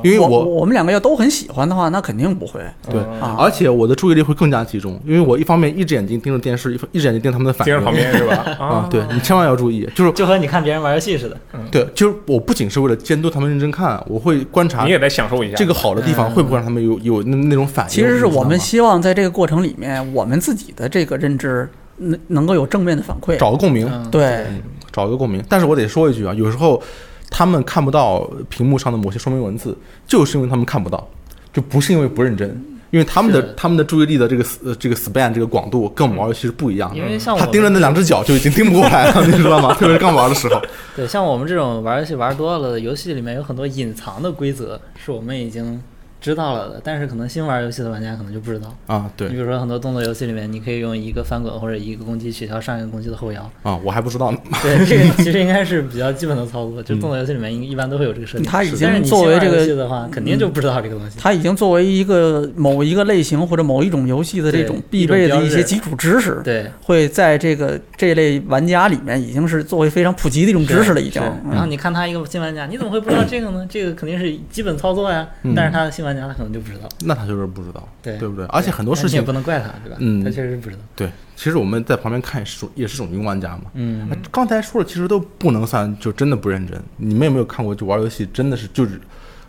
[SPEAKER 2] 因为
[SPEAKER 3] 啊我
[SPEAKER 2] 我
[SPEAKER 3] 我们两个要都很喜欢的话，那肯定不会
[SPEAKER 2] 对
[SPEAKER 3] 啊，
[SPEAKER 2] 而且我的注意力会更加集中，因为我一方面一只眼睛盯着电视，一方一只眼睛盯他们的反
[SPEAKER 5] 盯着
[SPEAKER 2] 应。
[SPEAKER 5] 旁 边是吧？
[SPEAKER 2] 啊，对你千万要注意，就是
[SPEAKER 4] 就和你看别人玩游戏似的，
[SPEAKER 2] 对，就是我不仅是为了监督他们认真看，我会观察
[SPEAKER 5] 你也得享受一下
[SPEAKER 2] 这个好的地方会不会让他们有有那那种反应。
[SPEAKER 3] 嗯其实是我们
[SPEAKER 2] 你知
[SPEAKER 3] 希望在这个过程里面，我们自己的这个认知能能够有正面的反馈
[SPEAKER 2] 道吗。找个共鸣，
[SPEAKER 4] 嗯，
[SPEAKER 3] 对，
[SPEAKER 2] 找一个共鸣。但是我得说一句啊，有时候他们看不到屏幕上的某些说明文字，就是因为他们看不到，就不是因为不认真，因为他们的
[SPEAKER 4] 是
[SPEAKER 2] 他们的注意力的这个呃这个 span 这个广度跟我们玩游戏是不一样
[SPEAKER 4] 因
[SPEAKER 2] 的。
[SPEAKER 4] 为像我
[SPEAKER 2] 他
[SPEAKER 4] 们
[SPEAKER 2] 盯着那两只脚就已经盯不过来了，你知道吗？特 别是刚玩的时候，
[SPEAKER 4] 对，像我们这种玩游戏玩多了，游戏里面有很多隐藏的规则，是我们已经知道了的，但是可能新玩游戏的玩家可能就不知道。
[SPEAKER 2] 啊，对
[SPEAKER 4] 你比如说很多动作游戏里面，你可以用一个翻滚或者一个攻击取消上一个攻击的后 摇，
[SPEAKER 2] 啊，我还不知道呢。
[SPEAKER 4] 对，这个其实应该是比较基本的操作，就动作游戏里面一一般都会有这个设定。
[SPEAKER 3] 嗯它已经
[SPEAKER 4] 但是你
[SPEAKER 3] 作为
[SPEAKER 4] 新玩
[SPEAKER 3] 这个
[SPEAKER 4] 游戏的话，肯定就不知道这个东西。
[SPEAKER 3] 它已经作为一个某一个类型或者某一种游戏的这种
[SPEAKER 4] 对
[SPEAKER 3] 必
[SPEAKER 4] 一
[SPEAKER 3] 备的
[SPEAKER 4] 种标
[SPEAKER 3] 一
[SPEAKER 4] 志
[SPEAKER 3] 些基础知识，
[SPEAKER 4] 对，
[SPEAKER 3] 会在这个这类玩家里面已经是作为非常普及的一种知识了，已经
[SPEAKER 4] 是。然后
[SPEAKER 3] 嗯
[SPEAKER 4] 你看他一个新玩家，你怎么会不知道这个呢？这个肯定是基本操作呀。
[SPEAKER 2] 嗯
[SPEAKER 4] 但是他的新玩家，他可能就不知道，
[SPEAKER 2] 那他就是不知道，
[SPEAKER 4] 对
[SPEAKER 2] 不对？而且很多事
[SPEAKER 4] 但你也
[SPEAKER 2] 情
[SPEAKER 4] 不，能怪他，对吧？
[SPEAKER 2] 嗯
[SPEAKER 4] 他确实不知道。
[SPEAKER 2] 对，其实我们在旁边看也是也是种云玩家嘛。
[SPEAKER 4] 嗯，
[SPEAKER 2] 那刚才说了，其实都不能算就真的不认真。你们有没有看过，就玩游戏真的是就是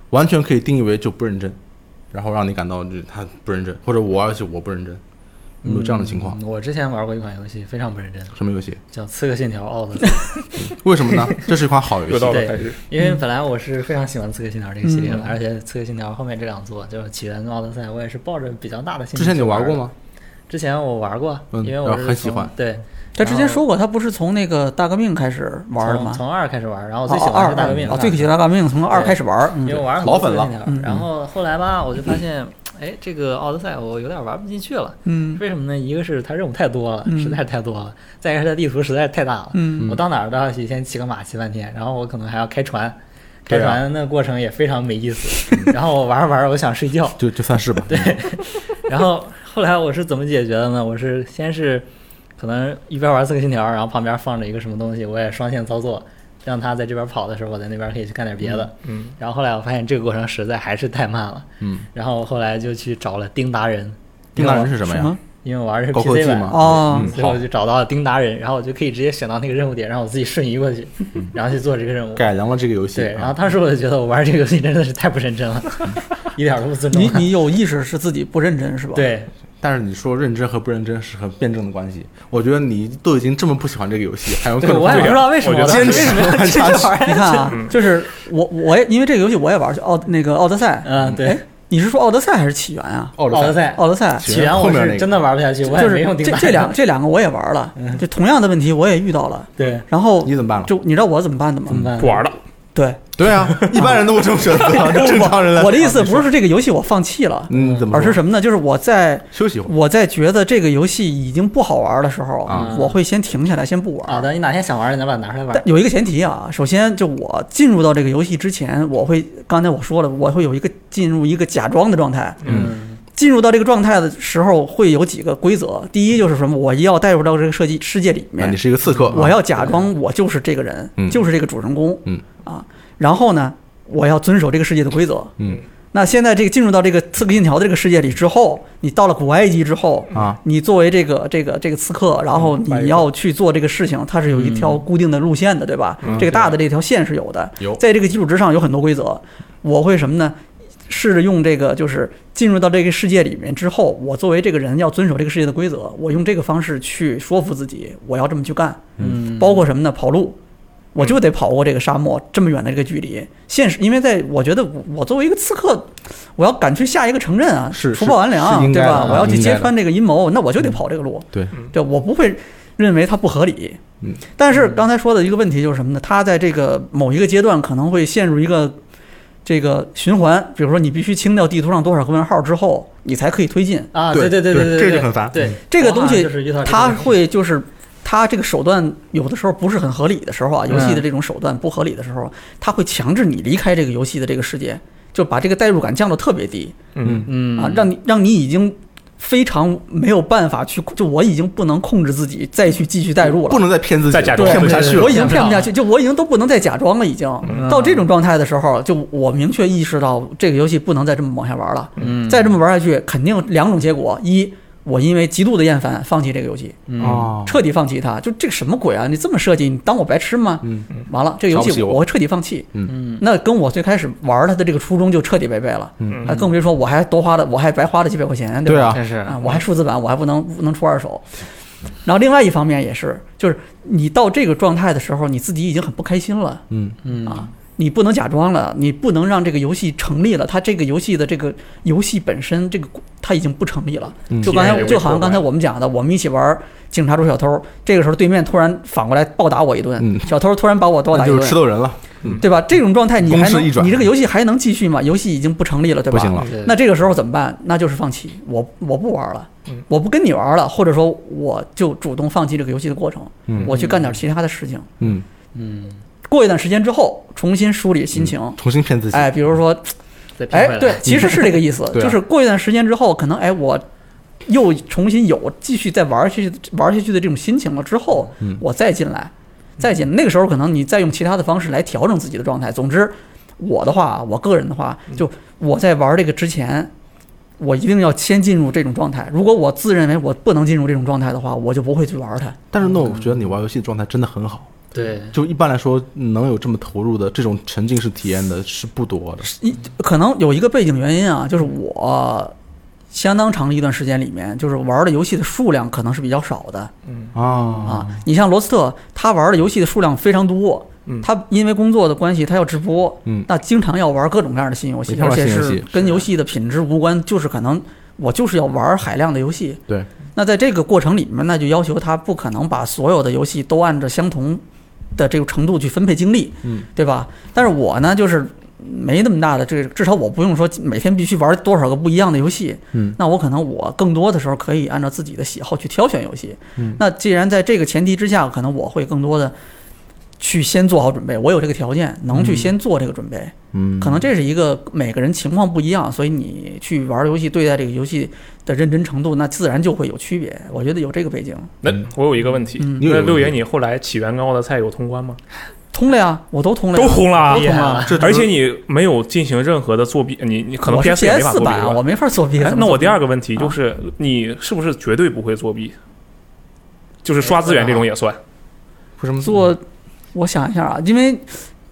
[SPEAKER 2] 完全可以定义为就不认真，然后让你感到就是他不认真，或者我玩游戏我不认真，有没有这样的情况？
[SPEAKER 4] 嗯我之前玩过一款游戏，非常不认真，
[SPEAKER 2] 什么游戏？
[SPEAKER 4] 叫《刺客信条：奥德赛》。
[SPEAKER 2] 为什么 呢？这是一款好游
[SPEAKER 5] 又
[SPEAKER 2] 戏
[SPEAKER 5] 到了
[SPEAKER 4] 对
[SPEAKER 5] 开始，
[SPEAKER 4] 因为本来我是非常喜欢《刺客信条》这个系
[SPEAKER 3] 嗯
[SPEAKER 4] 列的，而且《刺客信条》后面这两座就是《起源》跟《奥德赛》，我也是抱着比较大的兴趣。
[SPEAKER 2] 之前你玩过？吗？
[SPEAKER 4] 之前我玩过，
[SPEAKER 2] 嗯
[SPEAKER 4] 因为
[SPEAKER 2] 然
[SPEAKER 4] 我
[SPEAKER 2] 后
[SPEAKER 4] 是
[SPEAKER 2] 很喜
[SPEAKER 4] 从
[SPEAKER 2] 欢
[SPEAKER 4] 对
[SPEAKER 3] 他之前说过，他不是从那个大革命开始玩的
[SPEAKER 4] 从
[SPEAKER 3] 吗？
[SPEAKER 4] 从二开始玩，然后
[SPEAKER 3] 哦
[SPEAKER 4] 我最喜欢
[SPEAKER 3] 二
[SPEAKER 4] 是大革命，
[SPEAKER 3] 哦，最喜欢大革命，从二
[SPEAKER 4] 对
[SPEAKER 3] 开始玩。嗯
[SPEAKER 4] 因为我玩了很
[SPEAKER 2] 老
[SPEAKER 4] 多
[SPEAKER 2] 粉
[SPEAKER 4] 刺客
[SPEAKER 2] 了
[SPEAKER 4] 信条
[SPEAKER 3] 嗯
[SPEAKER 4] 然后后来吧，我就发现，哎，这个《奥德赛》我有点玩不进去了。
[SPEAKER 3] 嗯
[SPEAKER 4] 为什么呢？一个是它任务太多了，
[SPEAKER 3] 嗯
[SPEAKER 4] 实在是太多了；再一个是它地图实在是太大了。
[SPEAKER 3] 嗯
[SPEAKER 4] 我到哪儿都要去先骑个马骑半天，然后我可能还要开船，开
[SPEAKER 2] 对啊
[SPEAKER 4] 船的过程也非常没意思。 然后我玩着玩着我想睡觉，
[SPEAKER 2] 就就算是吧。对，
[SPEAKER 4] 然后后来我是怎么解决的呢？我是先是可能一边玩刺客信条，然后旁边放着一个什么东西，我也双线操作，让他在这边跑的时候，我在那边可以去干点别的。
[SPEAKER 5] 嗯，
[SPEAKER 4] 然后后来我发现这个过程实在还是太慢了，
[SPEAKER 2] 嗯，
[SPEAKER 4] 然后我后来就去找了丁达人，
[SPEAKER 2] 丁达人是
[SPEAKER 3] 什
[SPEAKER 2] 什么呀？？
[SPEAKER 4] 因为我玩的是
[SPEAKER 2] 高科
[SPEAKER 4] PC
[SPEAKER 2] 技
[SPEAKER 4] 版，
[SPEAKER 2] 吗？
[SPEAKER 3] 哦
[SPEAKER 2] 嗯
[SPEAKER 4] 所以我
[SPEAKER 2] 好，
[SPEAKER 4] 就找到了丁达人，然后我就可以直接选到那个任务点，让我自己瞬移过去，然后去做这个任务。
[SPEAKER 2] 改良了这个游戏。
[SPEAKER 4] 对，然后
[SPEAKER 2] 啊
[SPEAKER 4] 当时我就觉得我玩这个游戏真的是太不认真了， 一点都不尊重
[SPEAKER 3] 你。你有意识是自己不认真是吧？，
[SPEAKER 4] 对，
[SPEAKER 2] 但是你说认真和不认真是很辩证的关系。我觉得你都已经这么不喜欢这个游戏，还有各
[SPEAKER 4] 对，
[SPEAKER 2] 种
[SPEAKER 4] 我也不知道为什么
[SPEAKER 5] 我
[SPEAKER 4] 我
[SPEAKER 5] 觉
[SPEAKER 4] 当
[SPEAKER 5] 得
[SPEAKER 4] 时为
[SPEAKER 2] 坚
[SPEAKER 4] 什
[SPEAKER 2] 持
[SPEAKER 4] 么要
[SPEAKER 2] 玩
[SPEAKER 4] 这
[SPEAKER 2] 下
[SPEAKER 4] 么
[SPEAKER 2] 去。
[SPEAKER 4] 玩
[SPEAKER 3] 你看啊，就是我我也因为这个游戏我也玩，就奥那个奥德赛。
[SPEAKER 4] 嗯对
[SPEAKER 3] 哎，你是说奥德赛还是起源啊？
[SPEAKER 2] 奥
[SPEAKER 4] 奥德
[SPEAKER 2] 德赛，
[SPEAKER 4] 赛，
[SPEAKER 3] 奥德赛，
[SPEAKER 4] 起源
[SPEAKER 2] 后
[SPEAKER 4] 我
[SPEAKER 2] 面那个
[SPEAKER 4] 是真的玩不下去，我也
[SPEAKER 3] 就
[SPEAKER 4] 没
[SPEAKER 3] 是
[SPEAKER 4] 用定
[SPEAKER 3] 这
[SPEAKER 4] 打
[SPEAKER 3] 这两这两个我也玩了，
[SPEAKER 4] 嗯
[SPEAKER 3] 就同样的问题我也遇到了。
[SPEAKER 4] 对
[SPEAKER 3] 然后
[SPEAKER 2] 你怎么办了？
[SPEAKER 3] 就你知道我怎么办的吗？
[SPEAKER 4] 怎么办？
[SPEAKER 5] 不玩了，
[SPEAKER 3] 对，
[SPEAKER 2] 对 啊，一般人都会这么选择，正常人来。
[SPEAKER 3] 我的意思不是说这个游戏我放弃了，
[SPEAKER 2] 嗯，怎么
[SPEAKER 3] 而
[SPEAKER 2] 说
[SPEAKER 3] 是什么呢？就是我在
[SPEAKER 2] 休息一会儿
[SPEAKER 3] 我在觉得这个游戏已经不好玩的时候，
[SPEAKER 2] 啊
[SPEAKER 3] 我会先停下来，先不
[SPEAKER 4] 啊，
[SPEAKER 3] 玩。
[SPEAKER 4] 等你哪天想玩，你再把它拿出来
[SPEAKER 3] 但
[SPEAKER 4] 玩。
[SPEAKER 3] 有一个前提啊，首先就我进入到这个游戏之前，我会刚才我说了，我会有一个进入一个假装的状态。
[SPEAKER 4] 嗯，
[SPEAKER 3] 进入到这个状态的时候，会有几个规则。第一就是什么，我要带入到这个设计世界里
[SPEAKER 2] 啊，
[SPEAKER 3] 面
[SPEAKER 2] 你，是一个刺客，
[SPEAKER 3] 我要假装我就是这个人，
[SPEAKER 2] 嗯
[SPEAKER 3] 就是这个主人公，
[SPEAKER 2] 嗯
[SPEAKER 3] 啊，然后呢，我要遵守这个世界的规则。
[SPEAKER 2] 嗯
[SPEAKER 3] 那现在这个进入到这个刺客信条的这个世界里之后，你到了古埃及之后，
[SPEAKER 2] 啊，嗯
[SPEAKER 3] 你作为这个这个这个刺客，然后
[SPEAKER 5] 白
[SPEAKER 3] 你
[SPEAKER 5] 色
[SPEAKER 3] 要去做这个事情，它是有一条固定的路线的，对吧？这个大的这条线是有的
[SPEAKER 2] 嗯有，
[SPEAKER 3] 在这个基础之上有很多规则。我会什么呢？试着用这个，就是进入到这个世界里面之后，我作为这个人要遵守这个世界的规则，我用这个方式去说服自己，我要这么去干。
[SPEAKER 4] 嗯，
[SPEAKER 3] 包括什么呢？跑路，我就得跑过这个沙漠这么远的这个距离。现实，因为在我觉得我我作为一个刺客，我要赶去下一个城镇啊，
[SPEAKER 2] 是
[SPEAKER 3] 除暴安
[SPEAKER 2] 是是
[SPEAKER 3] 良，
[SPEAKER 2] 应该
[SPEAKER 3] 对
[SPEAKER 2] 的
[SPEAKER 3] 吧？
[SPEAKER 2] 啊
[SPEAKER 3] 我要去
[SPEAKER 2] 应该
[SPEAKER 3] 揭
[SPEAKER 2] 的嗯
[SPEAKER 3] 穿这个阴谋，那我就得跑这个路。
[SPEAKER 2] 对，
[SPEAKER 3] 对，我不会认为它不合理。
[SPEAKER 2] 嗯，
[SPEAKER 3] 但是刚才说的一个问题就是什么呢？它在这个某一个阶段可能会陷入一个这个循环，比如说你必须清掉地图上多少个问号之后，你才可以推进。
[SPEAKER 4] 啊，
[SPEAKER 2] 对
[SPEAKER 4] 对
[SPEAKER 2] 对
[SPEAKER 4] 对对，
[SPEAKER 2] 这就很烦
[SPEAKER 4] 对，
[SPEAKER 3] 这个
[SPEAKER 4] 我好像
[SPEAKER 3] 东西
[SPEAKER 4] 就是遇到这个
[SPEAKER 3] 它
[SPEAKER 4] 问题
[SPEAKER 3] 会就是它这个手段有的时候不是很合理的时候啊，
[SPEAKER 4] 嗯
[SPEAKER 3] 游戏的这种手段不合理的时候，啊它会强制你离开这个游戏的这个世界，就把这个代入感降到特别低
[SPEAKER 5] 嗯，
[SPEAKER 4] 嗯
[SPEAKER 3] 啊，让你让你已经。非常没有办法去，就我已经不能控制自己再去继续代入了，
[SPEAKER 2] 不能再骗自己
[SPEAKER 5] 再
[SPEAKER 2] 了，
[SPEAKER 5] 假装
[SPEAKER 2] 骗不下
[SPEAKER 4] 对对
[SPEAKER 2] 去
[SPEAKER 4] 对
[SPEAKER 2] 了
[SPEAKER 3] 我。已经骗不下去，就我已经都不能再假装了，已经
[SPEAKER 4] 嗯
[SPEAKER 3] 到这种状态的时候，就我明确意识到这个游戏不能再这么往下玩了，
[SPEAKER 4] 嗯
[SPEAKER 3] 再这么玩下去，肯定两种结果：一，我因为极度的厌烦放弃这个游戏，
[SPEAKER 4] 嗯
[SPEAKER 2] 哦，
[SPEAKER 3] 彻底放弃它，就这个什么鬼啊？你这么设计，你当我白痴吗？
[SPEAKER 2] 嗯，
[SPEAKER 3] 完了，这个游
[SPEAKER 2] 瞧不
[SPEAKER 3] 戏
[SPEAKER 2] 起我
[SPEAKER 3] 我会彻底放弃。
[SPEAKER 4] 嗯
[SPEAKER 3] 那跟我最开始玩它的这个初衷就彻底违背了，啊
[SPEAKER 5] 嗯
[SPEAKER 3] 还更别说我还多花了，我还白花了几百块钱，吧？
[SPEAKER 2] 对啊
[SPEAKER 4] 真是
[SPEAKER 3] 啊，我还数字版，我还不能不能出二手。然后另外一方面也是，就是你到这个状态的时候，你自己已经很不开心了
[SPEAKER 2] 嗯，
[SPEAKER 4] 嗯
[SPEAKER 3] 啊，你不能假装了，你不能让这个游戏成立了，它这个游戏的这个游戏本身这个它已经不成立了。
[SPEAKER 2] 嗯
[SPEAKER 3] 就刚
[SPEAKER 5] 体验也
[SPEAKER 3] 才
[SPEAKER 5] 被
[SPEAKER 3] 就好像
[SPEAKER 5] 破坏
[SPEAKER 3] 刚才我们讲的，我们一起玩警察捉小偷，这个时候对面突然反过来暴打我一顿
[SPEAKER 2] 嗯，
[SPEAKER 3] 小偷突然把我暴
[SPEAKER 2] 那
[SPEAKER 3] 打一
[SPEAKER 2] 就是吃
[SPEAKER 3] 顿。
[SPEAKER 2] 豆人了，
[SPEAKER 3] 对吧？这种状态你还
[SPEAKER 2] 公式一
[SPEAKER 3] 能，
[SPEAKER 2] 转
[SPEAKER 3] 你这个游戏还能继续吗？游戏已经不成立了，对吧？
[SPEAKER 2] 不行了。
[SPEAKER 4] 对
[SPEAKER 3] 那这个时候怎么办？那就是放弃，我我不玩了
[SPEAKER 5] 嗯，
[SPEAKER 3] 我不跟你玩了，或者说我就主动放弃这个游戏的过程，
[SPEAKER 2] 嗯
[SPEAKER 3] 我去干点其他的事情。
[SPEAKER 2] 嗯，
[SPEAKER 4] 嗯，
[SPEAKER 3] 过一段时间之后，重新梳理心情，
[SPEAKER 2] 重新骗自己。
[SPEAKER 3] 哎，比如说，
[SPEAKER 4] 再拼回
[SPEAKER 3] 哎，
[SPEAKER 4] 来
[SPEAKER 3] 对，其实是这个意思，
[SPEAKER 2] 对啊
[SPEAKER 3] 就是过一段时间之后，可能哎我。又重新有继续再玩下去、玩下去的这种心情了之后
[SPEAKER 2] 嗯，
[SPEAKER 3] 我再进来，再进那个时候可能你再用其他的方式来调整自己的状态。总之，我的话，我个人的话，
[SPEAKER 2] 嗯
[SPEAKER 3] 就我在玩这个之前，我一定要先进入这种状态。如果我自认为我不能进入这种状态的话，我就不会去玩它。
[SPEAKER 2] 但是呢，我觉得你玩游戏的状态真的很好。
[SPEAKER 4] 对，
[SPEAKER 2] 就一般来说，能有这么投入的这种沉浸式体验的是不多的。
[SPEAKER 3] 一可能有一个背景原因啊，就是我相当长的一段时间里面，就是玩的游戏的数量可能是比较少的
[SPEAKER 2] 啊
[SPEAKER 3] 啊。你像罗斯特，他玩的游戏的数量非常多
[SPEAKER 5] 嗯，
[SPEAKER 3] 他因为工作的关系，他要直播，
[SPEAKER 2] 嗯
[SPEAKER 3] 那经常要玩各种各样的新游戏
[SPEAKER 2] 每，天
[SPEAKER 3] 而
[SPEAKER 2] 玩
[SPEAKER 3] 且
[SPEAKER 2] 新游戏啊
[SPEAKER 3] 是跟游戏的品质无关，就是可能我就是要玩海量的游戏。
[SPEAKER 2] 对，
[SPEAKER 3] 那在这个过程里面，那就要求他不可能把所有的游戏都按照相同的这个程度去分配精力，
[SPEAKER 2] 嗯，
[SPEAKER 3] 对吧？但是我呢，就是没那么大的这个，至少我不用说每天必须玩多少个不一样的游戏，
[SPEAKER 2] 嗯，
[SPEAKER 3] 那我可能我更多的时候可以按照自己的喜好去挑选游戏，嗯，那既然在这个前提之下，可能我会更多的。去先做好准备，我有这个条件，能去先做这个准备，
[SPEAKER 2] 嗯，
[SPEAKER 3] 可能这是一个每个人情况不一样，所以你去玩游戏，对待这个游戏的认真程度，那自然就会有区别。我觉得有这个背景，
[SPEAKER 5] 那我有一个问题，
[SPEAKER 3] 嗯
[SPEAKER 2] 你有
[SPEAKER 5] 那
[SPEAKER 2] 一个
[SPEAKER 5] 六
[SPEAKER 2] 问
[SPEAKER 5] 爷
[SPEAKER 2] 题
[SPEAKER 5] 你后来起源跟奥德赛有通关吗？
[SPEAKER 3] 通了呀，我都通了呀，
[SPEAKER 5] 都通了啊
[SPEAKER 3] 都，通了。
[SPEAKER 2] 这
[SPEAKER 5] 而且你没有进行任何的作弊，你你可能
[SPEAKER 3] 我是
[SPEAKER 5] PS 也没法
[SPEAKER 3] PS
[SPEAKER 5] 作弊
[SPEAKER 3] 版啊，
[SPEAKER 5] 吧
[SPEAKER 3] 我？没法作弊。
[SPEAKER 5] 哎
[SPEAKER 3] 怎么
[SPEAKER 5] 那我
[SPEAKER 3] 作弊
[SPEAKER 5] 第二个问题
[SPEAKER 3] 啊
[SPEAKER 5] 就是，你是不是绝对不会作弊？就是刷资源这种也算，
[SPEAKER 2] 为什么
[SPEAKER 3] 做，我想一下啊，因为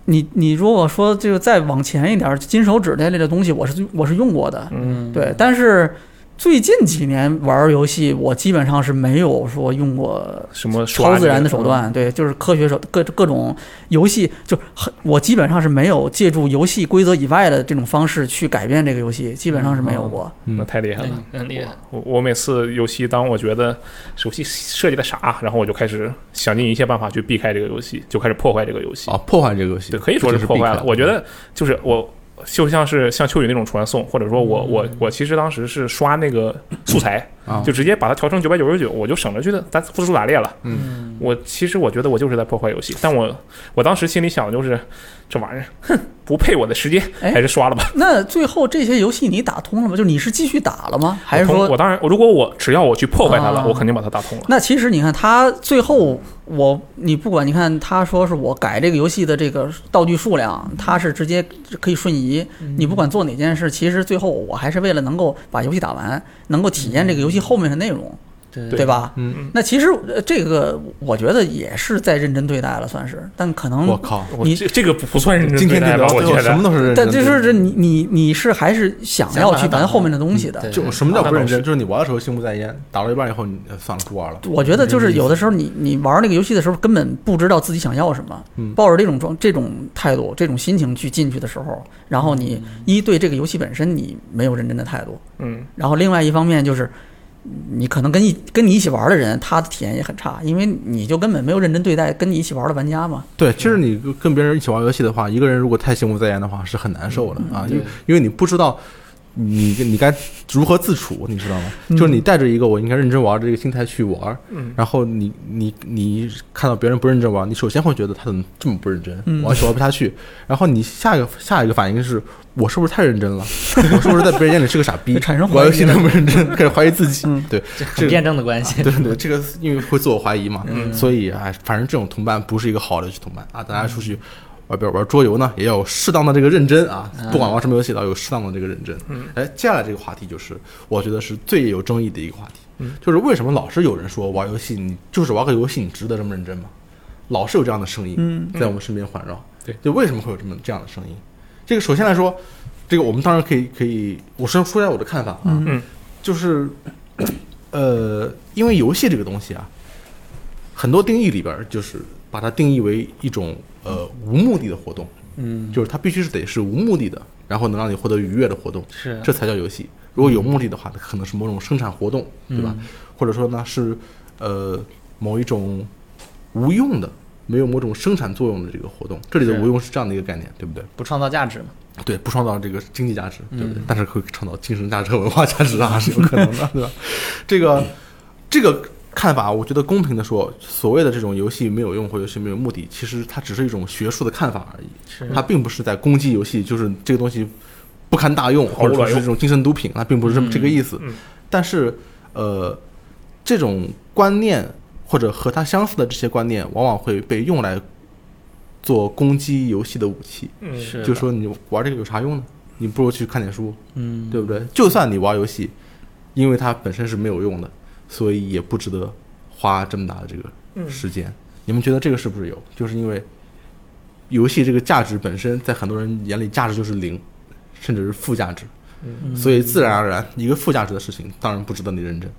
[SPEAKER 3] 你你如果说这个再往前一点，金手指这类的东西，我是我是用过的，
[SPEAKER 4] 嗯，
[SPEAKER 3] 对，但是。最近几年玩游戏，我基本上是没有说用过
[SPEAKER 5] 什么刷
[SPEAKER 3] 啊超自然的
[SPEAKER 5] 这嗯
[SPEAKER 3] 手
[SPEAKER 5] 种，
[SPEAKER 3] 段，对，就是科学手各各种游戏，就很我基本上是没有借助游戏规则以外的这种方式去改变这个游戏，基本上是没有过。
[SPEAKER 5] 嗯那太厉害
[SPEAKER 3] 嗯
[SPEAKER 5] 了。
[SPEAKER 4] 很厉害，
[SPEAKER 5] 我我每次游戏，当我觉得游戏设计的傻，然后我就开始想尽一切办法去避开这个游戏，就开始破坏这个游戏。
[SPEAKER 2] 啊破坏这个游戏？
[SPEAKER 5] 对，可以说
[SPEAKER 2] 这
[SPEAKER 5] 是
[SPEAKER 2] 是
[SPEAKER 5] 破
[SPEAKER 2] 避
[SPEAKER 5] 坏
[SPEAKER 2] 开
[SPEAKER 5] 了。我觉得就是我就像是像秋雨那种传送，或者说
[SPEAKER 3] 嗯
[SPEAKER 5] 我我我其实当时是刷那个素材，
[SPEAKER 2] 啊
[SPEAKER 5] 就直接把它调成九百九十九，我就省着去的，咱复述打猎了。
[SPEAKER 4] 嗯，
[SPEAKER 5] 我其实我觉得我就是在破坏游戏，但我我当时心里想的就是这玩意儿，哼，不配我的时间，
[SPEAKER 3] 哎
[SPEAKER 5] 还是刷了吧。
[SPEAKER 3] 那最后这些游戏你打通了吗？就你是继续打了吗？还是
[SPEAKER 5] 我通
[SPEAKER 3] 说
[SPEAKER 5] 我，当然，如果我只要我去破坏它了，
[SPEAKER 3] 啊
[SPEAKER 5] 我肯定把它打通了。
[SPEAKER 3] 那其实你看他最后我你不管你看他说是我改这个游戏的这个道具数量，他是直接可以瞬移，你不管做哪件事，其实最后我还是为了能够把游戏打完，能够体验这个游戏后面的内容。
[SPEAKER 4] 对
[SPEAKER 5] 对
[SPEAKER 3] 对吧？
[SPEAKER 2] 嗯，
[SPEAKER 3] 那其实呃这个我觉得也是在认真对待了，算是，但可能
[SPEAKER 2] 我靠，
[SPEAKER 5] 我
[SPEAKER 3] 你
[SPEAKER 5] 这这个不不算认真
[SPEAKER 2] 今
[SPEAKER 5] 嗯对
[SPEAKER 2] 天这
[SPEAKER 5] 待吧
[SPEAKER 2] 聊？
[SPEAKER 5] 我
[SPEAKER 2] 最
[SPEAKER 5] 觉
[SPEAKER 2] 后什
[SPEAKER 5] 得
[SPEAKER 2] 么都是认真
[SPEAKER 3] 但
[SPEAKER 2] 对
[SPEAKER 3] 就
[SPEAKER 2] 待，
[SPEAKER 3] 是这你你你是还是想要去玩后面的东西的。
[SPEAKER 2] 就什么叫不认真？
[SPEAKER 4] 对
[SPEAKER 2] 就是你玩的时候心不在焉，打到一半以后你呃算了不玩了。
[SPEAKER 3] 我觉得就是有的时候你你玩那个游戏的时候根本不知道自己想要什么，
[SPEAKER 2] 嗯
[SPEAKER 3] 抱着这种状这种态度、这种心情去进去的时候，然后你一对这个游戏本身你没有认真的态度，
[SPEAKER 5] 嗯，
[SPEAKER 3] 然后另外一方面就是，你可能跟一跟你一起玩的人，他的体验也很差，因为你就根本没有认真对待跟你一起玩的玩家嘛。
[SPEAKER 2] 对，其实你跟别人一起玩游戏的话，一个人如果太心不在焉的话是很难受的
[SPEAKER 3] 嗯
[SPEAKER 2] 啊，因为
[SPEAKER 4] 对
[SPEAKER 2] 因为你不知道你你该如何自处，你知道吗？就是
[SPEAKER 3] 嗯
[SPEAKER 2] 你带着一个我应该认真玩的这个心态去玩，
[SPEAKER 5] 嗯
[SPEAKER 2] 然后你你你看到别人不认真玩，你首先会觉得他怎么这么不认真，
[SPEAKER 3] 嗯
[SPEAKER 2] 我要是玩不下去。然后你下一个下一个反应是我是不是太认真了？ 我是不是在别人眼里是个傻逼？
[SPEAKER 3] 产生怀疑嗯
[SPEAKER 2] 玩游戏那么认真，开始怀疑自己。对，这
[SPEAKER 4] 很
[SPEAKER 2] 个啊
[SPEAKER 4] 辩证的关系。
[SPEAKER 2] 对对，这个因为会自我怀疑嘛，所以哎，反正这种同伴不是一个好的同伴啊。大家出去玩，比如玩桌游呢，也要有适当的这个认真啊，不管玩什么游戏，都要有适当的这个认真。哎，接下来这个话题就是我觉得是最有争议的一个话题，就是为什么老是有人说玩游戏你就是玩个游戏，你值得这么认真吗？老是有这样的声音在我们身边环绕。
[SPEAKER 5] 对
[SPEAKER 2] 就为什么会有这么这样的声音？这个首先来说，这个我们当然可以可以，我先说一下我的看法啊。
[SPEAKER 5] 嗯
[SPEAKER 2] 就是呃，因为游戏这个东西啊，很多定义里边儿就是把它定义为一种呃无目的的活动，
[SPEAKER 4] 嗯，
[SPEAKER 2] 就是它必须是得是无目的的，然后能让你获得愉悦的活动，
[SPEAKER 4] 是
[SPEAKER 2] 这才叫游戏。如果有目的的话，它可能是某种生产活动，
[SPEAKER 4] 嗯
[SPEAKER 2] 对吧？或者说呢是呃某一种无用的。没有某种生产作用的这个活动，这里的
[SPEAKER 4] 是
[SPEAKER 2] 无用是这样的一个概念，对不对？
[SPEAKER 4] 不创造价值嘛？
[SPEAKER 2] 对，不创造这个经济价值，对不对？但是会创造精神价值和文化价值啊，是有可能的，对吧？这个这个看法，我觉得公平的说，所谓的这种游戏没有用或游戏没有目的，其实它只是一种学术的看法而已，
[SPEAKER 4] 是
[SPEAKER 2] 它并不是在攻击游戏，就是这个东西不堪大用，
[SPEAKER 5] 毫
[SPEAKER 2] 或
[SPEAKER 5] 无
[SPEAKER 2] 者说
[SPEAKER 5] 卵
[SPEAKER 2] 是
[SPEAKER 5] 用
[SPEAKER 2] 这种精神毒品，它并不是这么
[SPEAKER 4] 嗯
[SPEAKER 2] 这个意思。
[SPEAKER 5] 嗯
[SPEAKER 2] 但是，呃，这种观念或者和它相似的这些观念，往往会被用来做攻击游戏的武器。
[SPEAKER 5] 嗯
[SPEAKER 4] 是的
[SPEAKER 2] 就说你玩这个有啥用呢？你不如去看点书，
[SPEAKER 4] 嗯，
[SPEAKER 2] 对不对？就算你玩游戏，因为它本身是没有用的，所以也不值得花这么大的这个时间。
[SPEAKER 4] 嗯
[SPEAKER 2] 你们觉得这个是不是有？就是因为游戏这个价值本身，在很多人眼里价值就是零，甚至是负价值，
[SPEAKER 5] 嗯
[SPEAKER 2] 所以自然而然，一个负价值的事情当然不值得你认真。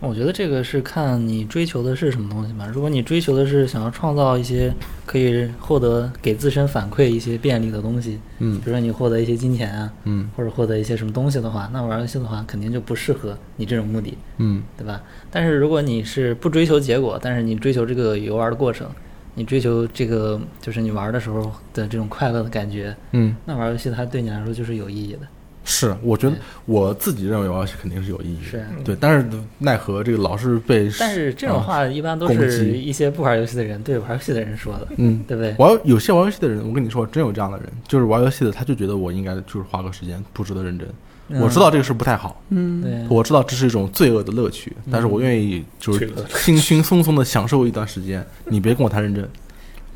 [SPEAKER 4] 我觉得这个是看你追求的是什么东西嘛。如果你追求的是想要创造一些可以获得给自身反馈一些便利的东西，
[SPEAKER 2] 嗯
[SPEAKER 4] 比如说你获得一些金钱啊，
[SPEAKER 2] 嗯
[SPEAKER 4] 或者获得一些什么东西的话，那玩游戏的话肯定就不适合你这种目的，
[SPEAKER 2] 嗯
[SPEAKER 4] 对吧？但是如果你是不追求结果，但是你追求这个游玩的过程，你追求这个就是你玩的时候的这种快乐的感觉，
[SPEAKER 2] 嗯，
[SPEAKER 4] 那玩游戏它对你来说就是有意义的。
[SPEAKER 2] 是，我觉得我自己认为玩游戏肯定是有意义的，
[SPEAKER 4] 是啊
[SPEAKER 2] 对，但是奈何这个老是被，
[SPEAKER 4] 但是这种
[SPEAKER 2] 啊
[SPEAKER 4] 话一般都
[SPEAKER 2] 攻
[SPEAKER 4] 是
[SPEAKER 2] 击
[SPEAKER 4] 一些不玩游戏的人对玩游戏的人说的，
[SPEAKER 2] 嗯，
[SPEAKER 4] 对不对？
[SPEAKER 2] 玩有些玩游戏的人，我跟你说，真有这样的人，就是玩游戏的，他就觉得我应该就是花个时间，不值得认真。
[SPEAKER 4] 嗯
[SPEAKER 2] 我知道这个事不太好，
[SPEAKER 4] 对，
[SPEAKER 2] 我知道这是一种罪恶的乐趣，但是我愿意就是
[SPEAKER 5] 罪
[SPEAKER 4] 嗯
[SPEAKER 5] 恶
[SPEAKER 2] 轻轻松松的享受一段时间。你别跟我谈认真，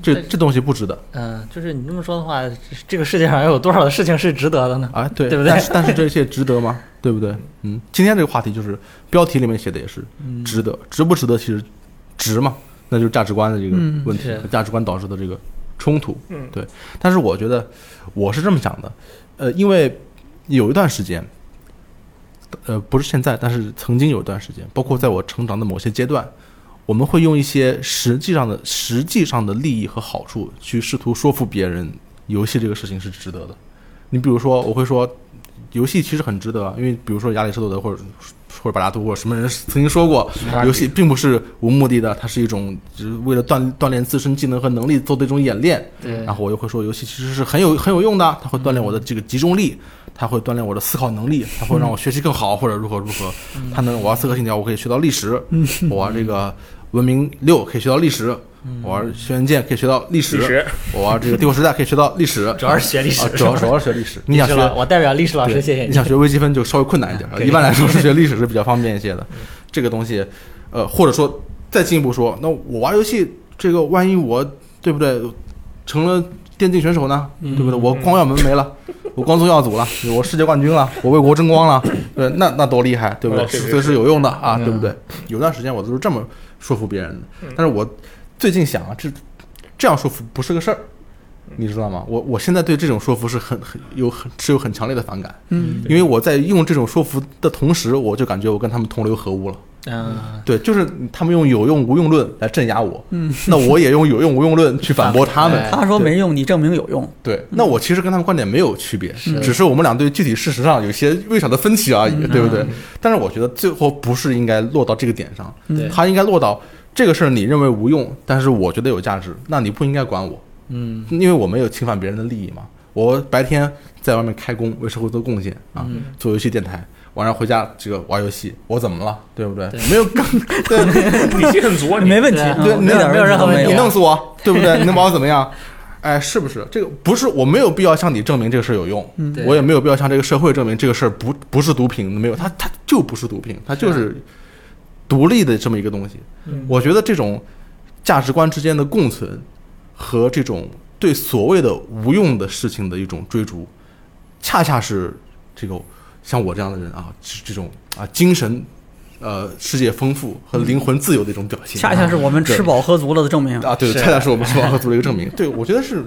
[SPEAKER 2] 这
[SPEAKER 4] 但是
[SPEAKER 2] 这东西不值得
[SPEAKER 4] 嗯、就是你这么说的话，这这个世界上有多少的事情是值得的呢？
[SPEAKER 2] 啊，对
[SPEAKER 4] 对不对
[SPEAKER 2] 但是但是这些值得吗？对不对？嗯，今天这个话题就是标题里面写的也是
[SPEAKER 4] 嗯
[SPEAKER 2] 值得，值不值得其实值嘛，那就是价值观的这个
[SPEAKER 3] 嗯
[SPEAKER 2] 问题，
[SPEAKER 4] 是
[SPEAKER 2] 价值观导致的这个冲突。
[SPEAKER 5] 嗯
[SPEAKER 2] 对。但是我觉得我是这么想的，呃，因为有一段时间，呃，不是现在，但是曾经有一段时间，包括在我成长的某些阶段，我们会用一些实际上的、实际上的利益和好处去试图说服别人，游戏这个事情是值得的。你比如说，我会说，游戏其实很值得啊，因为比如说亚里士多德或者或者柏拉图或者什么人曾经说过，游戏并不是无目的的，它是一种就是为了锻锻炼自身技能和能力做的一种演练。
[SPEAKER 4] 对
[SPEAKER 2] 然后我又会说，游戏其实是很有很有用的，它会锻炼我的这个集中力，它会锻炼我的思考能力，它会让我学习更好，或者如何如何。它能我玩刺客信条，我可以学到历史；
[SPEAKER 4] 嗯
[SPEAKER 2] 我玩这个文明六可以学到历史；我玩轩辕剑可以学到历史；
[SPEAKER 5] 历 史
[SPEAKER 2] 我玩这个帝国时代可以学到历史。
[SPEAKER 4] 主要是学历史
[SPEAKER 2] 啊主要主要是学历 史。你想
[SPEAKER 4] 是
[SPEAKER 2] 学
[SPEAKER 4] 吧？我代表历史老师
[SPEAKER 2] 对
[SPEAKER 4] 谢谢
[SPEAKER 2] 你想学微积分就稍微困难一点，啊
[SPEAKER 4] 可以嗯
[SPEAKER 2] 一般来说是学历史是比较方便一些的。这个东西，呃，或者说再进一步说，那我玩游戏这个，万一我对不对成了电竞选手呢？对不对？我光耀门没了，我光宗耀祖了，我世界冠军了，我为国争光了，对，那那多厉害，对不对？
[SPEAKER 5] 哦是是
[SPEAKER 2] 所以是有用的啊，
[SPEAKER 4] 嗯
[SPEAKER 2] 对不对？有段时间我都是这么说服别人的，但是我最近想啊，这这样说服不是个事儿，你知道吗？我我现在对这种说服是很很有很是有很强烈的反感，
[SPEAKER 3] 嗯，
[SPEAKER 2] 因为我在用这种说服的同时，我就感觉我跟他们同流合污了。
[SPEAKER 4] 嗯，
[SPEAKER 2] 对，就是他们用有用无用论来镇压我，那我也用有用无用论去反驳他们
[SPEAKER 4] 反。
[SPEAKER 3] 他说没用，你证明有用。
[SPEAKER 2] 对，那我其实跟他们观点没有区别，只是我们俩对具体事实上有些立场的分歧而已，对不对？但是我觉得最后不是应该落到这个点上，
[SPEAKER 4] 对，
[SPEAKER 2] 他应该落到这个事儿你认为无用，但是我觉得有价值，那你不应该管我，
[SPEAKER 4] 嗯
[SPEAKER 2] 因为我没有侵犯别人的利益嘛。我白天在外面开工，为社会做贡献啊，做游戏电台，晚上回家这个玩游戏，我怎么了？对不对？没有 刚对
[SPEAKER 5] 底气很足啊，你
[SPEAKER 3] 没问题，
[SPEAKER 4] 对啊
[SPEAKER 3] 嗯
[SPEAKER 2] 对，你
[SPEAKER 3] 没点
[SPEAKER 4] 没有任何
[SPEAKER 3] 问
[SPEAKER 4] 问题
[SPEAKER 3] 题啊
[SPEAKER 2] 你
[SPEAKER 3] 都没有。
[SPEAKER 2] 弄死 我，对不对？你能把我怎么样？哎，是不是这个不是？我没有必要向你证明这个事儿有用，
[SPEAKER 4] 嗯对
[SPEAKER 2] 我也没有必要向这个社会证明这个事儿不不是毒品，没有，它它就不是毒品，它
[SPEAKER 4] 啊
[SPEAKER 2] 就是独立的这么一个东西。
[SPEAKER 4] 嗯
[SPEAKER 2] 我觉得这种价值观之间的共存和这种对所谓的无用的事情的一种追逐，恰恰是这个像我这样的人啊，这这种啊精神呃世界丰富和灵魂自由的一种表现，
[SPEAKER 3] 恰恰是我们
[SPEAKER 2] 对
[SPEAKER 3] 吃饱喝足了的证明。
[SPEAKER 2] 啊，对，
[SPEAKER 4] 是
[SPEAKER 2] 恰恰是我们说和族的一个证 明。对，我觉得是，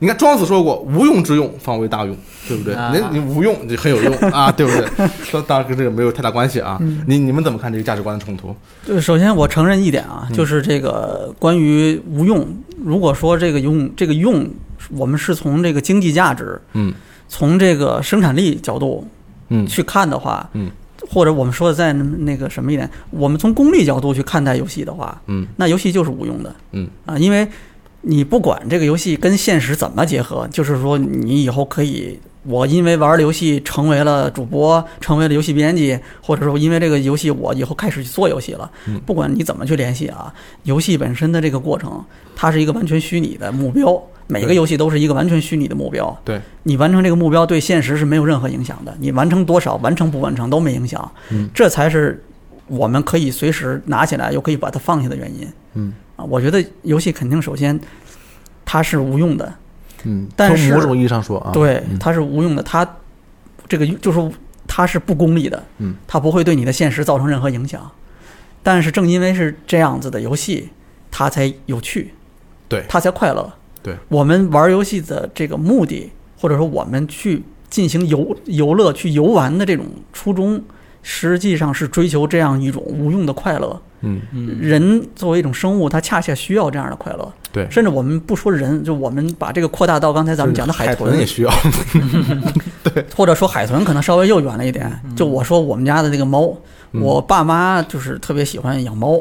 [SPEAKER 2] 你看庄子说过“无用之用，方为大用”，对不对？
[SPEAKER 4] 啊
[SPEAKER 2] 那你无用，你很 有用啊，对不对？当当然跟这个没有太大关系啊。
[SPEAKER 3] 嗯
[SPEAKER 2] 你你们怎么看这个价值观的冲突？
[SPEAKER 3] 对，呃首先我承认一点啊，就是这个关于无用，如果说这个用这个用，我们是从这个经济价值，
[SPEAKER 2] 嗯
[SPEAKER 3] 从这个生产力角度
[SPEAKER 2] 嗯
[SPEAKER 3] 去看的话，
[SPEAKER 2] 嗯，
[SPEAKER 3] 或者我们说的再那个什么一点，我们从功利角度去看待游戏的话，
[SPEAKER 2] 嗯
[SPEAKER 3] 那游戏就是无用的，
[SPEAKER 2] 嗯
[SPEAKER 3] 啊，因为你不管这个游戏跟现实怎么结合，就是说你以后可以，我因为玩儿游戏成为了主播，成为了游戏编辑，或者说因为这个游戏我以后开始去做游戏了，
[SPEAKER 2] 嗯
[SPEAKER 3] 不管你怎么去联系啊，游戏本身的这个过程，它是一个完全虚拟的目标。每个
[SPEAKER 2] 对
[SPEAKER 3] 游戏都是一个完全虚拟的目标，
[SPEAKER 2] 对，
[SPEAKER 3] 你完成这个目标对现实是没有任何影响的，你完成多少、完成不完成都没影响，
[SPEAKER 2] 嗯
[SPEAKER 3] 这才是我们可以随时拿起来又可以把它放下的原因。
[SPEAKER 2] 嗯
[SPEAKER 3] 啊，我觉得游戏肯定首先它是无用的，
[SPEAKER 2] 嗯，
[SPEAKER 3] 但
[SPEAKER 2] 从
[SPEAKER 3] 是
[SPEAKER 2] 某种意义上说啊，
[SPEAKER 3] 对，它是无用的，它这个就是它是不功利的，
[SPEAKER 2] 嗯，
[SPEAKER 3] 它不会对你的现实造成任何影响。但是正因为是这样子的游戏，它才有趣，
[SPEAKER 2] 对
[SPEAKER 3] 它才快乐。
[SPEAKER 2] 对，
[SPEAKER 3] 我们玩游戏的这个目的，或者说我们去进行游游乐、去游玩的这种初衷，实际上是追求这样一种无用的快乐。
[SPEAKER 2] 嗯
[SPEAKER 3] 人作为一种生物，它恰恰需要这样的快乐。
[SPEAKER 2] 对
[SPEAKER 3] 甚至我们不说人，就我们把这个扩大到刚才咱们讲的海
[SPEAKER 2] 海
[SPEAKER 3] 豚
[SPEAKER 2] 也，需 要，
[SPEAKER 3] 或者说海豚可能稍微又远了一点。
[SPEAKER 2] 嗯
[SPEAKER 3] 就我说我们家的这个猫，我爸妈就是特别喜欢养猫。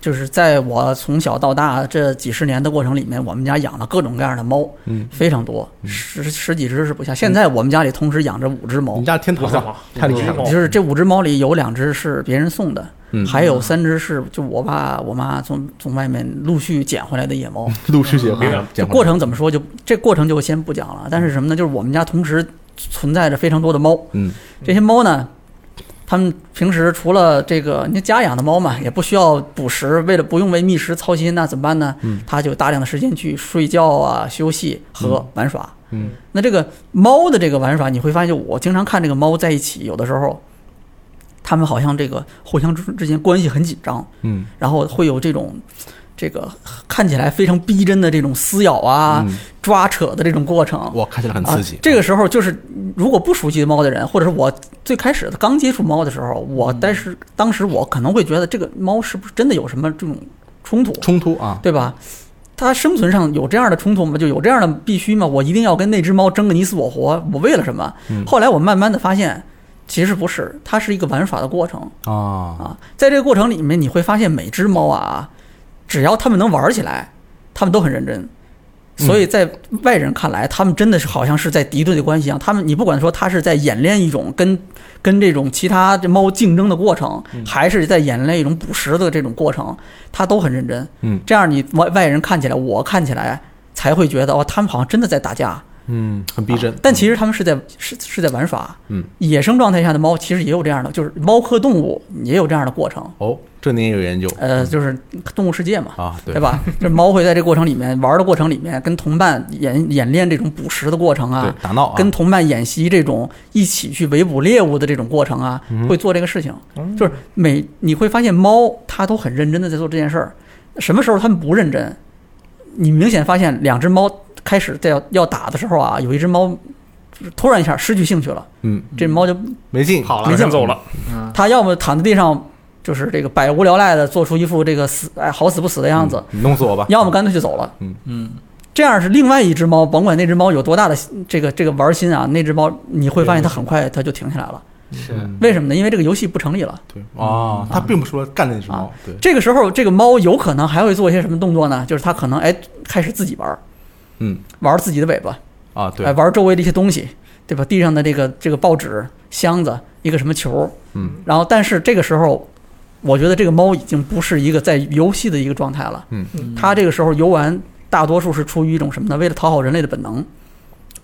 [SPEAKER 3] 就是在我从小到大这几十年的过程里面，我们家养了各种各样的猫，
[SPEAKER 2] 嗯，
[SPEAKER 3] 非常多，十十几只是不下。现在我们家里同时养着五只猫
[SPEAKER 2] 你，家天堂
[SPEAKER 5] 我操
[SPEAKER 2] 啊，太厉害了
[SPEAKER 5] 嗯，
[SPEAKER 3] 就是这五只猫里有两只是别人送的，
[SPEAKER 2] 嗯
[SPEAKER 3] 还有三只是就我爸我妈从从外面陆续捡回来的野猫。
[SPEAKER 2] 陆续写
[SPEAKER 5] 别讲
[SPEAKER 3] 啊这过程怎么说就这过程就先不讲了。但是什么呢？就是我们家同时存在着非常多的猫，
[SPEAKER 2] 嗯
[SPEAKER 3] 这些猫呢，它们平时除了这个你家养的猫嘛，也不需要捕食，为了不用为觅食操心，那怎么办呢？
[SPEAKER 2] 嗯
[SPEAKER 3] 它就有大量的时间去睡觉啊、休息和玩耍。
[SPEAKER 2] 嗯
[SPEAKER 3] 那这个猫的这个玩耍，你会发现，我经常看这个猫在一起，有的时候，它们好像这个互相之之间关系很紧张，
[SPEAKER 2] 嗯
[SPEAKER 3] 然后会有这种这个看起来非常逼真的这种撕咬啊、
[SPEAKER 2] 嗯
[SPEAKER 3] 抓扯的这种过程。
[SPEAKER 2] 哇，看起来很刺激
[SPEAKER 3] 啊。这个时候就是，如果不熟悉猫的人，或者是我最开始刚接触猫的时候，
[SPEAKER 2] 嗯
[SPEAKER 3] 我但是当时我可能会觉得这个猫是不是真的有什么这种冲突？
[SPEAKER 2] 冲突啊，
[SPEAKER 3] 对吧？它生存上有这样的冲突吗？就有这样的必须吗？我一定要跟那只猫争个你死我活，我为了什么？
[SPEAKER 2] 嗯
[SPEAKER 3] 后来我慢慢的发现，其实不是，它是一个玩耍的过程
[SPEAKER 2] 啊，
[SPEAKER 3] 啊。在这个过程里面，你会发现每只猫啊，只要它们能玩起来，它们都很认真。所以在外人看来，他们真的是好像是在敌对的关系一样。他们，你不管说他是在演练一种跟跟这种其他这猫竞争的过程，还是在演练一种捕食的这种过程，他都很认真。
[SPEAKER 2] 嗯，
[SPEAKER 3] 这样你外外人看起来，我看起来才会觉得哦，他们好像真的在打架，
[SPEAKER 2] 嗯，很逼真
[SPEAKER 3] 啊，但其实他们是在是是在玩耍。
[SPEAKER 2] 嗯，
[SPEAKER 3] 野生状态下的猫其实也有这样的，就是猫科动物也有这样的过程。
[SPEAKER 2] 哦，这您也有研究
[SPEAKER 3] 呃，就是动物世界嘛，
[SPEAKER 2] 啊？对
[SPEAKER 3] 对？吧？这猫会在这过程里面玩的过程里面，跟同伴演演练这种捕食的过程
[SPEAKER 2] 对
[SPEAKER 3] 啊，，
[SPEAKER 2] 打闹啊，
[SPEAKER 3] 跟同伴演习这种一起去围捕猎物的这种过程啊，
[SPEAKER 2] 嗯
[SPEAKER 3] 会做这个事情。就是每你会发现猫它都很认真的在做这件事儿，什么时候它们不认真？你明显发现两只猫开始在要要打的时候啊，有一只猫突然一下失去兴趣了，
[SPEAKER 2] 嗯，
[SPEAKER 3] 这猫就
[SPEAKER 2] 没劲，
[SPEAKER 4] 跑了
[SPEAKER 5] 没劲走了，
[SPEAKER 4] 嗯，
[SPEAKER 3] 它要么躺在地上，就是这个百无聊赖的做出一副这个死哎好死不死的样子，
[SPEAKER 2] 嗯，你弄死我吧，
[SPEAKER 3] 要么干脆就走了。
[SPEAKER 4] 嗯，
[SPEAKER 3] 这样是另外一只猫，甭管那只猫有多大的这个这个玩心啊，那只猫你会发现它很快它就停下来了。
[SPEAKER 4] 是啊
[SPEAKER 2] 嗯
[SPEAKER 3] 为什么呢？因为这个游戏不成立了。
[SPEAKER 2] 对哦，他并不是说干那只
[SPEAKER 3] 啊
[SPEAKER 2] 猫，对，
[SPEAKER 3] 这个时候，这个猫有可能还会做一些什么动作呢？就是它可能哎开始自己玩儿，
[SPEAKER 2] 嗯
[SPEAKER 3] 玩自己的尾巴，
[SPEAKER 2] 啊，
[SPEAKER 3] 哎
[SPEAKER 2] 对，
[SPEAKER 3] 玩周围的一些东西，对吧？地上的这个这个报纸、箱子、一个什么球，
[SPEAKER 2] 嗯
[SPEAKER 3] 然后但是这个时候，我觉得这个猫已经不是一个在游戏的一个状态了。
[SPEAKER 2] 嗯，
[SPEAKER 3] 它这个时候游玩大多数是出于一种什么呢？为了讨好人类的本能。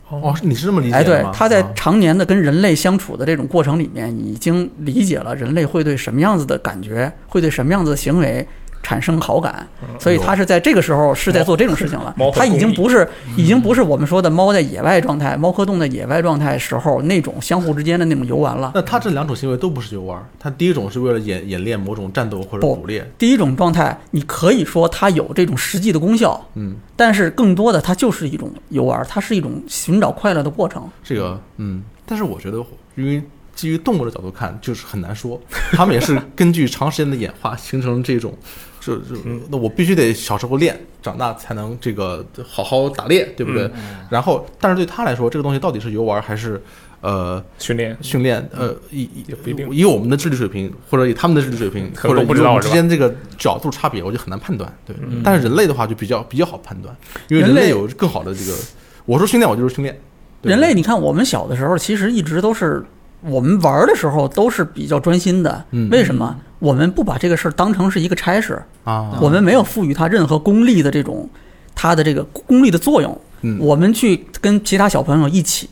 [SPEAKER 2] 哦，是你是这么理
[SPEAKER 3] 哎，
[SPEAKER 2] 解
[SPEAKER 3] 对
[SPEAKER 2] 的吗？，
[SPEAKER 3] 他在
[SPEAKER 2] 啊
[SPEAKER 3] 常年的跟人类相处的这种过程里面，已经理解了人类会对什么样子的感觉，会对什么样子的行为产生好感，
[SPEAKER 2] 嗯
[SPEAKER 3] 所以他是在这个时候是在做这种事情了
[SPEAKER 5] 猫。
[SPEAKER 3] 他已
[SPEAKER 5] 猫
[SPEAKER 3] 经
[SPEAKER 5] 和
[SPEAKER 3] 不是已经不是我们说的猫在野外状态、猫科动物的野外状态时候那种相互之间的那种游玩了。
[SPEAKER 2] 那他这两种行为都不是游玩儿，他第一种是为了演演练某种战斗或者
[SPEAKER 3] 不
[SPEAKER 2] 捕猎，
[SPEAKER 3] 第一种状态，你可以说它有这种实际的功效，
[SPEAKER 2] 嗯，
[SPEAKER 3] 但是更多的它就是一种游玩，它是一种寻找快乐的过程。
[SPEAKER 2] 这个嗯，但是我觉得因为。基于动物的角度看，就是很难说， 他们也是根据长时间的演化形成这种，这这，
[SPEAKER 5] 嗯
[SPEAKER 2] 那我必须得小时候练，长大才能这个好好打猎，对不对？
[SPEAKER 5] 嗯
[SPEAKER 2] 然后，但是对他来说，这个东西到底是游玩儿还是呃
[SPEAKER 5] 训练
[SPEAKER 2] 训练，呃，以
[SPEAKER 5] 嗯也不一定
[SPEAKER 2] 以以我们的智力水平，或者以他们的智力水平，
[SPEAKER 5] 可
[SPEAKER 2] 或者
[SPEAKER 5] 能都
[SPEAKER 2] 以
[SPEAKER 5] 不知道
[SPEAKER 2] 我们
[SPEAKER 5] 是
[SPEAKER 2] 之
[SPEAKER 5] 吧嗯
[SPEAKER 2] 间这个角度差别，我就很难判断。对，但是人类的话就比较比较好判断，因为
[SPEAKER 3] 人
[SPEAKER 2] 人类
[SPEAKER 3] 类
[SPEAKER 2] 有更好的这个，我说训练，我就是训练。对
[SPEAKER 3] 人类，，你看我们小的时候，其实一直都是我们玩儿的时候都是比较专心的。
[SPEAKER 2] 嗯
[SPEAKER 3] 为什么？我们不把这个事儿当成是一个差事，
[SPEAKER 2] 啊，
[SPEAKER 3] 我们没有赋予它任何功利的这种它的这个功利的作用。
[SPEAKER 2] 嗯
[SPEAKER 3] 我们去跟其他小朋友一起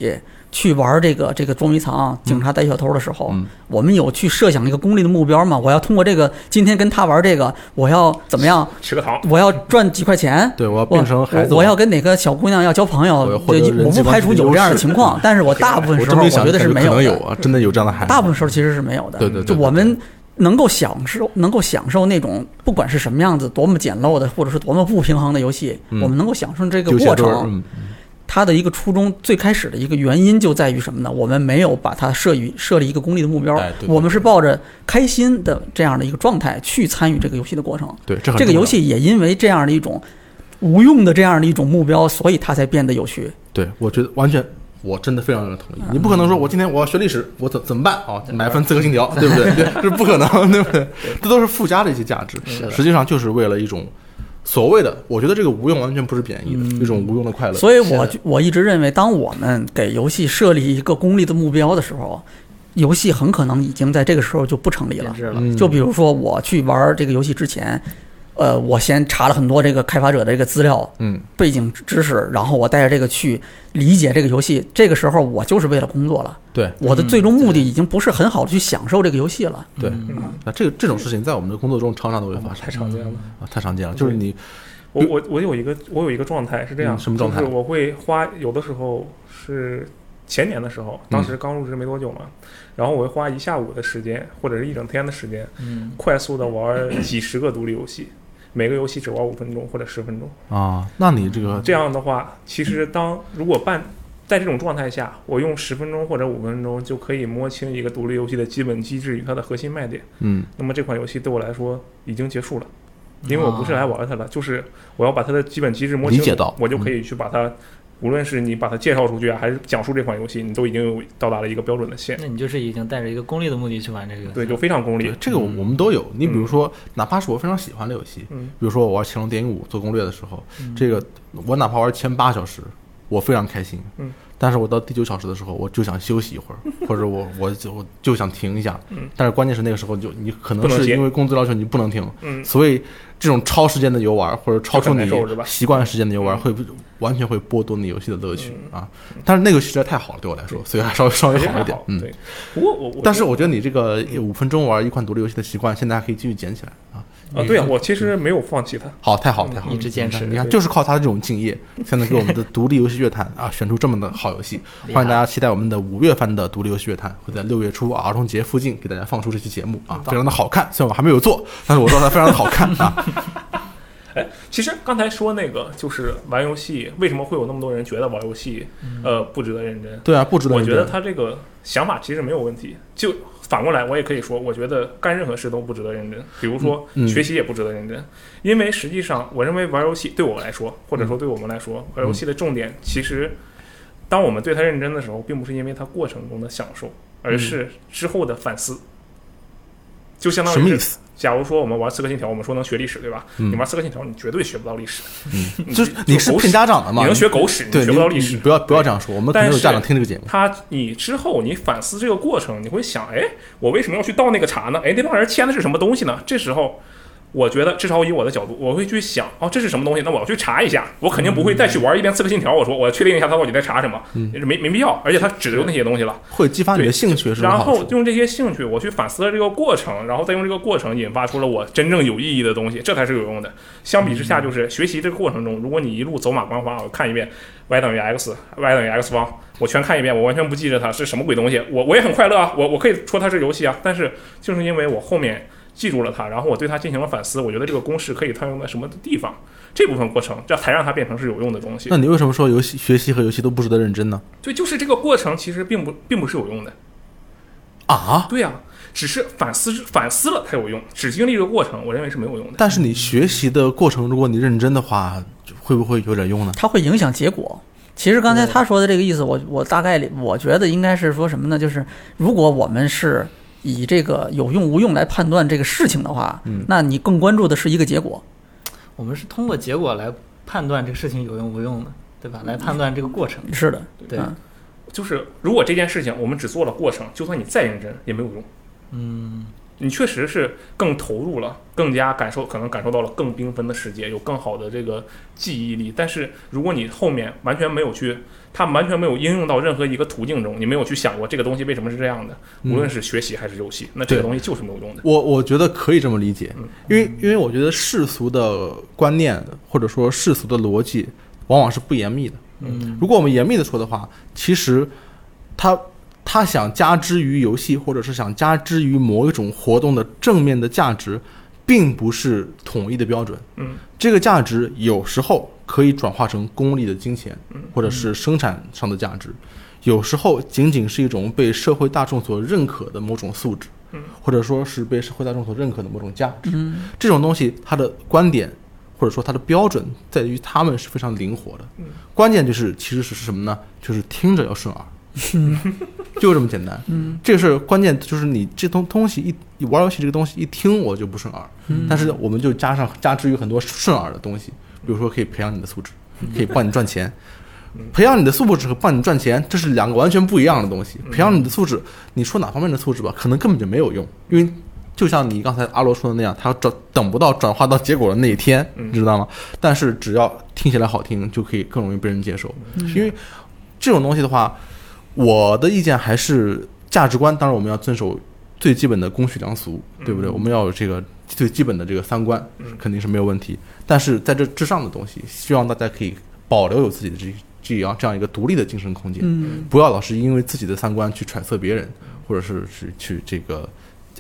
[SPEAKER 3] 去玩儿这个这个捉迷藏、警察逮小偷的时候，
[SPEAKER 2] 嗯
[SPEAKER 3] 我们有去设想一个功利的目标吗？我要通过这个，今天跟他玩这个，我要怎么样？
[SPEAKER 5] 吃个糖，
[SPEAKER 3] 我要赚几块钱，
[SPEAKER 2] 对我要
[SPEAKER 3] 我
[SPEAKER 2] 变成孩子
[SPEAKER 3] 我，我要跟哪个小姑娘要交朋友，
[SPEAKER 2] 我要获
[SPEAKER 3] 这
[SPEAKER 2] 得
[SPEAKER 3] 我
[SPEAKER 2] 人际
[SPEAKER 3] 不
[SPEAKER 2] 关
[SPEAKER 3] 排
[SPEAKER 2] 系
[SPEAKER 3] 除
[SPEAKER 2] 的
[SPEAKER 3] 有
[SPEAKER 2] 优
[SPEAKER 3] 这样的
[SPEAKER 2] 势
[SPEAKER 3] 情况，但 是我大部分
[SPEAKER 2] 我
[SPEAKER 3] 时
[SPEAKER 2] 真
[SPEAKER 3] 候
[SPEAKER 2] 没
[SPEAKER 3] 我
[SPEAKER 2] 想
[SPEAKER 3] 觉得是
[SPEAKER 2] 可
[SPEAKER 3] 没
[SPEAKER 2] 能有
[SPEAKER 3] 的，
[SPEAKER 2] 啊，真的有这样的孩子，
[SPEAKER 3] 大部分时候其实是没有的。
[SPEAKER 2] 对对对
[SPEAKER 3] 就
[SPEAKER 2] 对
[SPEAKER 3] 我们能够享受，能够享受那种不管是什么样子，多么简陋的，或者是多么不平衡的游戏，
[SPEAKER 2] 嗯
[SPEAKER 3] 我们能够享受这个
[SPEAKER 2] 有些
[SPEAKER 3] 过
[SPEAKER 2] 都是
[SPEAKER 3] 程。
[SPEAKER 2] 嗯
[SPEAKER 3] 它的一个初衷，最开始的一个原因就在于什么呢？我们没有把它设于设立一个功利的目标
[SPEAKER 2] 哎，对对
[SPEAKER 3] 我们是抱着开心的这样的一个状态去参与这个游戏的过程。
[SPEAKER 2] 对，这很
[SPEAKER 3] 这个
[SPEAKER 2] 重
[SPEAKER 3] 游
[SPEAKER 2] 要
[SPEAKER 3] 戏也因为这样的一种无用的这样的一种目标，所以它才变得有趣。
[SPEAKER 2] 对，我觉得完全，我真的非常同意。你不可能说我今天我要学历史，我怎怎么办啊？买份《刺客信条》，对不对？ 对，这不可能，对不对？这都是附加的一些价值，
[SPEAKER 4] 是的
[SPEAKER 2] 实际上就是为了一种所谓的，我觉得这个无用完全不是贬义的，一种无用的快乐。
[SPEAKER 3] 嗯所以我
[SPEAKER 4] 是
[SPEAKER 3] 就我一直认为，当我们给游戏设立一个功利的目标的时候，游戏很可能已经在这个时候就不成立了
[SPEAKER 4] 变。质了，
[SPEAKER 2] 嗯
[SPEAKER 3] 就比如说我去玩这个游戏之前，呃，我先查了很多这个开发者的这个资料、
[SPEAKER 2] 嗯，
[SPEAKER 3] 背景知识，然后我带着这个去理解这个游戏。这个时候我就是为了工作了，
[SPEAKER 2] 嗯对
[SPEAKER 3] 我的最终目的已经不是很好的去享受这个游戏了。
[SPEAKER 4] 嗯
[SPEAKER 2] 对。那这个这种事情在我们的工作中常哦常都会
[SPEAKER 3] 哦
[SPEAKER 2] 发生
[SPEAKER 5] 太常见了。
[SPEAKER 2] 啊，太常见了。就是你
[SPEAKER 5] 嗯我我我有一个我有一个状态是这样，
[SPEAKER 2] 嗯什么状态
[SPEAKER 5] 就是我会花有的时候是前年的时候，当时
[SPEAKER 2] 嗯
[SPEAKER 5] 刚入职没多久嘛，然后我会花一下午的时间或者是一整天的时间，
[SPEAKER 4] 嗯，
[SPEAKER 5] 快速 的玩几十个独立游戏，每个游戏只玩五分钟或者十分钟。
[SPEAKER 2] 啊，那你这个
[SPEAKER 5] 这样的话，其实当如果办在这种状态下，我用十分钟或者五分钟就可以摸清一个独立游戏的基本机制与它的核心卖点。
[SPEAKER 2] 嗯
[SPEAKER 5] 那么这款游戏对我来说已经结束了，因为我不是来玩它的，就是我要把它的基本机制摸清
[SPEAKER 2] 理解到嗯
[SPEAKER 5] 我就可以去把它，无论是你把它介绍出去啊，还是讲述这款游戏，你都已经有到达了一个标准的线，
[SPEAKER 4] 那你就是已经带着一个功利的目的去玩这个游戏，
[SPEAKER 5] 对，嗯就非常功利
[SPEAKER 2] 对，这个我我们都有。你比如说，哪怕是我非常喜欢的游戏，
[SPEAKER 5] 嗯
[SPEAKER 2] 比如说我玩《乾隆电影五》做攻略的时候，这个我哪怕玩前八小时，我非常开心。
[SPEAKER 5] 嗯，
[SPEAKER 2] 但是我到第九小时的时候，我就想休息一会 儿，或者我我就我就想停一下。
[SPEAKER 5] 嗯
[SPEAKER 2] 但是关键是那个时候就你可
[SPEAKER 5] 不
[SPEAKER 2] 能
[SPEAKER 5] 能
[SPEAKER 2] 是
[SPEAKER 5] 停
[SPEAKER 2] 因为工作要求你不能停，
[SPEAKER 5] 嗯
[SPEAKER 2] 所以这种超时间的游玩或者超出你
[SPEAKER 5] 就很难受是吧嗯
[SPEAKER 2] 习惯时间的游玩会完全会剥夺你游戏的乐趣啊。但是那个实在太好了对我来说，所以还稍微稍微
[SPEAKER 5] 也
[SPEAKER 2] 好
[SPEAKER 5] 嗯还
[SPEAKER 2] 一点
[SPEAKER 5] 好。
[SPEAKER 2] 嗯，
[SPEAKER 5] 对。不过我我
[SPEAKER 2] 但是我觉得你这个五分钟玩一款独立游戏的习惯，现在还可以继续捡起来啊！
[SPEAKER 5] 啊，对啊，我其实没有放弃它。
[SPEAKER 2] 好，太好，了，太好了，
[SPEAKER 4] 一直坚持
[SPEAKER 2] 嗯你看，就是靠他这种敬业，才能给我们的独立游戏乐坛啊选出这么的好游戏。
[SPEAKER 4] 厉害
[SPEAKER 2] 欢迎大家期待我们的五月份的独立游戏乐坛会在六月初啊儿童节附近给大家放出这期节目啊，非常的好看。虽然我还没有做，但是我知道它非常的好看 啊。
[SPEAKER 5] 其实刚才说那个，就是玩游戏为什么会有那么多人觉得玩游戏，
[SPEAKER 2] 嗯
[SPEAKER 5] 呃，不值得认真？
[SPEAKER 2] 对啊，不值得
[SPEAKER 5] 我
[SPEAKER 2] 认
[SPEAKER 5] 觉
[SPEAKER 2] 真。
[SPEAKER 5] 得他这个想法其实没有问题。就反过来，我也可以说，我觉得干任何事都不值得认真，比如说
[SPEAKER 2] 嗯嗯
[SPEAKER 5] 学习也不值得认真，因为实际上，我认为玩游戏对我来说，或者说
[SPEAKER 2] 嗯
[SPEAKER 5] 对我们来说，玩游戏的重点其实，当我们对它认真的时候，并不是因为它过程中的享受，而
[SPEAKER 2] 嗯
[SPEAKER 5] 是之后的反思。就相当于
[SPEAKER 2] 什么
[SPEAKER 5] 是
[SPEAKER 2] 意思？
[SPEAKER 5] 假如说我们玩刺客信条，我们说能学历史，对吧？
[SPEAKER 2] 嗯
[SPEAKER 5] 你玩刺客信条，你绝对学不到历史，
[SPEAKER 2] 嗯，
[SPEAKER 5] 你
[SPEAKER 2] 就是你是
[SPEAKER 5] 狗屎
[SPEAKER 2] 骗家长的
[SPEAKER 5] 你
[SPEAKER 2] 嘛？
[SPEAKER 5] 能学狗屎，你
[SPEAKER 2] 对，
[SPEAKER 5] 学不
[SPEAKER 2] 你
[SPEAKER 5] 到历
[SPEAKER 2] 你
[SPEAKER 5] 史。
[SPEAKER 2] 不要不要这样说，我们可能有家长听这个节目。
[SPEAKER 5] 他，你之后你反思这个过程，你会想，哎，我为什么要去倒那个茶呢？哎，那帮人签的是什么东西呢？这时候，我觉得至少以我的角度，我会去想，哦，这是什么东西？那我要去查一下。我肯定不会再去玩一遍《刺客信条》，我说我要确定一下他到底在查什么，没没必要。而且他只留那些东西了。
[SPEAKER 2] 会激发你的
[SPEAKER 5] 对
[SPEAKER 2] 兴趣是很
[SPEAKER 5] 然
[SPEAKER 2] 好
[SPEAKER 5] 后
[SPEAKER 2] 处。
[SPEAKER 5] 用这些兴趣，我去反思了这个过程，然后再用这个过程引发出了我真正有意义的东西，这才是有用的。相比之下，就是学习这个过程中，如果你一路走马观花，我看一遍 y 等于 x，y 等于 x 方，我全看一遍，我完全不记着它是什么鬼东西，我我也很快乐啊，我我可以说它是游戏啊，但是就是因为我后面记住了它，然后我对它进行了反思，我觉得这个公式可以套用在什么地方，这部分过程，这才让它变成是有用的东西
[SPEAKER 2] 那。你为什么说游戏学习和游戏都不值得认真呢？
[SPEAKER 5] 对，就是这个过程其实并不并不是有用的。
[SPEAKER 2] 啊？
[SPEAKER 5] 对呀、只是反思反思了才有用，只经历这个过程，我认为是没有用的。
[SPEAKER 2] 但是你学习的过程，如果你认真的话，就会不会有点用呢？
[SPEAKER 3] 它会影响结果。其实刚才他说的这个意思，我我大概理我觉得应该是说什么呢？就是如果我们是以这个有用无用来判断这个事情的话，
[SPEAKER 2] 嗯
[SPEAKER 3] 那你更关注的是一个结果。
[SPEAKER 4] 我们是通过结果来判断这个事情有用无用的，对吧？来判断这个过程，
[SPEAKER 3] 是的，
[SPEAKER 4] 对，
[SPEAKER 3] 嗯
[SPEAKER 5] 就是如果这件事情我们只做了过程，就算你再认真也没有用。
[SPEAKER 4] 嗯，
[SPEAKER 5] 你确实是更投入了，更加感受，可能感受到了更缤纷的世界，有更好的这个记忆力。但是如果你后面完全没有去，它完全没有应用到任何一个途径中，你没有去想过这个东西为什么是这样的，无论是学习还是游戏，那这个
[SPEAKER 2] 对
[SPEAKER 5] 东西就是没有用的。
[SPEAKER 2] 我我觉得可以这么理解
[SPEAKER 5] 嗯，
[SPEAKER 2] 因为因为我觉得世俗的观念或者说世俗的逻辑，往往是不严密的。
[SPEAKER 4] 嗯，
[SPEAKER 2] 如果我们严密的说的话，其实他他想加之于游戏，或者是想加之于某一种活动的正面的价值，并不是统一的标准。
[SPEAKER 5] 嗯，
[SPEAKER 2] 这个价值有时候可以转化成功利的金钱
[SPEAKER 5] 嗯，
[SPEAKER 2] 或者是生产上的价值，有时候仅仅是一种被社会大众所认可的某种素质
[SPEAKER 5] 嗯，
[SPEAKER 2] 或者说是被社会大众所认可的某种价值。这种东西，它的观点或者说它的标准在于他们是非常灵活的。关键就是其实是什么呢？就是听着要顺耳，就这么简单。嗯，这个事儿关键就是你这东东西一一玩游戏这个东西一听我就不顺耳，但是我们就加上加之于很多顺耳的东西，比如说可以培养你的素质，可以帮你赚钱。培养你的素质和帮你赚钱，这是两个完全不一样的东西。培养你的素质，你说哪方面的素质吧，可能根本就没有用，因为就像你刚才阿罗说的那样，他转等不到转化到结果的那一天，你知道吗？但是只要听起来好听，就可以更容易被人接受。因为这种东西的话，我的意见还是价值观，当然我们要遵守最基本的公序良俗，对不对？我们要有这个最基本的这个三观，肯定是没有问题。但是在这之上的东西，希望大家可以保留有自己的这这样这样一个独立的精神空间，
[SPEAKER 3] 嗯
[SPEAKER 2] 不要老是因为自己的三观去揣测别人，或者是是去这个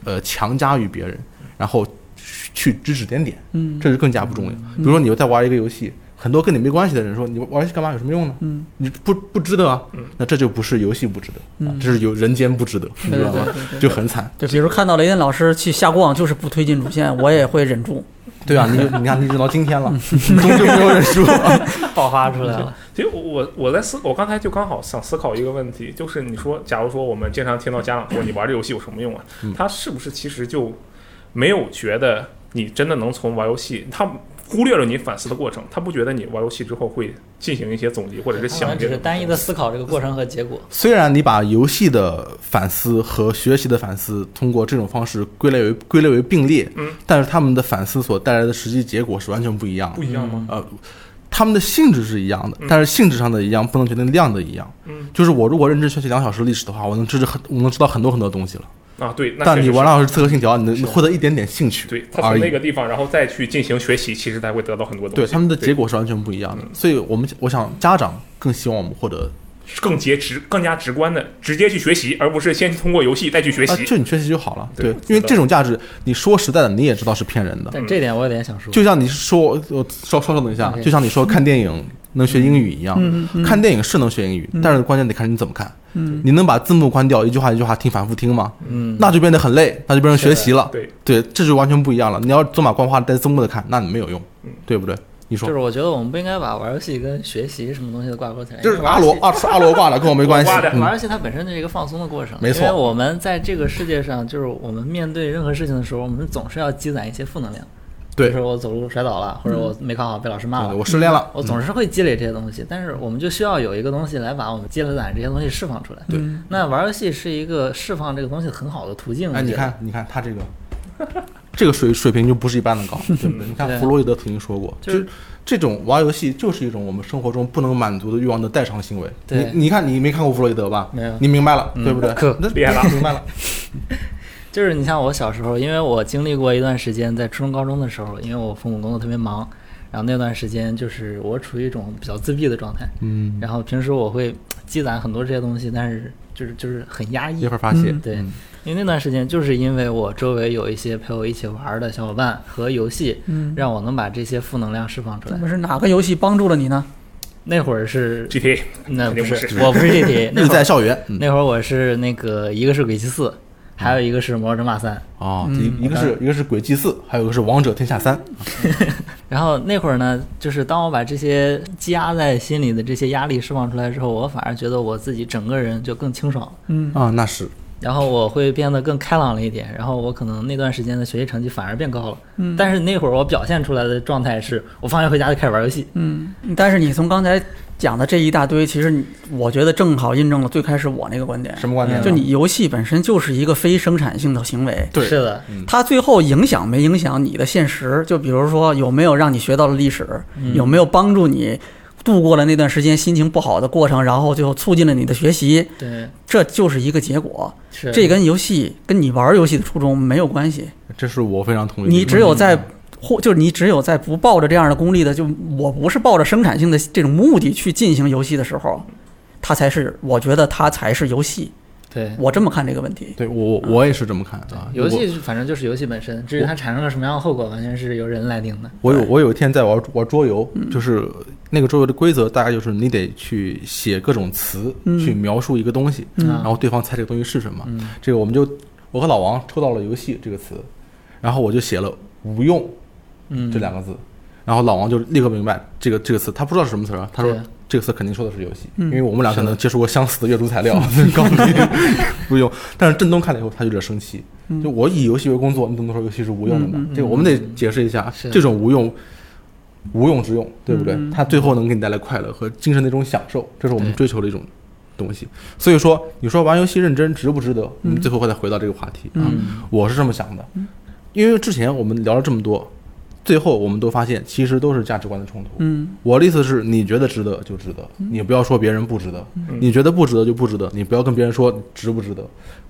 [SPEAKER 2] 呃强加于别人，然后去指指点点，
[SPEAKER 3] 嗯
[SPEAKER 2] 这是更加不重要。比如说你在玩一个游戏，很多跟你没关系的人说你玩游戏干嘛有什么用呢？
[SPEAKER 3] 嗯，
[SPEAKER 2] 你不不值得啊，那这就不是游戏不值得，啊
[SPEAKER 3] 嗯
[SPEAKER 2] 这是有人间不值得，你
[SPEAKER 3] 对
[SPEAKER 2] 知
[SPEAKER 3] 对
[SPEAKER 2] 道
[SPEAKER 3] 对
[SPEAKER 2] 吗？
[SPEAKER 3] 对对。
[SPEAKER 2] 就很惨，
[SPEAKER 3] 对，比如看到雷电老师去下过网，就是不推进 主线，我也会忍住。
[SPEAKER 2] 对啊，你就你看，你忍到今 天了，终究没有忍住。
[SPEAKER 4] 爆发出来了，
[SPEAKER 5] 其实我我我在思，我刚才就刚好想思考一个问题，就是你说，假如说我们经常听到家长说你玩这游戏有什么用啊？
[SPEAKER 2] 嗯
[SPEAKER 5] 他是不是其实就没有觉得你真的能从玩游戏，他忽略了你反思的过程，他不觉得你玩游戏之后会进行一些总结或啊者是
[SPEAKER 4] 我
[SPEAKER 5] 想
[SPEAKER 4] 们
[SPEAKER 5] 这
[SPEAKER 4] 只
[SPEAKER 5] 个
[SPEAKER 4] 是
[SPEAKER 5] 东
[SPEAKER 4] 单
[SPEAKER 5] 西
[SPEAKER 4] 一的思考这个过程和结果。
[SPEAKER 2] 虽然你把游戏的反思和学习的反思通过这种方式归类为归类为并列，
[SPEAKER 5] 嗯，
[SPEAKER 2] 但是他们的反思所带来的实际结果是完全不一样的
[SPEAKER 5] 不。一样吗？
[SPEAKER 2] 呃，他们的性质是一样的，
[SPEAKER 5] 嗯
[SPEAKER 2] 但是性质上的一样不能决定量的一样。
[SPEAKER 5] 嗯
[SPEAKER 2] 就是我如果认真学习两小时历史的话，我能知道很我能知道很多很多东西了。
[SPEAKER 5] 啊，对，那
[SPEAKER 2] 但
[SPEAKER 5] 确实
[SPEAKER 2] 你
[SPEAKER 5] 是
[SPEAKER 2] 玩两小时刺客信条，你能获得一点点兴趣
[SPEAKER 5] 对他
[SPEAKER 2] 而
[SPEAKER 5] 从
[SPEAKER 2] 已。
[SPEAKER 5] 那个地方，然后再去进行学习，其实才会得到很多东西。
[SPEAKER 2] 对他们的结
[SPEAKER 5] 对嗯
[SPEAKER 2] 果是完全不一样的，所以我们我想家长更希望我们获得
[SPEAKER 5] 更节直、更加直观的直接去学习，而不是先通过游戏再去学
[SPEAKER 2] 啊
[SPEAKER 5] 习，。
[SPEAKER 2] 就你学习就好了。
[SPEAKER 5] 对
[SPEAKER 2] 对
[SPEAKER 5] 我，知
[SPEAKER 2] 因为
[SPEAKER 5] 道
[SPEAKER 2] 这种价值，你说实在的，你也知道是骗人的。
[SPEAKER 4] 但这点我有点想说，
[SPEAKER 2] 就像你说，我稍稍稍等一下，
[SPEAKER 4] OK
[SPEAKER 2] 就像你说看电影能学英语一样，看电影是能学英语，但是关键得看你怎么看。你能把字幕关掉，一句话一句话听，反复听吗？
[SPEAKER 4] 嗯，
[SPEAKER 2] 那就变得很累，那就变成学习了。
[SPEAKER 5] 对，
[SPEAKER 2] 对，这就完全不一样了。你要走马观花带字幕的看，那你没有用
[SPEAKER 5] 嗯，
[SPEAKER 2] 对不对？你
[SPEAKER 4] 就
[SPEAKER 2] 说
[SPEAKER 4] 是，我觉得我们不应该把玩游戏跟学习什么东西的挂钩起来，
[SPEAKER 2] 这
[SPEAKER 4] 因
[SPEAKER 2] 是
[SPEAKER 4] 为
[SPEAKER 2] 阿
[SPEAKER 4] 玩游
[SPEAKER 2] 罗
[SPEAKER 4] 戏
[SPEAKER 2] 啊，是阿罗挂的，跟我没关系
[SPEAKER 5] 我挂的。
[SPEAKER 2] 嗯
[SPEAKER 4] 玩游戏它本身就是一个放松的过程，
[SPEAKER 2] 没错
[SPEAKER 4] 因为我们在这个世界上，就是我们面对任何事情的时候，我们总是要积攒一些负能量。
[SPEAKER 2] 对
[SPEAKER 4] 比如说我走路摔倒了，或者我没考好被老师骂
[SPEAKER 2] 对
[SPEAKER 4] 了，
[SPEAKER 2] 我失恋了，
[SPEAKER 4] 我总是会积累这些东西。但是我们就需要有一个东西来把我们积累攒这些东西释放出来。
[SPEAKER 2] 对
[SPEAKER 4] 那玩游戏是一个释放这个东西很好的途径。
[SPEAKER 2] 哎，
[SPEAKER 4] 我觉
[SPEAKER 2] 你
[SPEAKER 4] 得，
[SPEAKER 2] 看，你看他这个，这个水水平就不是一般的 高，对不对？你看
[SPEAKER 4] 对
[SPEAKER 2] 弗洛伊德曾经说过，
[SPEAKER 4] 就
[SPEAKER 2] 就是这种玩游戏就是一种我们生活中不能满足的欲望的代偿行为。
[SPEAKER 4] 对
[SPEAKER 2] 你你看你没看过弗洛伊德吧？
[SPEAKER 4] 没有
[SPEAKER 2] 你明白了，对不对？
[SPEAKER 4] 可
[SPEAKER 2] 那
[SPEAKER 5] 厉害了
[SPEAKER 2] 明白 了。
[SPEAKER 4] 就是你像我小时候，因为我经历过一段时间，在初中、高中的时候，因为我父母工作特别忙，然后那段时间就是我处于一种比较自闭的状态。
[SPEAKER 2] 嗯，
[SPEAKER 4] 然后平时我会积攒很多这些东西，但是就是就是很压抑
[SPEAKER 2] 没。法发泄。
[SPEAKER 4] 嗯对，因为那段时间就是因为我周围有一些陪我一起玩的小伙伴和游戏，
[SPEAKER 3] 嗯，
[SPEAKER 4] 让我能把这些负能量释放出
[SPEAKER 3] 那
[SPEAKER 4] 来
[SPEAKER 3] 么。是哪个游戏帮助了你呢？
[SPEAKER 4] 那会儿是
[SPEAKER 5] GTA
[SPEAKER 4] 那
[SPEAKER 5] 肯定
[SPEAKER 4] 不
[SPEAKER 5] 不
[SPEAKER 4] 是
[SPEAKER 5] 是
[SPEAKER 4] 我不是 GTA，那
[SPEAKER 2] 日
[SPEAKER 4] 会儿
[SPEAKER 2] 在校园，嗯，
[SPEAKER 4] 那会儿我是那个一个是鬼泣四，还有一个是魔兽争霸三。
[SPEAKER 2] 哦，一一个是一个是鬼祭祀，还有一个是王者天下三。
[SPEAKER 4] 然后那会儿呢，就是当我把这些积压在心里的这些压力释放出来之后，我反而觉得我自己整个人就更清爽了。
[SPEAKER 3] 嗯，
[SPEAKER 2] 啊，那是
[SPEAKER 4] 然后我会变得更开朗了一点，然后我可能那段时间的学习成绩反而变高了。
[SPEAKER 3] 嗯
[SPEAKER 4] 但是那会儿我表现出来的状态是我放学回家就开始玩游戏。
[SPEAKER 3] 嗯，但是你从刚才讲的这一大堆，其实你我觉得正好印证了最开始我那个观点。
[SPEAKER 2] 什么观点呢？
[SPEAKER 3] 就你游戏本身就是一个非生产性的行为，
[SPEAKER 2] 对
[SPEAKER 4] 是的，
[SPEAKER 3] 它最后影响没影响你的现实？就比如说有没有让你学到了历史，
[SPEAKER 4] 嗯
[SPEAKER 3] 有没有帮助你度过了那段时间心情不好的过程，然后最后促进了你的学习，
[SPEAKER 4] 对，
[SPEAKER 3] 这就是一个结果。
[SPEAKER 4] 是
[SPEAKER 3] 这跟游戏跟你玩游戏的初衷没有关系，
[SPEAKER 2] 这是我非常同意的。
[SPEAKER 3] 你只有在。或就是你只有在不抱着这样的功利的，就我不是抱着生产性的这种目的去进行游戏的时候，它才是我觉得它才是游戏。
[SPEAKER 4] 对
[SPEAKER 3] 我这么看这个问题。
[SPEAKER 2] 对我我也是这么看啊。
[SPEAKER 4] 游
[SPEAKER 2] 我
[SPEAKER 4] 戏反正就是游戏本身，至于它产生了什么样的后果，完全是由人来定的。
[SPEAKER 2] 我有我有一天在玩玩桌游，就是那个桌游的规则大概就是你得去写各种词、去描述一个东西，
[SPEAKER 4] 嗯
[SPEAKER 2] 然后对方猜这个东西是什么。这个我们就我和老王抽到了“游戏”这个词，然后我就写了“无用”
[SPEAKER 4] 嗯，
[SPEAKER 2] 这两个字，然后老王就立刻明白这个这个词，他不知道是什么词儿啊，他说
[SPEAKER 4] 对嗯
[SPEAKER 2] 这个词肯定说的是游戏，因为我们俩可能接触过相似的阅读 材料，告诉你无用。但是振东看了以后，他有点生气，
[SPEAKER 4] 嗯
[SPEAKER 2] 就我以游戏为工作，你怎么说游戏是无用的呢？这个我们得解释一下
[SPEAKER 4] 是，嗯
[SPEAKER 2] 这种无用。无用之用，对不对？它最后能给你带来快乐和精神的一种享受，这是我们
[SPEAKER 4] 对
[SPEAKER 2] 追求的一种东西。所以说，你说玩游戏认真值不值得？我
[SPEAKER 4] 嗯
[SPEAKER 2] 们最后会再回到这个话题啊。我是这么想的，因为之前我们聊了这么多，最后我们都发现，其实都是价值观的冲突。
[SPEAKER 3] 嗯，
[SPEAKER 2] 我的意思是，你觉得值得就值得，
[SPEAKER 5] 嗯
[SPEAKER 2] 你不要说别人不值得；你觉得不值得就不值得，你不要跟别人说值不值得。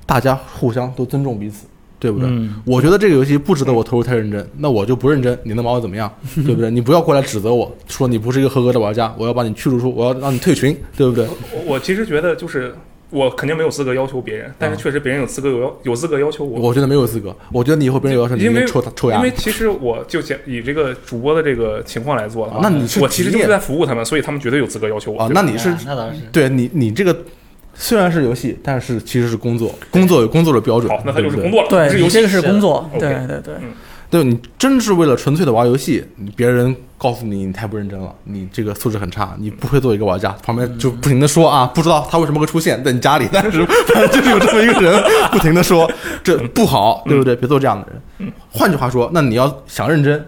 [SPEAKER 2] 大家互相都尊重彼此，对不对？
[SPEAKER 4] 嗯
[SPEAKER 2] 我觉得这个游戏不值得我投入太认真，那我就不认真，你能把我怎么 样？对不对？你不要过来指责我说你不是一个合格的玩家，我要把你驱逐出，我要让你退群，对不对？
[SPEAKER 5] 我我其实觉得就是我肯定没有资格要求别人，但是确实别人有资格有要有资格要求
[SPEAKER 2] 嗯
[SPEAKER 5] 我。
[SPEAKER 2] 我觉得没有资格，我觉得你以后别人有要求你
[SPEAKER 5] 因
[SPEAKER 2] 应
[SPEAKER 5] 为
[SPEAKER 2] 该抽他抽
[SPEAKER 5] 因
[SPEAKER 2] 牙
[SPEAKER 5] 为。其实我就讲以这个主播的这个情况来做的
[SPEAKER 2] 啊
[SPEAKER 5] 话，
[SPEAKER 2] 那你是
[SPEAKER 5] 我其实
[SPEAKER 2] 职
[SPEAKER 5] 就
[SPEAKER 2] 业
[SPEAKER 5] 是在服务他们，所以他们绝对有资格要求我。
[SPEAKER 2] 啊，
[SPEAKER 5] 对吧
[SPEAKER 2] 那你是
[SPEAKER 4] 啊那倒是。
[SPEAKER 2] 对你，你这个虽然是游戏，但是其实是工作，工作有工作的标准。
[SPEAKER 5] 好，那他就
[SPEAKER 2] 对
[SPEAKER 5] 是
[SPEAKER 2] 不对
[SPEAKER 5] 工作了，
[SPEAKER 3] 对，
[SPEAKER 5] 不是
[SPEAKER 3] 你
[SPEAKER 5] 游
[SPEAKER 3] 这
[SPEAKER 5] 戏
[SPEAKER 3] 个是工作，
[SPEAKER 5] OK
[SPEAKER 3] 对对对。
[SPEAKER 2] 对你真是为了纯粹的玩游戏，你别人告诉你你太不认真了，你这个素质很差，你不会做一个玩家，旁边就不停的说啊，不知道他为什么会出现在你家里，但是反正 就是有这么一个人不停的说，
[SPEAKER 3] 嗯
[SPEAKER 2] 这不好，对不对？别做这样的人。换句话说，那你要想认真，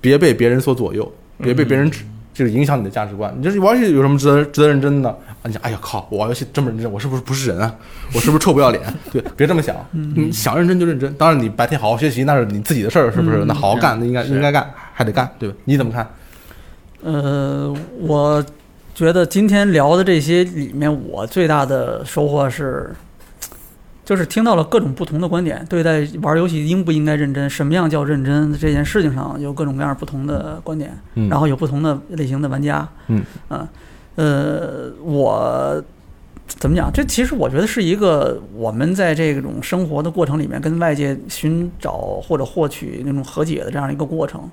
[SPEAKER 2] 别被别人所左右，别被别
[SPEAKER 3] 嗯
[SPEAKER 2] 人指。就是影响你的价值观，你就是玩游戏有什么值得值得认真的啊？你想，哎呀靠，我玩游戏这么认真，我是不是不是人啊？我是不是臭不要脸？ 对，别这么想，
[SPEAKER 3] 嗯
[SPEAKER 2] 你想认真就认真。当然，你白天好好学习那是你自己的事儿，是不
[SPEAKER 3] 嗯
[SPEAKER 2] 是？那好好干，那应该
[SPEAKER 4] 是
[SPEAKER 2] 应该干，还得干，对吧？你怎么看？
[SPEAKER 3] 呃，我觉得今天聊的这些里面，我最大的收获是，就是听到了各种不同的观点，对待玩游戏应不应该认真，什么样叫认真这件事情上，有各种各样不同的观点，
[SPEAKER 2] 嗯
[SPEAKER 3] 然后有不同的类型的玩家，
[SPEAKER 2] 嗯
[SPEAKER 3] 啊，呃，我。怎么讲？这其实我觉得是一个我们在这种生活的过程里面跟外界寻找或者获取那种和解的这样一个过程。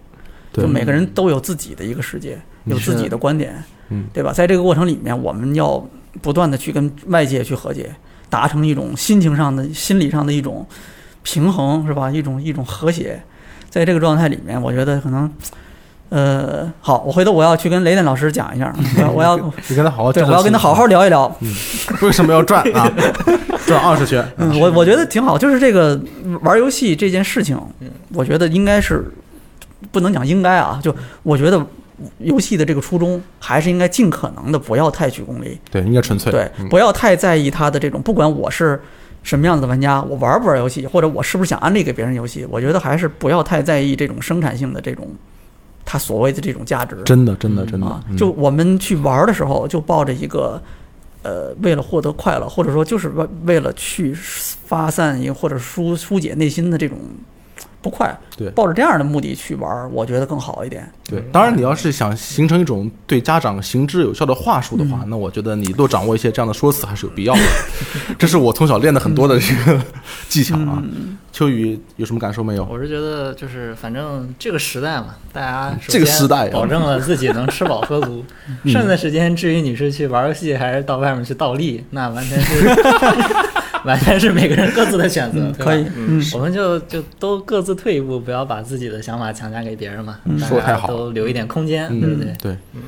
[SPEAKER 2] 对
[SPEAKER 3] 就每个人都有自己的一个世界，有自己的观点，
[SPEAKER 2] 嗯
[SPEAKER 3] 对吧？在这个过程里面，我们要不断的去跟外界去和解，达成一种心情上的、心理上的一种平衡，是吧？一种一种和谐，在这个状态里面，我觉得可能，呃，好，我回头我要去跟雷电老师讲 一下，我要我要
[SPEAKER 2] 你跟他好好
[SPEAKER 3] 对，
[SPEAKER 2] 交
[SPEAKER 3] 我
[SPEAKER 2] 流
[SPEAKER 3] 要跟他
[SPEAKER 2] 心
[SPEAKER 3] 好好聊一聊，
[SPEAKER 2] 情 为什么要转 啊？转二十圈，
[SPEAKER 3] 嗯，我我觉得挺好，就是这个玩游戏这件事情，我觉得应该是不能讲应该啊，就我觉得游戏的这个初衷还是应该尽可能的不要太去功利，
[SPEAKER 2] 对，应该纯粹，
[SPEAKER 3] 对，
[SPEAKER 2] 嗯
[SPEAKER 3] 不要太在意它的这种，不管我是什么样子的玩家，我玩不玩游戏，或者我是不是想安利给别人游戏，我觉得还是不要太在意这种生产性的这种它所谓的这种价值，
[SPEAKER 2] 真的，真的，真的
[SPEAKER 3] 啊，，
[SPEAKER 2] 嗯
[SPEAKER 3] 就我们去玩儿的时候，就抱着一个，呃，为了获得快乐，或者说就是为为了去发散一个或者疏疏解内心的这种不快，
[SPEAKER 2] 对
[SPEAKER 3] 抱着这样的目的去玩儿，我觉得更好一点。
[SPEAKER 2] 对。当然，你要是想形成一种对家长行之有效的话术的话，那我觉得你多掌握一些这样的说辞还是有必要的。这是我从小练的很多的这个技巧啊。秋雨有什么感受没有？
[SPEAKER 4] 我是觉得就是反正这个时代嘛，大家首先
[SPEAKER 2] 这个时代啊嗯
[SPEAKER 4] 保证了自己能吃饱 喝足，剩下的时间至于你是去玩游戏还是到外面去倒立，那完全是 完全是每个人各自的选择，对吧
[SPEAKER 3] 可以，嗯，
[SPEAKER 4] 我们就就都各自退一步，不要把自己的想法强加给别人嘛，大
[SPEAKER 2] 嗯说得太
[SPEAKER 4] 家
[SPEAKER 2] 好了
[SPEAKER 4] 都留一点空间，
[SPEAKER 2] 嗯
[SPEAKER 4] 对不对？
[SPEAKER 2] 对，嗯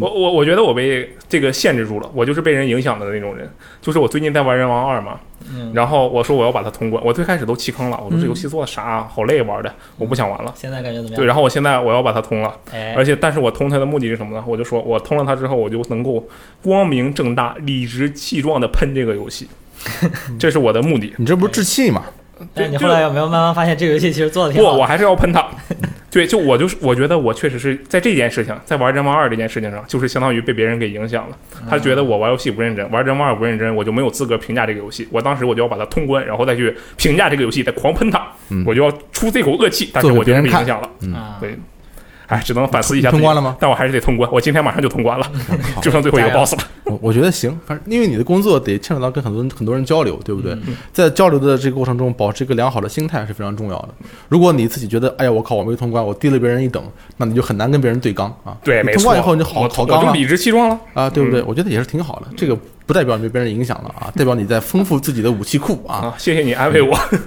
[SPEAKER 5] 我我我觉得我被这个限制住了，我就是被人影响的那种人。就是我最近在玩《人王二》嘛，
[SPEAKER 4] 嗯
[SPEAKER 5] 然后我说我要把它通关，我最开始都弃坑了，我说这
[SPEAKER 3] 嗯
[SPEAKER 5] 游戏做的啥啊，好累玩的，我不想玩了。
[SPEAKER 4] 现在感觉怎么
[SPEAKER 5] 对，
[SPEAKER 4] 样？
[SPEAKER 5] 然后我现在我要把它通了，
[SPEAKER 4] 哎
[SPEAKER 5] 而，且但是我通它的目的是什么呢？我就说我通了它之后，我就能够光明正大、理直气壮的喷这个 游戏，这是我的目的。
[SPEAKER 2] 你这不是置气嘛？
[SPEAKER 4] 但是你
[SPEAKER 5] 就
[SPEAKER 4] 后来有没有慢慢发现这个游戏其实做的
[SPEAKER 5] 不，
[SPEAKER 4] 挺好
[SPEAKER 5] 我
[SPEAKER 4] 的？
[SPEAKER 5] 还是要喷他。对，就我就是我觉得我确实是在这件事情，在玩《人王二》这件事情上，就是相当于被别人给影响了。
[SPEAKER 4] 嗯
[SPEAKER 5] 他觉得我玩游戏不认真，玩《人王二》不认真，我就没有资格评价这个游戏。我当时我就要把它通关，然后再去评价这个游戏，再狂喷他，
[SPEAKER 2] 嗯
[SPEAKER 5] 我就要出这口恶气。但是
[SPEAKER 2] 做
[SPEAKER 5] 我
[SPEAKER 2] 给别
[SPEAKER 5] 觉得
[SPEAKER 2] 人
[SPEAKER 5] 被
[SPEAKER 2] 看
[SPEAKER 5] 影响了，
[SPEAKER 4] 啊，
[SPEAKER 5] 对，哎，只能反思一下。
[SPEAKER 2] 通关了吗？
[SPEAKER 5] 但我还是得通关，我今天马上就通关了，
[SPEAKER 2] 嗯好
[SPEAKER 5] 就剩最后一个
[SPEAKER 4] 加油
[SPEAKER 5] boss 了。
[SPEAKER 2] 我我觉得行，反正因为你的工作得牵扯到跟很多人很多人交流，对不对？在交流的这个过程中，保持一个良好的心态是非常重要的。如果你自己觉得，哎呀，我靠，我没通关，我低了别人一等，那你就很难跟别人对刚啊。
[SPEAKER 5] 对，
[SPEAKER 2] 你
[SPEAKER 5] 没
[SPEAKER 2] 通
[SPEAKER 5] 错。
[SPEAKER 2] 关以后你就好
[SPEAKER 5] 我
[SPEAKER 2] 好
[SPEAKER 5] 我
[SPEAKER 2] 刚
[SPEAKER 5] 就
[SPEAKER 2] 了
[SPEAKER 5] 理直气壮了。
[SPEAKER 2] 啊，对不
[SPEAKER 5] 嗯
[SPEAKER 2] 对？我觉得也是挺好的。这个不代表你被别人影响了 啊，代表你在丰富自己的武器库啊。
[SPEAKER 5] 啊，谢谢你安慰我，
[SPEAKER 2] 对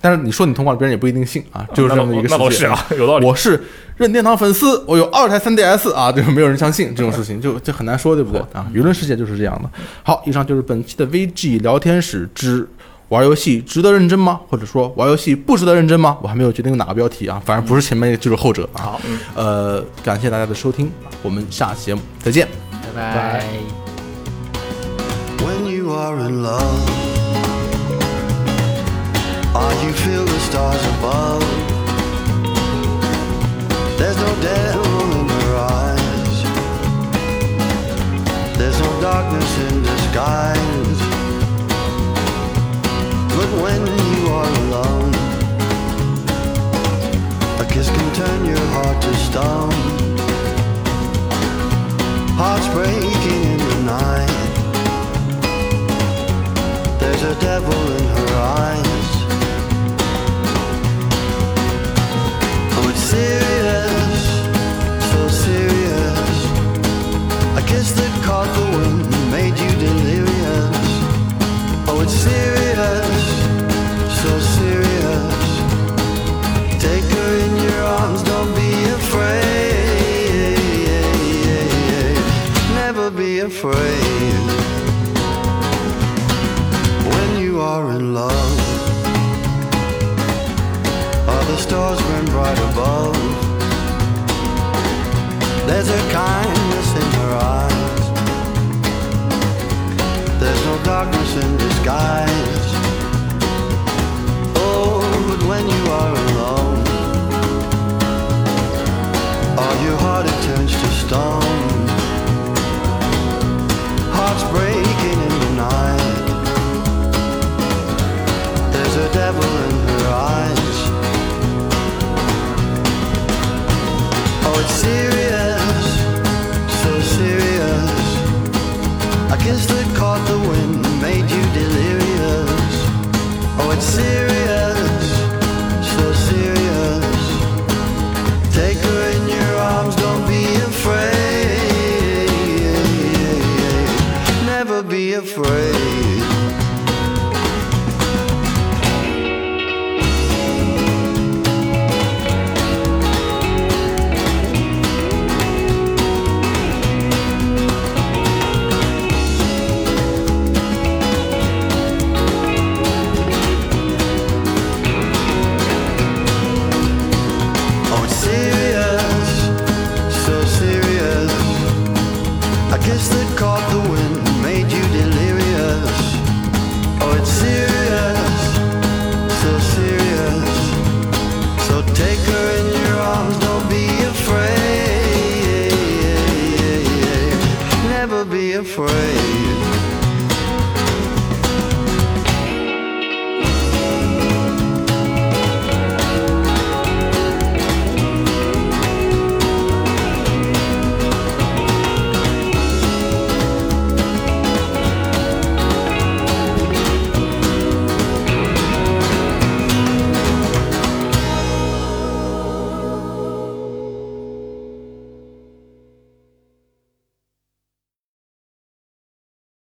[SPEAKER 2] 但是你说你通关，别人也不一定信啊，嗯就是这样的一个
[SPEAKER 5] 那
[SPEAKER 2] 世
[SPEAKER 5] 倒
[SPEAKER 2] 界
[SPEAKER 5] 是。啊，有道理。
[SPEAKER 2] 我是任天堂粉丝，我有二台 3DS 啊，就是没有人相信这种事情，就就很难说，对不对
[SPEAKER 5] 嗯
[SPEAKER 2] 啊？舆论世界就是这样的。好，以上就是本期的 VG 聊天室之玩游戏值得认真吗？或者说玩游戏不值得认真吗？我还没有决定哪个标题啊，反正
[SPEAKER 5] 嗯
[SPEAKER 2] 不是前面就是后者啊。好，呃，感谢大家的收听，我们下期节目再见。
[SPEAKER 4] 拜拜。
[SPEAKER 6] when you are in love? Are you feel the stars above? There's no devil in her eyes. There's no darkness in disguise. But when you are alone, a kiss can turn your heart to stone. Hearts breaking in the night. There's a devil in her eyes. Oh, it's serious, so serious. A kiss that caught the wind and made you delirious. Oh, it's serious, so serious. Take her in your arms, don't be afraid. Never be afraid when you are in love. Are the stars burn bright above? Oh, devil in her eyes. Oh, it's serious. Oh, Oh, Oh,